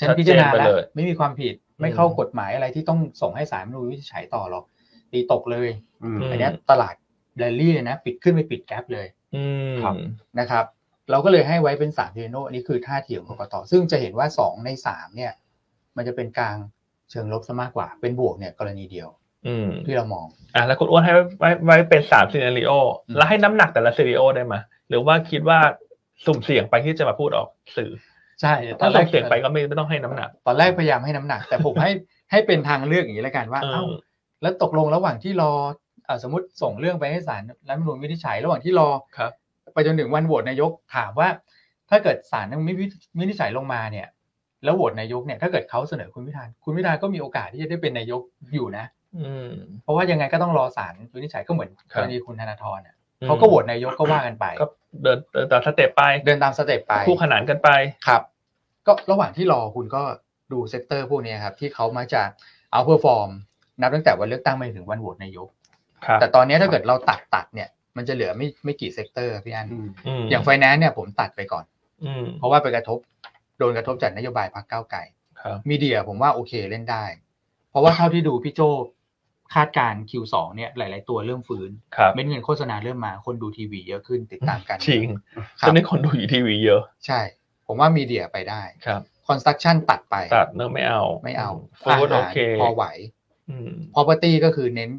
Speaker 3: ฉันพิจารณา
Speaker 1: ชัดเจนไป
Speaker 3: แล้ว
Speaker 1: เลย
Speaker 3: ไม่มีความผิดไม่เข้ากฎหมายอะไรที่ต้องส่งให้ศาลรู้วินิจฉัยต่อหรอกตีตกเลย
Speaker 2: อืม
Speaker 1: อืม
Speaker 3: อันเนี้ยตลาดแรลลี่เลยนะปิดขึ้นไปปิดแก๊ปเลย
Speaker 1: อืม
Speaker 2: ครับ
Speaker 3: นะครับเราก็เลยให้ไว้เป็นสามเทโนอันนี้คือท่าทีของกกตซึ่งจะเห็นว่าสองในสามเนี่ย มันจะเป็นกลางเชิงลบซะมากกว่า เป็นบวกเนี่ยกรณีเดียว
Speaker 1: อืม
Speaker 3: ที่เรามอง
Speaker 1: อ่ะแล้วคุณอ้วนให้ไว้ไว้ไว้เป็นสามซีนารีโอ
Speaker 3: อืม
Speaker 1: แล้วให้น้ำหนักแต่ละซีนารีโอได้ไหมหรือว่าคิดว่าสุ่มเสี่ยงไปที่จะมาพูดออกสื่อ
Speaker 3: ใช่
Speaker 1: ถ้าสุ่มเสี่ยงไปก็ไม่ไม่ต้องให้น้ำหนัก
Speaker 3: ตอนแรกพยายามให้น้ำหนัก แต่ผมให้ให้เป็นทางเลือกอย่างนี้แล้วกันว่า
Speaker 1: เออ
Speaker 3: เอ้าแล้วตกลงระหว่างที่รอเอ่อสมมติส่งเรื่องไปให้ศาลรัฐธรรมนูญวินิจฉัยระหว่างที่รอ
Speaker 1: ครับ
Speaker 3: ไปจนถึงวันโหวตนายกถามว่า ถ้าเกิดศาลยังไม่วิวินิจฉัยลงมาเนี่ย แล้วโหวตนายกเนี่ยถ้าเกิดเขาเสนอคุณพิธาคุณพิธาก็มีโอกาสที่จะได้เป็นนายกอยู่นะ
Speaker 1: อืม
Speaker 3: เพราะว่ายังไงก็ต้องรอศาลวินิจฉัยก็เหมือน
Speaker 1: ค
Speaker 3: ก
Speaker 1: รับ
Speaker 3: รณีคุณธนาธรเนี่ยเขาก็โหว ตนายกก็ว่ากันไป
Speaker 1: ก็เดินเดินตามสเต็ปไป
Speaker 3: เดินตามสเต็ปไป
Speaker 1: คู่ขนานกันไป
Speaker 3: ครับ ก็ระหว่างที่รอคุณก็ดูเซกเตอร์พวกเนี้ยครับที่เขามาจะเอาเพอร์ฟอร์มนับตั้งแต่วันเลือกตั้งไปถึงวันโหวตนายก
Speaker 1: ครับ
Speaker 3: แต่ตอนเนี้ยถ้าเกิดเราตัดตัดเนี่ยมันจะเหลือไม่ไม่กี่เซกเตอร์พี่อัน
Speaker 2: อืม
Speaker 1: ม
Speaker 3: อย่างไฟแนนซ์เนี่ยผมตัดไปก่อน
Speaker 1: อืม
Speaker 3: เพราะว่าไปกระทบโดนกระทบจากนโยบายพรรคก้าวไกล
Speaker 1: ครับ
Speaker 3: มีเดียผมว่าโอเคเล่นได้ เพราะว่าเท่าที่ดูพี่โจคาดการณ์ Q2 เนี่ยหลาย ๆ ตัวเริ่มฟื้น
Speaker 1: ครับ
Speaker 3: เม็ดเงินโฆษณาเริ่มมาคนดูทีวีเยอะขึ้นติดตามกัน
Speaker 1: จริง
Speaker 3: ครับ
Speaker 1: ตอนนี้คนดูอยู่ทีวีเยอะ
Speaker 3: ใช่ ผมว่ามีเดียไปได้
Speaker 1: ครับ
Speaker 3: คอนสตรักชั่นตัดไป
Speaker 1: ตัดเนื้ไม่เอา
Speaker 3: ไม่เอา
Speaker 1: ฟูดโอ
Speaker 3: หาร
Speaker 1: เค
Speaker 3: พอไหว
Speaker 1: อืม
Speaker 3: property ก็คือเน้น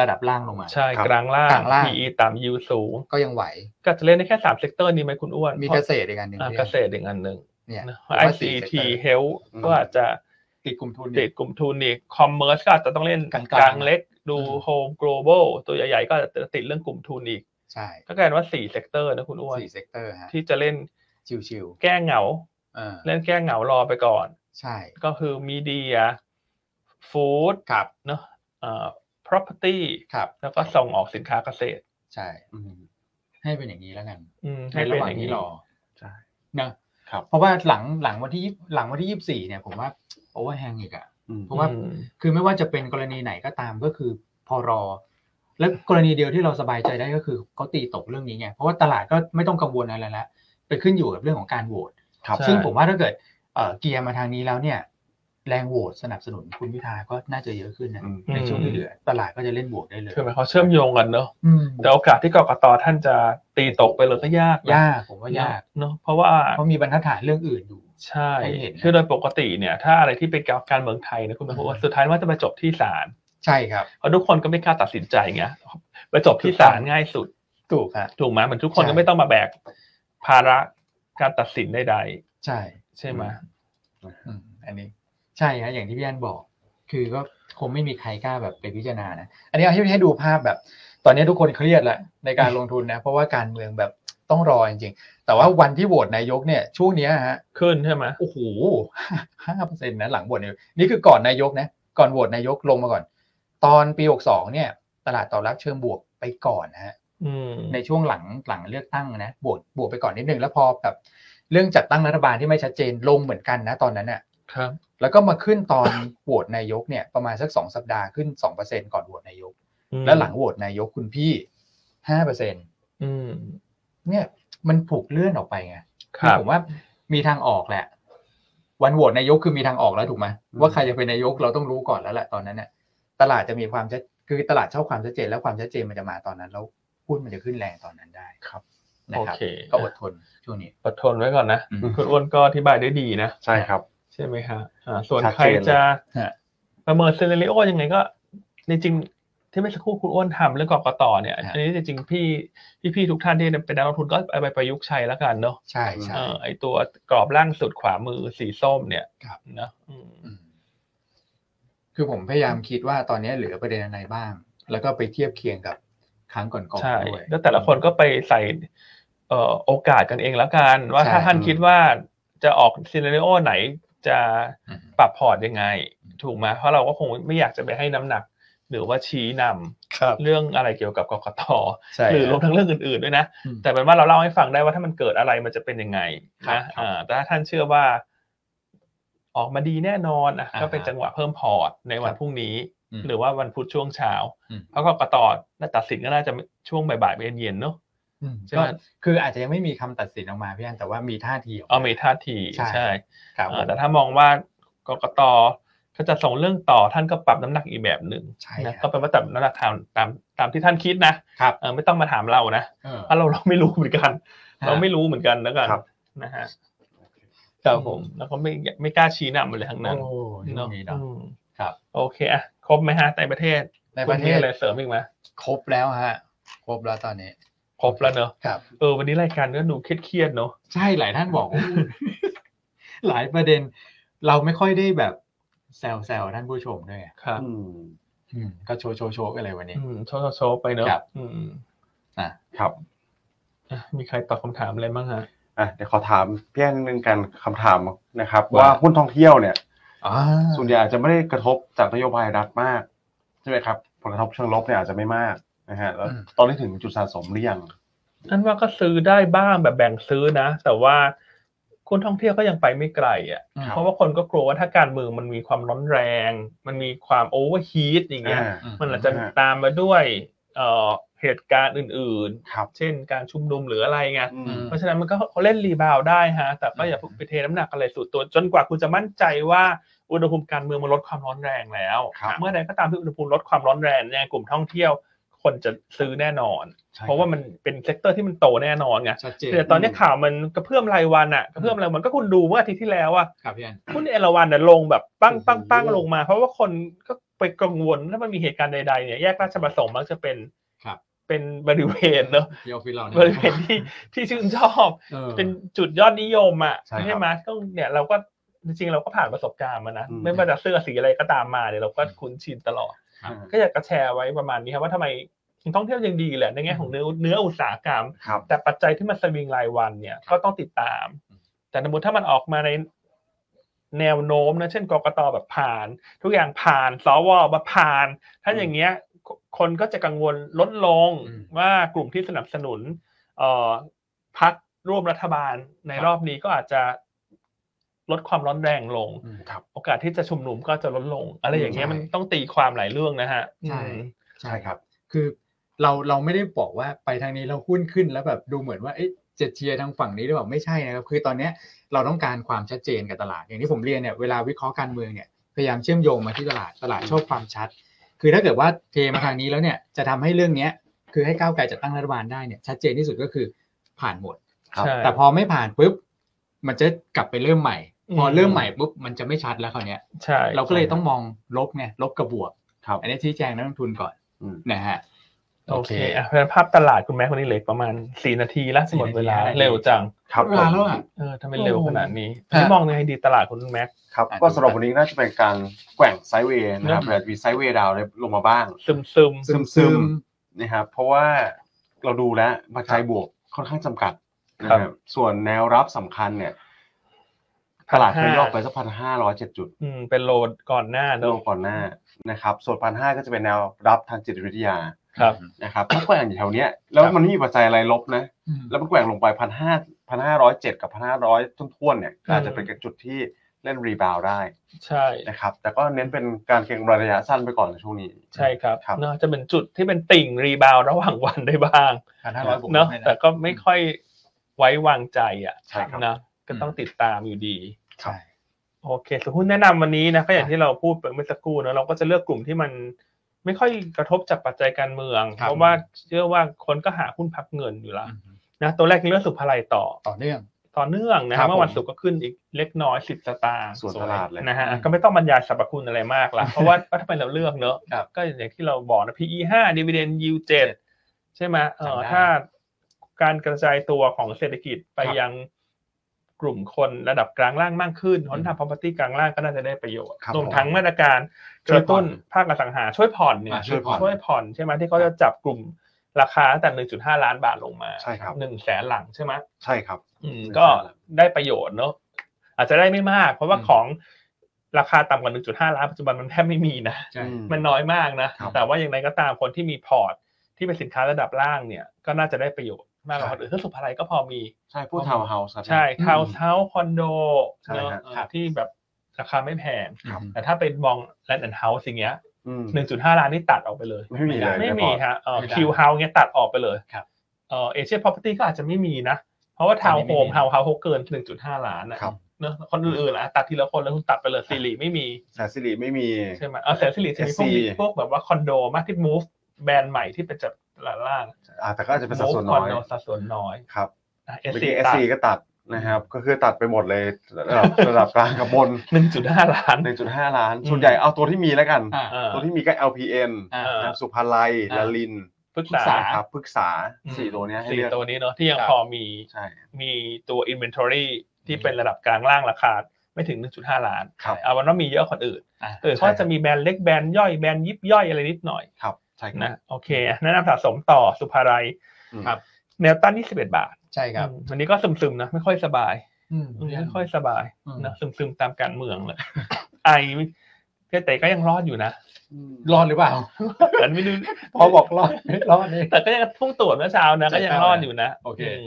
Speaker 3: ระดับล่างลงมา
Speaker 1: ใช่กลางล่าง
Speaker 3: กลางล่าง
Speaker 1: พีตามยูสูง
Speaker 3: ก็ยังไหว
Speaker 1: ก็จะเล่นได้แค่สามเซกเตอร์นี้ไหมคุณอ้วน
Speaker 3: มี
Speaker 1: พราะ
Speaker 3: เกษตรอีกอันหนึ่ง
Speaker 1: อ่า
Speaker 3: พี่
Speaker 1: เก
Speaker 3: อัน
Speaker 1: ษตรอีกอันหนึ่ง
Speaker 3: เนี่ย
Speaker 1: ไอ
Speaker 3: ว่า
Speaker 1: ซี
Speaker 3: สี่เซกเต
Speaker 1: ที
Speaker 3: อร์
Speaker 1: เฮลก็อาจจะ
Speaker 3: ติดกลุ่มทุน
Speaker 1: ติ
Speaker 3: เนี่ย
Speaker 1: ดกลุ่มทุนอีกคอมเมอร์สก็อาจจะต้องเล่น
Speaker 3: กลางๆ
Speaker 1: เล็กดู
Speaker 3: อืม
Speaker 1: โฮม g l o b a l ตัวใหญ่ๆ ก็อาจจะติดเรื่องกลุ่มทุนอีก
Speaker 3: ใช่
Speaker 1: ก็กลายเป็นว่าสี่เซกเตอร์นะคุณอ้วน
Speaker 3: สี่เซกเตอร์ฮะ
Speaker 1: ที่จะเล่น
Speaker 3: ชิว
Speaker 1: แก้เหงา
Speaker 3: ๆอ่า
Speaker 1: เล่นแก้เหงารอไปก่อน
Speaker 3: ใช่
Speaker 1: ก็คือมีเดียฟู้ด
Speaker 3: ครับ
Speaker 1: เนาะอ่า property
Speaker 3: ครับ
Speaker 1: แล้วก็ส่งออกสินค้าเกษตร
Speaker 3: ใช่
Speaker 2: อืม
Speaker 3: ให้เป็นอย่างนี้แล้วกัน
Speaker 1: อืม
Speaker 3: ใน
Speaker 1: ให้
Speaker 3: ระ
Speaker 1: เป็น
Speaker 3: หว่า
Speaker 1: อง ย่าง
Speaker 3: ที่
Speaker 1: นี้
Speaker 3: รอ
Speaker 2: ใช่
Speaker 3: นะครับ เพราะว่าหลังหลังวันที่ยี่หลังวันที่ยี่สิบสี่เนี่ยผมว่าโอเวอร์แฮงอีกอ่ะ
Speaker 2: อืม
Speaker 3: เพราะว่า
Speaker 1: อืม
Speaker 3: คือไม่ว่าจะเป็นกรณีไหนก็ตามก็คือพอรอ และกรณีเดียวที่เราสบายใจได้ก็คือเขาตีตกเรื่องนี้ไงเพราะว่าตลาดก็ไม่ต้องกังวลอะไรแล้วไปขึ้นอยู่กับเรื่องของการโหวต
Speaker 2: ครับ
Speaker 1: ใช่
Speaker 3: ซึ่งผมว่าถ้าเกิดเอ่อเกียร์มาทางนี้แล้วเนี่ย แรงโหวตสนับสนุนคุณพิธาก็น่าจะเยอะขึ้นนะ
Speaker 2: อืม
Speaker 3: ในช่วงที่เหลือ ตลาดก็จะเล่นโหวตได้เลย
Speaker 1: คือหมายความเชื่อมโยงกันเนาะ
Speaker 3: อืม
Speaker 1: แต่โอกาสที่กกตท่านจะตีตกไปเลยก็ยากนะ
Speaker 3: ยากผมว่ายาก
Speaker 1: เนาะเพราะว่า
Speaker 3: เพราะมีบรรทัดฐานเรื่องอื่นอยู่
Speaker 1: ใช่
Speaker 3: ให้เห็นนะ
Speaker 1: คือโดยปกติเนี่ย ถ้าอะไรที่เป็นการเมืองไทยนะคุณผู้ชมว่าสุดท้ายมันจะมาจบที่ศาล
Speaker 3: ใช่ครับ
Speaker 1: เพราะทุกคนก็ไม่กล้าตัดสินใจไงไปจบที่ศาลง่ายสุด
Speaker 3: ถูกฮะ
Speaker 1: ถูกไหมเหมือนทุกคน
Speaker 3: ใช่
Speaker 1: ก็ไม่ต้องมาแบกภาระการตัดสินใด
Speaker 3: ใช่
Speaker 1: ๆใช่ไหม
Speaker 3: อืมอันนี้ใช่ฮะอย่างที่พี่อันบอก คือก็คงไม่มีใครกล้าแบบไปพิจารณานะอันนี้เอาให้ให้ดูภาพแบบ ตอนนี้ทุกคนเครียดละในการลงทุนนะ เพราะว่าการเมืองแบบต้องรอจริงๆ แต่ว่าวันที่โหวตนายกเนี่ยช่วงเนี้ยฮะ
Speaker 1: ขึ้นใช่ไหม
Speaker 3: โอ้โหห้าเปอร์เซ็นต์นะหลังโหวตนายกนี่คือก่อนนายกนะก่อนโหวตนายกลงมาก่อน ตอนปีหกสองเนี่ย ตลาดตอบรับเชิงบวกไปก่อนนะฮะ
Speaker 1: อืม
Speaker 3: ในช่วงหลังหลังเลือกตั้งนะบวกบวกไปก่อนนิดนึงแล้วพอแบบเรื่องจัดตั้งรัฐบาลที่ไม่ชัดเจนลงเหมือนกันนะตอนนั้นอ่ะ
Speaker 1: ครับ
Speaker 3: แล้วก็มาขึ้นตอน โหวตนายกเนี่ยประมาณสักสองสัปดาห์ขึ้นสองเปอร์เซ็นก่อนโหวตนายก แล้วหลังโหวตนายกคุณพี่ห้าเปอร์เซ็น
Speaker 1: อืม
Speaker 3: เนี่ยมันถูกเลื่อนออกไปไง
Speaker 1: ครั
Speaker 3: คื
Speaker 1: บ
Speaker 3: อผมว่ามีทางออกแหละ วันโหวตนายกคือมีทางออกแล้วถูกไหม
Speaker 2: อืม
Speaker 3: ว่าใครจะเป็นนายกเราต้องรู้ก่อนแล้วแหละตอนนั้นเนี่ยตลาดจะมีความชัดคือตลาดชอบความชัดเจนแล้วความชัดเจนมันจะมาตอนนั้นแล้วหุ้นมันจะขึ้นแรงตอนนั้นได้ครับนะ
Speaker 1: โอ
Speaker 3: ครับ
Speaker 1: เค
Speaker 3: ก็อดทนช่วงนี้
Speaker 1: อดทนไว้ก่อนนะ
Speaker 3: อืม
Speaker 1: คุณอ้วนก็อธิบายได้ดีนะ
Speaker 2: ใช่ครับ
Speaker 1: ใช่ไหมฮะอ่าส่วน
Speaker 2: ชัด
Speaker 1: ใคร
Speaker 2: เจนเลย
Speaker 1: จะ
Speaker 3: ฮะ
Speaker 1: ประเมินเซเลริโอยังไงก็จริงๆที่ไม่อสักครู่คุณอ้วนทำเรื่องกกตเนี่ย
Speaker 3: ฮะ
Speaker 1: อันนี้จริงๆพี่พี่ๆทุกท่านที่เป็นนักลงทุนก็เอาไปประยุกต์ใช้แล้วกันเนาะ
Speaker 3: ใช่ใช่
Speaker 1: เออไอตัวกรอบล่างสุดขวามือสีส้มเนี่ย
Speaker 3: ครับ
Speaker 1: นะอืม
Speaker 3: อืมคือผมพยายามคิดว่าตอนนี้เหลือประเด็นอะไรบ้าง แล้วก็ไปเทียบเคียงกับครั้งก่อน
Speaker 1: ใช่
Speaker 3: ๆด้วย
Speaker 1: แล้วแต่ละคนก็ไปใส่เอ่อโอกาสกันเองแล้วกัน ว่า
Speaker 3: ใช่
Speaker 1: ถ้าท่านคิดว่าจะออกซีเนเรโอไหนจะ
Speaker 3: อืม
Speaker 1: ปรับพอร์ตยังไง ถูกไหมเพราะเราก็คงไม่อยากจะไปให้น้ำหนัก หรือว่าชี้นำ
Speaker 3: ครับ
Speaker 1: เรื่องอะไรเกี่ยวกับกกต
Speaker 3: ใช่
Speaker 1: หรือรวม
Speaker 3: ครับ
Speaker 1: ทั้งเรื่องอื่นๆด้วยนะ
Speaker 3: อืม
Speaker 1: แต่เป็นว่าเราเล่าให้ฟังได้ว่าถ้ามันเกิดอะไรมันจะเป็นยังไง
Speaker 3: ครับ
Speaker 1: นะอ่าแต่ถ้าท่านเชื่อว่า ออกมาดีแน่นอนอ่ะ
Speaker 3: อ่าฮะ
Speaker 1: ก็เป็นจังหวะเพิ่มพอร์ตในวัน
Speaker 3: ครับ
Speaker 1: พรุ่งนี้
Speaker 3: อืม
Speaker 1: หรือว่าวันพุธช่วงเช้า
Speaker 3: อืม
Speaker 1: เพราะกกตน่าตัดสินก็น่าจะช่วงบ่ายๆไปเย็นๆเนอะ
Speaker 3: อืม
Speaker 1: ใช่ไหม
Speaker 3: ก็คืออาจจะยังไม่มีคำตัดสินออกมาพี่อันแต่ว่ามีท่าทีออก
Speaker 1: เอามีท่าที
Speaker 3: ใช่
Speaker 1: ใช่
Speaker 3: ครับ
Speaker 1: อ่าแต่ถ้ามองว่ากกตก็จะส่งเรื่องต่อท่านก็ปรับน้ำหนักอีกแบบหนึ่ง
Speaker 3: ใช่
Speaker 1: นะก็
Speaker 3: ครับ
Speaker 1: เป็นว่าตามน้ำหนักตามตามตามที่ท่านคิดนะครับ เออไม่ต้องมาถามเรานะ
Speaker 3: เออ
Speaker 1: เพราะเราเราไม่รู้เหมือนกัน เราไม่รู้เหมือนกันแล้วกัน
Speaker 2: ครับ
Speaker 1: นะฮะ
Speaker 3: ค
Speaker 1: ค
Speaker 3: รั
Speaker 1: รั
Speaker 3: บบ ผ
Speaker 1: ผม มแล้วก็ไม่ไม่กล้าชี้นำอะไรทั้งนั้น
Speaker 3: โอ้นี่ตร
Speaker 1: เนาะ
Speaker 3: งนี้เนาะ
Speaker 1: อืม
Speaker 3: ครับ
Speaker 1: โอเคอ่ะครบไหมฮะในประเทศ
Speaker 3: ในประเท
Speaker 1: คุณมี
Speaker 3: ศ
Speaker 1: อะไรเสริมอีกไหม
Speaker 3: ครบแล้วฮะ ครบแล้วตอนนี้
Speaker 1: ครบแล้วเนอะ
Speaker 3: ครับ
Speaker 1: เออวันนี้รายการก็ดูเครียดๆเนอะ
Speaker 3: ใช่หลายท่านบอก หลายประเด็น เราไม่ค่อยได้แบบแซวๆท่านผู้ชมด้วยไง
Speaker 1: ครับ
Speaker 2: อืม
Speaker 3: อืมก็โชว์โชว์ๆๆกันเลยวันนี้
Speaker 1: อืมโชว์โชว์ไปเนอะ
Speaker 3: ครับ
Speaker 1: อืม
Speaker 3: อ่ะ
Speaker 2: ครับ
Speaker 1: อ่ะมีใครตอบคำถามอะไรบ้างฮะ
Speaker 2: อ่ะเดี๋ยวขอถามเพี้ยนหนึ่งกันคำถามนะครับ
Speaker 3: ว่า
Speaker 2: ว่าหุ้นท่องเที่ยวเนี่ย
Speaker 3: อ่า
Speaker 2: ส่วนใหญ่อาจจะไม่ได้กระทบจากนโยบายรัฐมากใช่ไหมครับผลกระทบเชิงลบเนี่ยอาจจะไม่มากนะฮะแล้ว
Speaker 3: อืม
Speaker 2: ตอนนี้ถึงจุดสะสมหรือยัง
Speaker 1: นั่นว่าก็ซื้อได้บ้างแบบแบ่งซื้อนะ แต่ว่า คนท่องเที่ยวก็ยังไปไม่ไกลอ่ะ
Speaker 3: อืม
Speaker 1: เพราะว่าคนก็กลัวว่าถ้าการเมืองมันมีความร้อนแรง มันมีความโอเวอร์ฮีทอย่างเงี้ย
Speaker 2: อ่า
Speaker 1: มันอาจจะ
Speaker 2: อ่า
Speaker 1: ตามมาด้วยเอ่อเหตุการณ์อื่น
Speaker 2: ครับ
Speaker 1: ๆ เช่นการชุมนุมหรืออะไรไง
Speaker 2: อืม
Speaker 1: เพราะฉะนั้นมันก็เล่นรีบาวด์ได้ฮะ แต่ก็อย่าเพิ่งไปเทน้ำหนักอะไรสุดตัว จนกว่าคุณจะมั่นใจว่าอุณหภูมิการเมืองมันลดความร้อนแรงแล้ว
Speaker 2: ครับ
Speaker 1: เมื่อใดก็ตามที่อุณหภูมิลดความร้อนแรงเนี่ยกลุ่มท่องเที่ยวคนจะซื้อแน่นอน
Speaker 2: ใช่
Speaker 1: เพราะว่ามันเป็นเซกเตอร์ที่มันโตแน่นอนไง
Speaker 3: ชัดเจน
Speaker 1: แต่ตอนเนี้ยข่าวมันกระเพื่อมรายวันอะกระเพื่อมรายวันก็คุณดูเมื่ออาทิตย์ที่แล้วอะ
Speaker 3: ครับพี่อัน
Speaker 1: หุ้นเอราวันเนี่ยลงแบบปั้งปั้งปั้ง
Speaker 3: โอ้โห
Speaker 1: ลงมา เพราะว่าคนก็ไปกังวลถ้ามันมีเหตุการณ์ใดๆเนี่ยแยกราชประสงค์มักจะเป็น
Speaker 3: ครับ
Speaker 1: เป็นบริเวณเนอะ
Speaker 3: ที่ออฟฟิศเราเนี่ย
Speaker 1: บริเวณที่ที่ชื่นชอบ
Speaker 3: ออ
Speaker 1: เป็นจุดยอดนิยมอะ
Speaker 2: ใช่ครับ
Speaker 1: ใช่ไหมก็เนี่ยเราก็จริงๆเราก็ผ่านประสบการณ์มานะ
Speaker 2: อืม
Speaker 1: ไม่ว่าจะเสื้อสีอะไรก็ตามมาเนี่ยเราก็คุ้นชินตลอด ก็อยากจะแชร์ไว้ประมาณนี้ครับว่าทำไมท่องเที่ยวยังดีแหละในแง่ของเนื้อเนื้ออุตสาหกรรม
Speaker 2: ครับ
Speaker 1: แต่ปัจจัยที่มันสวิงรายวันเนี่ยก็ต้องติดตาม
Speaker 3: อืม
Speaker 1: แต่สมมติถ้ามันออกมาในแนวโน้มนะ เช่นกกตแบบผ่าน ทุกอย่างผ่านสวมาผ่าน ถ้าอย่างเงี้ยคคนก็จะกังวลลดลง
Speaker 3: อืม
Speaker 1: ว่ากลุ่มที่สนับสนุนเอ่อพักร่วมรัฐบาลใน
Speaker 3: ครับ
Speaker 1: รอบนี้ก็อาจจะลดความร้อนแรงลง
Speaker 3: อืม
Speaker 1: โอกาสที่จะชุมนุมก็จะลดลง อะไรอย่างเงี้ย
Speaker 3: ใช่
Speaker 1: มันต้องตีความหลายเรื่องนะฮะ
Speaker 3: ใช่
Speaker 1: อืม
Speaker 2: ใช่ครับ
Speaker 3: คือเราเราไม่ได้บอกว่าไปทางนี้เราหุ้นขึ้นแล้วแบบดูเหมือนว่าเอ๊ะจะเชียร์ทางฝั่งนี้หรือเปล่าไม่ใช่นะครับคือตอนเนี้ยเราต้องการความชัดเจนกับตลาด อย่างที่ผมเรียนเนี่ยเวลาวิเคราะห์การเมืองเนี่ยพยายามเชื่อมโยงมาที่ตลาดตลาดชอบความชัด คือถ้าเกิดว่าเทมาทางนี้แล้วเนี่ยจะทำให้เรื่องเนี้ยคือให้ก้าวไกลจัดตั้งรัฐบาลได้เนี่ยชัดเจนที่สุดก็คือผ่านหมด
Speaker 2: ครับ
Speaker 1: ใช่
Speaker 3: แต่พอไม่ผ่านปุ๊บมันจะกลับไปเริ่มใหม่
Speaker 1: อืม
Speaker 3: พอเริ่มใหม่ปุ๊บมันจะไม่ชัดแล้วคราวเนี้ย
Speaker 1: ใช่
Speaker 3: เราก็เลยต้องมองลบไงลบกับบวก
Speaker 2: ครับ
Speaker 3: อันนี้ชี้แจงนักลงทุนก่อน
Speaker 2: อืม
Speaker 3: นะฮะ
Speaker 1: โอเคอ่ะเพราะฉะนั้นภาพตลาดคุณแม่คนนี้เหลืออกประมาณสี่นาทีละ
Speaker 3: สี่
Speaker 1: หมดเวลา
Speaker 3: นาที
Speaker 1: เร็วจัง
Speaker 2: ครับ
Speaker 3: เวลาแล้วอ่ะ
Speaker 1: เออทำไมเร็วขนาดนี้
Speaker 3: ฮะ
Speaker 1: นี่มองในไอดีตลาดคุณแม็ก
Speaker 2: ครับ ก็สำหรับวันนี้น่าจะเป็นการแกว่งไซด์เวย์นะครับ
Speaker 1: อืม
Speaker 2: แบบมีไซด์เวย์ดาวน์ลงมาบ้าง
Speaker 1: ซึมซึม
Speaker 2: ซึมๆ นะครับเพราะว่าเราดูแล้วปัจจัยบวกค่อนข้างจำกัดนะค
Speaker 1: ครั
Speaker 2: รับบ ส่วนแนวรับสำคัญเนี่ยตลาดเคยย่อไปสักพันห้าร้อยเจ็ดจุด
Speaker 1: อืมเป็นโลดก่อนหน้าเน
Speaker 2: ล
Speaker 1: อะ
Speaker 2: งก่อนหน้านะครับ ส่วนพันห้าก็จะเป็นแนวรับทางจิตวิทยา
Speaker 1: ครับ
Speaker 2: นะครับถ้าแกว่งอยู่แถวเนี้ยแล้วมันไม่มีปัจจัยอะไรลบนะ
Speaker 3: อืม
Speaker 2: แล้วมันแกว่งลงไปพันห้าพันห้าร้อยเจ็ดกับพันห้าร้อยท้วนๆเนี่ยอาจจะเป็นจุดที่เล่นรีบาวด์ได้
Speaker 1: ใช่
Speaker 2: นะครับแต่ก็เน้นเป็นการเก็งกำไรระยะสั้นไปก่อนในช่วงนี้
Speaker 1: ใช่ครับ
Speaker 2: ครับ
Speaker 1: เนอะจะเป็นจุดที่เป็นติ่งรีบาวระหว่างวันได้บ้าง
Speaker 3: 1,500บวก
Speaker 1: เนอะ
Speaker 3: ไม่ได้
Speaker 1: แต่ก็ไม่ค่อยไว้วางใจอ่ะ
Speaker 2: ใช่ครับ
Speaker 1: นะก็ต้องติดตามอยู่ดี
Speaker 3: ใช่
Speaker 1: โอเคส่วนหุ้นแนะนำวันนี้นะก็อย่างที่เราพูดไปเมื่อสักครู่เนอะเราก็จะเลือกกลุ่มที่มันไม่ค่อยกระทบจากปัจจัยการเมือง เพราะว่าเชื่อว่าคนก็หาหุ้นพักเงินอยู่ละนะตัวแรกคือเรื่องสุภาลัยต่อ
Speaker 3: ต่อเนื่อง
Speaker 1: ต่อเนื่องนะ
Speaker 3: ครั
Speaker 1: ฮะ
Speaker 3: บ
Speaker 1: เมื่อวัน
Speaker 3: ผม
Speaker 1: ศุกร์ก็ขึ้นอีกเล็กน้อยสิบสตางค์
Speaker 2: ส่วนตลาดเลย
Speaker 1: นะฮะ
Speaker 3: อืม
Speaker 1: ก็ไม่ต้องบรรยายสรรพคุณอะไรมาก ละ เพราะว่าว่าทำไมเราเลือกเนอะ
Speaker 3: ครับ
Speaker 1: ก็อย่างที่เราบอกนะ PE ห้า dividend yield เจ็ดใช่ไหมเออ
Speaker 3: จำได้
Speaker 1: ถ้าการกระจายตัวของเศรษฐกิจไป
Speaker 3: ครับ
Speaker 1: ยังกลุ่มคนระดับกลางล่างมากขึ้นคน
Speaker 3: อืม
Speaker 1: ทำ property กลางล่างก็น่าจะได้ประโยชน์
Speaker 2: ครับ
Speaker 1: รวม
Speaker 2: ผม
Speaker 1: ทั้งมาตรการก
Speaker 3: ช่วย
Speaker 1: ระ
Speaker 3: ผ่อ
Speaker 1: ตุ้
Speaker 3: น
Speaker 1: นภาคอสังหาช่วยผ่อนเนี่ย
Speaker 3: อ่าช่วยผ่อน
Speaker 1: ช่วยผ่อนใช่ไหมที่เขาจะจับกลุ่มราคาตั้งแต่หนึ่งจุดห้าล้านบาทลงมา
Speaker 2: ใช่ครับ
Speaker 1: หนึ่งแสนหลังใช่ไหม
Speaker 2: ใช่ครับ
Speaker 1: อืม
Speaker 2: ใช่
Speaker 1: ก็
Speaker 2: ครับ
Speaker 1: ได้ประโยชน์เนอะอาจจะได้ไม่มาก เพราะว่า
Speaker 3: อืม
Speaker 1: ของราคาต่ำกว่า 1.5 ล้านปัจจุบันมันแทบไม่มีนะ
Speaker 3: ใช่
Speaker 2: อืม
Speaker 1: มันน้อยมากนะ
Speaker 2: ครับ
Speaker 1: แต่ว่าอย่างไรก็ตามคนที่มีพอร์ต ที่เป็นสินค้าระดับล่างเนี่ย ก็น่าจะได้ประโยชน์มากกว่าค
Speaker 3: ใช่
Speaker 1: นอื่นถ้าสุภาลัยก็พอมี
Speaker 2: ใช่พูดทาวน์เฮาส์ครับ
Speaker 1: ใช่
Speaker 3: อืม
Speaker 1: ทาวน์เฮาส์คอนโด
Speaker 2: ใช่
Speaker 1: เนอะ
Speaker 2: ฮะ
Speaker 1: เออที่แบบราคาไม่แพง
Speaker 3: ครับ
Speaker 1: แต่ถ้าไปมองแลนด์แอนด์เฮาส์อย่างเงี้ย
Speaker 2: อืม
Speaker 1: 1.5 ล้านนี่ตัดออกไปเลย
Speaker 2: ไม่มีเลย
Speaker 1: ไม่
Speaker 2: ในพ
Speaker 1: มี
Speaker 2: อร์ต
Speaker 1: ฮะเอ่อ
Speaker 3: ไม่ได้
Speaker 1: คิวเฮาเงี้ยตัดออกไปเลย
Speaker 3: ครับ
Speaker 1: เอ่อเอเชียพ r อพเพอร์ตี้ก็อาจจะไม่มีนะ เพราะว่าทาวน์
Speaker 3: อันนี้
Speaker 1: โฮ
Speaker 3: ไม่
Speaker 1: ม
Speaker 3: มี
Speaker 1: ทาวน์เฮาเขาเกิน 1.5 ล้านนะครับ เนอะคนอื่นๆอ่ะตัดทีละคนแล้วคุณตัดไปเลยซีรีไม่มี
Speaker 2: แสนสิริไม่มี
Speaker 1: ใช่ไหมเออแสนสิริจะมีพวก
Speaker 2: SC
Speaker 1: พวกแบบว่าคอนโดมากที่มูฟแบรนด์ใหม่ที่เป็นจากตลาดล่าง
Speaker 2: อ่าแต่ก็อาจจะเป็นสัด
Speaker 1: มูฟ
Speaker 2: ส่วน
Speaker 1: ค
Speaker 2: น้
Speaker 1: อน
Speaker 2: อย
Speaker 1: โดสัดส่วนน้อย
Speaker 2: ครับ
Speaker 1: เอส
Speaker 2: เมื่อ
Speaker 1: ซี
Speaker 2: กี้เอ
Speaker 1: ตัด
Speaker 2: ซีก็ตัดนะครับ ก็คือตัดไปหมดเลยระดับ ระดับกลางกับบน
Speaker 1: 1.5 ล้าน
Speaker 2: 1.5 ล้าน
Speaker 1: อืม
Speaker 2: ส่วนใหญ่เอาตัวที่มีแล้วกัน
Speaker 3: อ่า
Speaker 1: เออ
Speaker 2: ตัวที่มีก็ LPN
Speaker 3: อ่า
Speaker 2: นะครับสุภาลัย
Speaker 3: อ่า
Speaker 2: ลาลิน
Speaker 1: ปรึก
Speaker 3: ปรึกษา
Speaker 1: ษา
Speaker 2: ครับพฤกษา
Speaker 1: อืม
Speaker 2: สี่ตัวเนี้ยให้
Speaker 1: สี่
Speaker 2: เลือก
Speaker 1: ตัวนี้เนาะที่ยัง
Speaker 3: ครับ
Speaker 1: พอมี
Speaker 2: ใช่
Speaker 1: มีตัว inventory ที่เป็นระดับกลางล่างราคาไม่ถึง 1.5 ล้าน
Speaker 2: ครับ
Speaker 1: เอาวันว่ามีเยอะกว่าคนอื่น
Speaker 3: อ่า
Speaker 1: เออ
Speaker 2: ใช่
Speaker 1: เขาะ
Speaker 2: ครับ
Speaker 1: จะมีแบรนด์เล็กแบรนด์ย่อยแบรนด์ยิบย่อยอะไรนิดหน่อย
Speaker 2: ครับใช่ครับ
Speaker 1: นะโอเคแนะนำสะสมต่อสุภาลัย
Speaker 2: อืม
Speaker 3: ครับ
Speaker 1: แนวต้านที่11 บาท
Speaker 3: ใช่ครับ
Speaker 1: อืมวันนี้ก็ซึมๆนะไม่ค่อยสบาย
Speaker 3: อืม
Speaker 1: อืมไม่ค่อยสบาย
Speaker 3: อืม
Speaker 1: นะซึมๆตามการเมืองเลย ไอแต่ก็ยังรอดอยู่นะ
Speaker 3: รอดหรือเปล่า
Speaker 1: แต่ไม่ดู
Speaker 3: พอบอกรอดรอดนี่
Speaker 1: แต่ก็ยังพุ่งตรวจเมื่อเช้านะก็ยังรอดอยู่นะ
Speaker 3: โอเค
Speaker 1: ม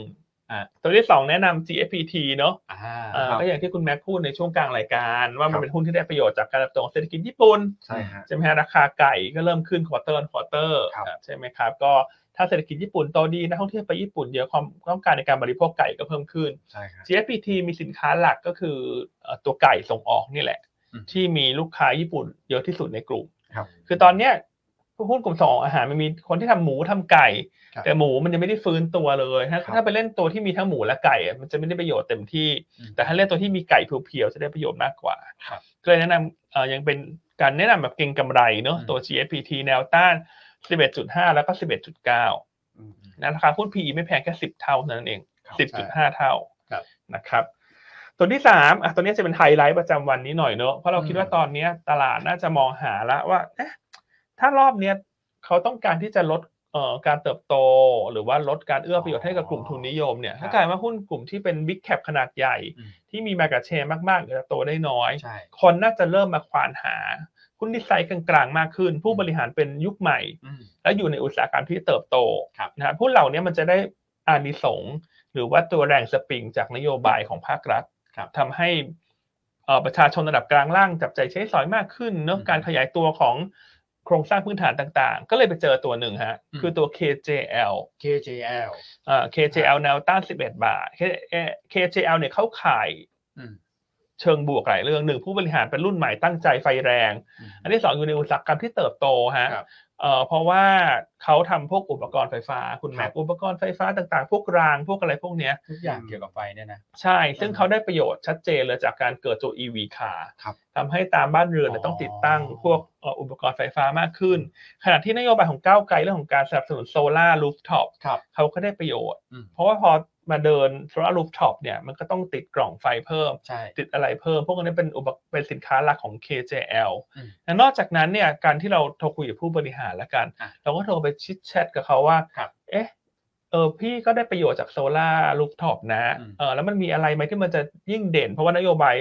Speaker 3: อ่า
Speaker 1: ตัวที่สองแนะนำ GFPT เนาะ
Speaker 3: อ่า
Speaker 1: อ่า
Speaker 2: ครับ
Speaker 1: ก็อย่างที่คุณแม็กพูดในช่วงกลางรายการ ว่ามั
Speaker 2: ครั
Speaker 1: น
Speaker 2: บ
Speaker 1: เป็นหุ้นที่ได้ประโยชน์จากการเติบโตของเศรษฐกิจญี่ปุ่น
Speaker 2: ใช่ฮะ
Speaker 1: ใช่ไหมฮะราคาไก่ก็เริ่มขึ้นควอเตอร์ควอเตอร์
Speaker 2: ครับ
Speaker 1: ใช่ไหมครับก็ถ้าเศรษฐกิจญี่ปุ่นโตดีนักท่องเที่ยวไปญี่ปุ่นเยอะความต้องการในการบริโภคไก่ก็เพิ่มขึ้น
Speaker 2: ใช่ฮะ
Speaker 1: GFPT มีสินค้าหลักก็คือเอ่อตัวไก่ส่งออกนี่แหละ
Speaker 2: อืม
Speaker 1: ที่มีลูกค้าญี่ปุ่นเยอะที่สุดในกลุ่ม
Speaker 2: ครับ
Speaker 1: คือตอนเนี้ยหุ้นกลุ่มส่งออกอาหารมันมีคนที่ทำหมูทำไก่
Speaker 3: ครับ
Speaker 1: แต่หมูมันยังไม่ได้ฟื้นตัวเลยถ้า
Speaker 2: ครับ
Speaker 1: ถ้าไปเล่นตัวที่มีทั้งหมูและไก่อะมันจะไม่ได้ประโยชน์เต็มที่
Speaker 3: อืม
Speaker 1: แต่ถ้าเล่นตัวที่มีไก่เพียวๆจะได้ประโยชน์มากกว่า
Speaker 3: ครับ
Speaker 1: ก็เลยแนะนำเอ่อยังเป็นการแนะนำแบบเก็งกำไรเนอะ
Speaker 3: อืม
Speaker 1: ตัว GFPT แนวต้าน 11.5 แล้วก็ 11.9
Speaker 2: อืม
Speaker 1: นะราคาหุ้น PE ไม่แพงแค่ 10 เท่าเท่านั้นเอง
Speaker 2: ครับ
Speaker 1: 10.5 เท่า
Speaker 3: ครับ
Speaker 1: นะครับ ตัวที่สามอ่ะตัวเนี้ยจะเป็นไฮไลท์ประจำวันนี้หน่อยเนอะเพราะเราคิด
Speaker 3: อืม
Speaker 1: ว่าตอนเนี้ยตลาดน่าจะมองหาละว่าเอ๊ะถ้ารอบเนี้ยเขาต้องการที่จะลดเอ่อการเติบโต หรือว่าลดการเอื้อประโยชน์ให้กับกลุ่มทุนนิยมเนี่ย
Speaker 2: ครับ
Speaker 1: ถ้ากลายว่าหุ้นกลุ่มที่เป็นบิ๊กแคปขนาดใหญ่
Speaker 3: อืม
Speaker 1: ที่มี market share มากๆหรือโตได้น้อย
Speaker 3: ใช่
Speaker 1: คนน่าจะเริ่มมาควานหาหุ้นที่ไซส์กลางๆมากขึ้น ผู้บริหารเป็นยุคใหม่
Speaker 3: อืม
Speaker 1: และอยู่ในอุตสาหกรรมที่เติบโต
Speaker 3: ครับ
Speaker 1: นะครับหุ้นเหล่านี้มันจะได้อานิสงส์หรือว่าตัวแรงสปริงจากนโยบายของภาครัฐ
Speaker 3: ครับ
Speaker 1: ทำให้เอ่อประชาชนระดับกลางล่างจับใจายใช้สอยมากขึ้นเนอะ
Speaker 3: อืม
Speaker 1: การขยายตัวของโครงสร้างพื้นฐานต่างๆ ก็เลยไปเจอตัวหนึ่งฮะ
Speaker 3: อืม
Speaker 1: คือตัว KJL
Speaker 3: KJL
Speaker 1: อ่า KJL แนวต้าน 11 บาท K- KJL เนี่ยเข้าข่าย
Speaker 3: อืม
Speaker 1: เชิงบวกหลายเรื่องหนึ่งผู้บริหารเป็นรุ่นใหม่ตั้งใจไฟแรง
Speaker 3: อืม
Speaker 1: อันที่สองอยู่ในอุตสาหกรรมที่เติบโตฮะ
Speaker 3: ครับ
Speaker 1: เอ่อเพราะว่าเขาทำพวกอุปกรณ์ไฟฟ้า คุณแม็กอุปกรณ์ไฟฟ้าต่างๆ พวกรางพวกอะไรพวกเนี้ย
Speaker 3: ทุกอย่างเกี่ยวกับไฟเนี่ยนะ
Speaker 1: ใช่ ซึ่งเขาได้ประโยชน์ชัดเจนเลยจากการเกิดตัว EV คา
Speaker 2: ครับ
Speaker 1: ทำให้ตามบ้านเรือนเนี่ย
Speaker 3: อ๋อ
Speaker 1: ต้องติดตั้งพวกเอ่ออุปกรณ์ไฟฟ้ามากขึ้น ขณะที่นโยบายของก้าวไกลเรื่องของการสนับสนุนโซลารูฟท็อป
Speaker 3: ครับ
Speaker 1: เขาก็ได้ประโยชน์
Speaker 3: อืม
Speaker 1: เพราะว่าพอมาเดินโซลารูฟท็อปเนี่ยมันก็ต้องติดกล่องไฟเพิ่ม
Speaker 3: ใช่
Speaker 1: ติดอะไรเพิ่ม พวกนี้เป็นอุปเป็นสินค้าหลักของ KJL
Speaker 3: อืม
Speaker 1: และนอกจากนั้นเนี่ยการที่เราโทรคุยกับผู้บริหารละกัน
Speaker 3: อ่ะ
Speaker 1: เราก็โทรไปชิดแชทกับเขาว่า
Speaker 3: ครับ
Speaker 1: เอ๊ะเออพี่ก็ได้ประโยชน์จากโซลาร์รูฟท็อปนะ
Speaker 3: อืม
Speaker 1: เออแล้วมันมีอะไรไหมที่มันจะยิ่งเด่น เพราะว่านโยบาย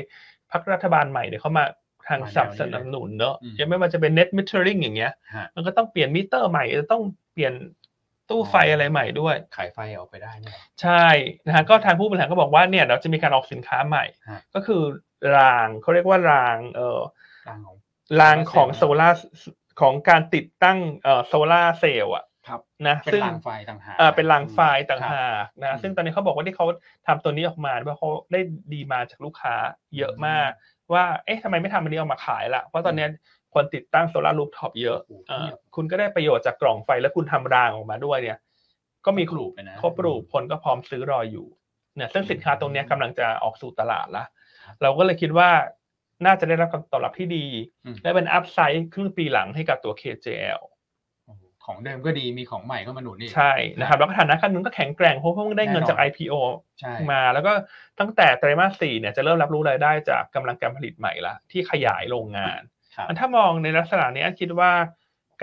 Speaker 1: พรรครัฐบาลใหม่เนี่ยเขามาทาง
Speaker 3: มาแนวนี้
Speaker 1: สนับสนุนเนอะ
Speaker 3: อืม
Speaker 1: ยังไม่ว่าจะเป็น net metering อย่างเงี้ย
Speaker 3: ฮะ
Speaker 1: มันก็ต้องเปลี่ยนมิเตอร์ใหม่จะต้องเปลี่ยนตู้ไฟ
Speaker 3: อ๋ออ
Speaker 1: อะไรใหม่ด้วย
Speaker 3: ขายไฟออกไปได้เนี่ย
Speaker 1: ใช่นะฮะก็ทางผู้บริหารก็บอกว่าเนี่ยเราจะมีการออกสินค้าใหม่
Speaker 3: ฮะ
Speaker 1: ก็คือรางเขาเรียกว่ารางเอ่อ
Speaker 3: รางของ
Speaker 1: รางของ
Speaker 3: Solar
Speaker 1: โซลาร์ของการติดตั้งเอ่อโซลาร์เซลล์อะ
Speaker 2: ครับ
Speaker 1: นะ
Speaker 3: เป็น
Speaker 1: ซึ่ง
Speaker 3: รางไฟต่างหาก
Speaker 1: เอ่อเป็นรางไฟต่างหาก
Speaker 3: ครั
Speaker 1: นะ
Speaker 3: บ
Speaker 1: ซึ่งตอนนี้เขาบอกว่าที่เขาทำตัวนี้ออกมาเพราะเขาได้ดีมาจากลูกค้าเยอะมาก ว่าเอ๊ะทำไมไม่ทำอันนี้ออกมาขายล่ะ เพราะตอนเนี้ยคนติดตั้งโซลารูฟท็อปเยอะ
Speaker 3: โอ้โห
Speaker 1: เอ่อคุณก็ได้ประโยชน์จากกล่องไฟและคุณทำรางออกมาด้วยเนี่ย ก็มี
Speaker 3: ครูปเลยนะ
Speaker 1: ครบรูปคนก็พร้อมซื้อรออยู่เนี่ยซึ่งสินค้าตรงเนี้ยกำลังจะออกสู่ตลาดละ
Speaker 3: ครับ
Speaker 1: เราก็เลยคิดว่าน่าจะได้รับการตอบรับที่ดี
Speaker 3: อืม
Speaker 1: และเป็นอัพไซด์ครึ่งปีหลังให้กับตัว KJL
Speaker 3: โอ้โหของเดิมก็ดีมีของใหม่เข้ามาหนุนนี่
Speaker 1: ใช่นะครับแล้วก็ฐานะการเงินก็แข็งแกร่งเพราะเพิ่งได้เงินจาก
Speaker 3: แน่นอน
Speaker 1: IPO
Speaker 3: ใช่
Speaker 1: มา แล้วก็ตั้งแต่ไตรมาสสี่เนี่ยจะเริ่มรับรู้รายได้จากกำลังการผลิตใหม่ละที่ขยายโรงงาน
Speaker 3: ครับ
Speaker 1: อันถ้ามองในลักษณะนี้อันคิดว่า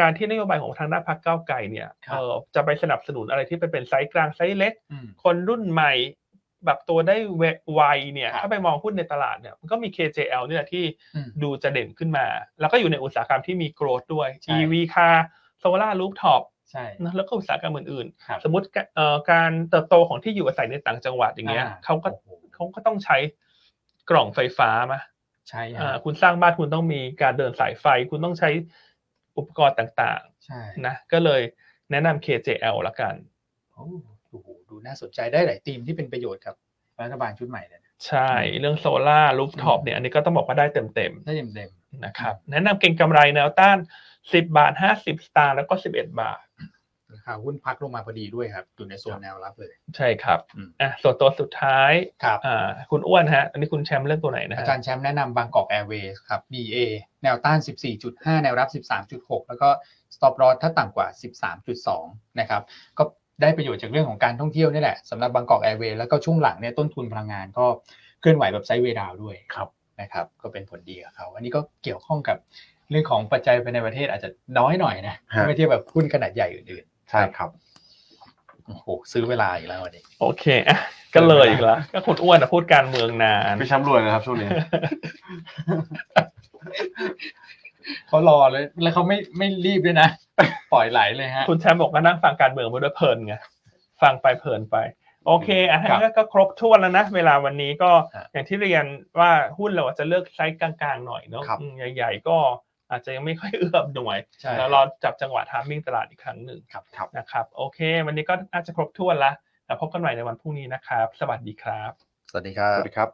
Speaker 1: การที่นโยบายของทางด้านพรรคก้าวไกลเนี่ย
Speaker 3: ครับ
Speaker 1: เอ่อจะไปสนับสนุนอะไรที่ไปเป็นไซส์กลางไซส์เล็ก
Speaker 3: อืม
Speaker 1: คนรุ่นใหม่ปรับตัวได้เวไวเนี่ย
Speaker 3: ครับ
Speaker 1: ถ้าไปมองหุ้นในตลาดเนี่ยมันก็มี KJL เนี่ยที่
Speaker 3: อืม
Speaker 1: ดูจะเด่นขึ้นมา แล้วก็อยู่ในอุตสาหกรรมที่มีโกรดด้วย
Speaker 3: ใช่
Speaker 1: EV car solar rooftop
Speaker 3: ใช่
Speaker 1: นะแล้วก็อุตสาหกรรมอื่น
Speaker 3: ครับ
Speaker 1: ๆ สมมติเอ่อการเติบโตของที่อยู่อาศัยในต่างจังหวัดอย่างเงี้ย
Speaker 3: อ่
Speaker 1: เขาก็
Speaker 3: โอ้โห
Speaker 1: เขาก็ต้องใช้กล่องไฟฟ้ามา
Speaker 3: ใช่
Speaker 1: อ่า
Speaker 3: ฮะ
Speaker 1: คุณสร้างบ้านคุณต้องมีการเดินสายไฟ คุณต้องใช้อุปกรณ์ต่าง
Speaker 3: ใช่
Speaker 1: ๆนะก็เลยแนะนำ KJL ละกัน
Speaker 3: โอ้โหดูน่าสนใจได้หลายธีมที่เป็นประโยชน์กับรัฐบาลชุดใหม่เลยนะ
Speaker 1: ใช่ เรื่องโซล่ารูฟท็อป
Speaker 3: อืม
Speaker 1: เนี่ยอันนี้ก็ต้องบอกว่าได้เต็ม
Speaker 3: ได้เต็ม
Speaker 1: ๆนะครับแนะนำเก่งกำไรแนวต้าน 10 บาท 50 สตางค์แล้วก็ 11 บาท
Speaker 3: ๆราคาหุ้นพักลงมาพอดีด้วยครับ อยู่ในโซนแนวรับเลย
Speaker 1: ใช่ครับ
Speaker 3: อืม
Speaker 1: อ่ะส่วนตัวสุดท้าย
Speaker 3: ครับ
Speaker 1: อ่าคุณอ้วนฮะ อันนี้คุณแชมป์เลือกตัวไหนนะ
Speaker 3: อา
Speaker 1: ฮะ
Speaker 3: จารย์แชมป์แนะนำบางกอกแอร์เวย์ครับ BA แนวต้าน 14.5 แนวรับ 13.6 แล้วก็ stop loss ถ้าต่ำกว่า 13.2 นะครับ ก็ได้ประโยชน์จากเรื่องของการท่องเที่ยวนี่แหละสำหรับบางกอกแอร์เวย์แล้วก็ช่วงหลังเนี่ยต้นทุนพลังงานก็เคลื่อนไหวแบบไซด์เวย์ดาวน์ด้วย
Speaker 2: ครับ
Speaker 3: นะครับ ก็เป็นผลดีกับเขา อันนี้ก็เกี่ยวข้องกับเรื่องของปัจจัยภายในประเทศอาจจะน้อยหน่อยนะ
Speaker 2: ฮะ
Speaker 3: เมื่อเทียบกับหุ้นขนาดใหญ่อื่น
Speaker 2: ใช่ครับ
Speaker 3: ๆโอ้โหซื้อเวลาอีกแล้ววันนี้
Speaker 1: โอเค อ่ะก็เลยอีกแล้วก็คุณอ้วนนะพูดการเมืองนาน
Speaker 2: พี่แชมป์รวยนะครับช่วงนี้
Speaker 3: เขารอเลยแล้วเขาไม่ไม่รีบด้วยนะ ปล่อยไหลเลยฮะ
Speaker 1: คุณแชมป์บอกว่านั่งฟังการเมืองไปด้วยเพลินไงฟังไปเพลินไป โอเคอ่ะ
Speaker 2: ครับ
Speaker 1: ก็ก็ครบถ้วนแล้วนะ เวลาวันนี้ก็
Speaker 3: ฮะ
Speaker 1: อย่างที่เรียนว่าหุ้นเราอาจจะเลือกไซส์กลางๆหน่อยเนาะ
Speaker 2: ครับ
Speaker 1: อืมใหญ่ๆก็อาจจะยังไม่ค่อยเอื้อมหน่วย
Speaker 3: ใช่
Speaker 1: แล้วเราจับจังหวะทามมิ่งตลาดอีกครั้งหนึ่ง
Speaker 2: ครับครับ
Speaker 1: นะครับ โอเค วันนี้ก็น่าจะครบถ้วนละแล้วพบกันใหม่ในวันพรุ่งนี้นะครับ สวัสดีครับ
Speaker 3: สวัสดีครั
Speaker 2: ส
Speaker 3: บ
Speaker 2: วัสดีครับ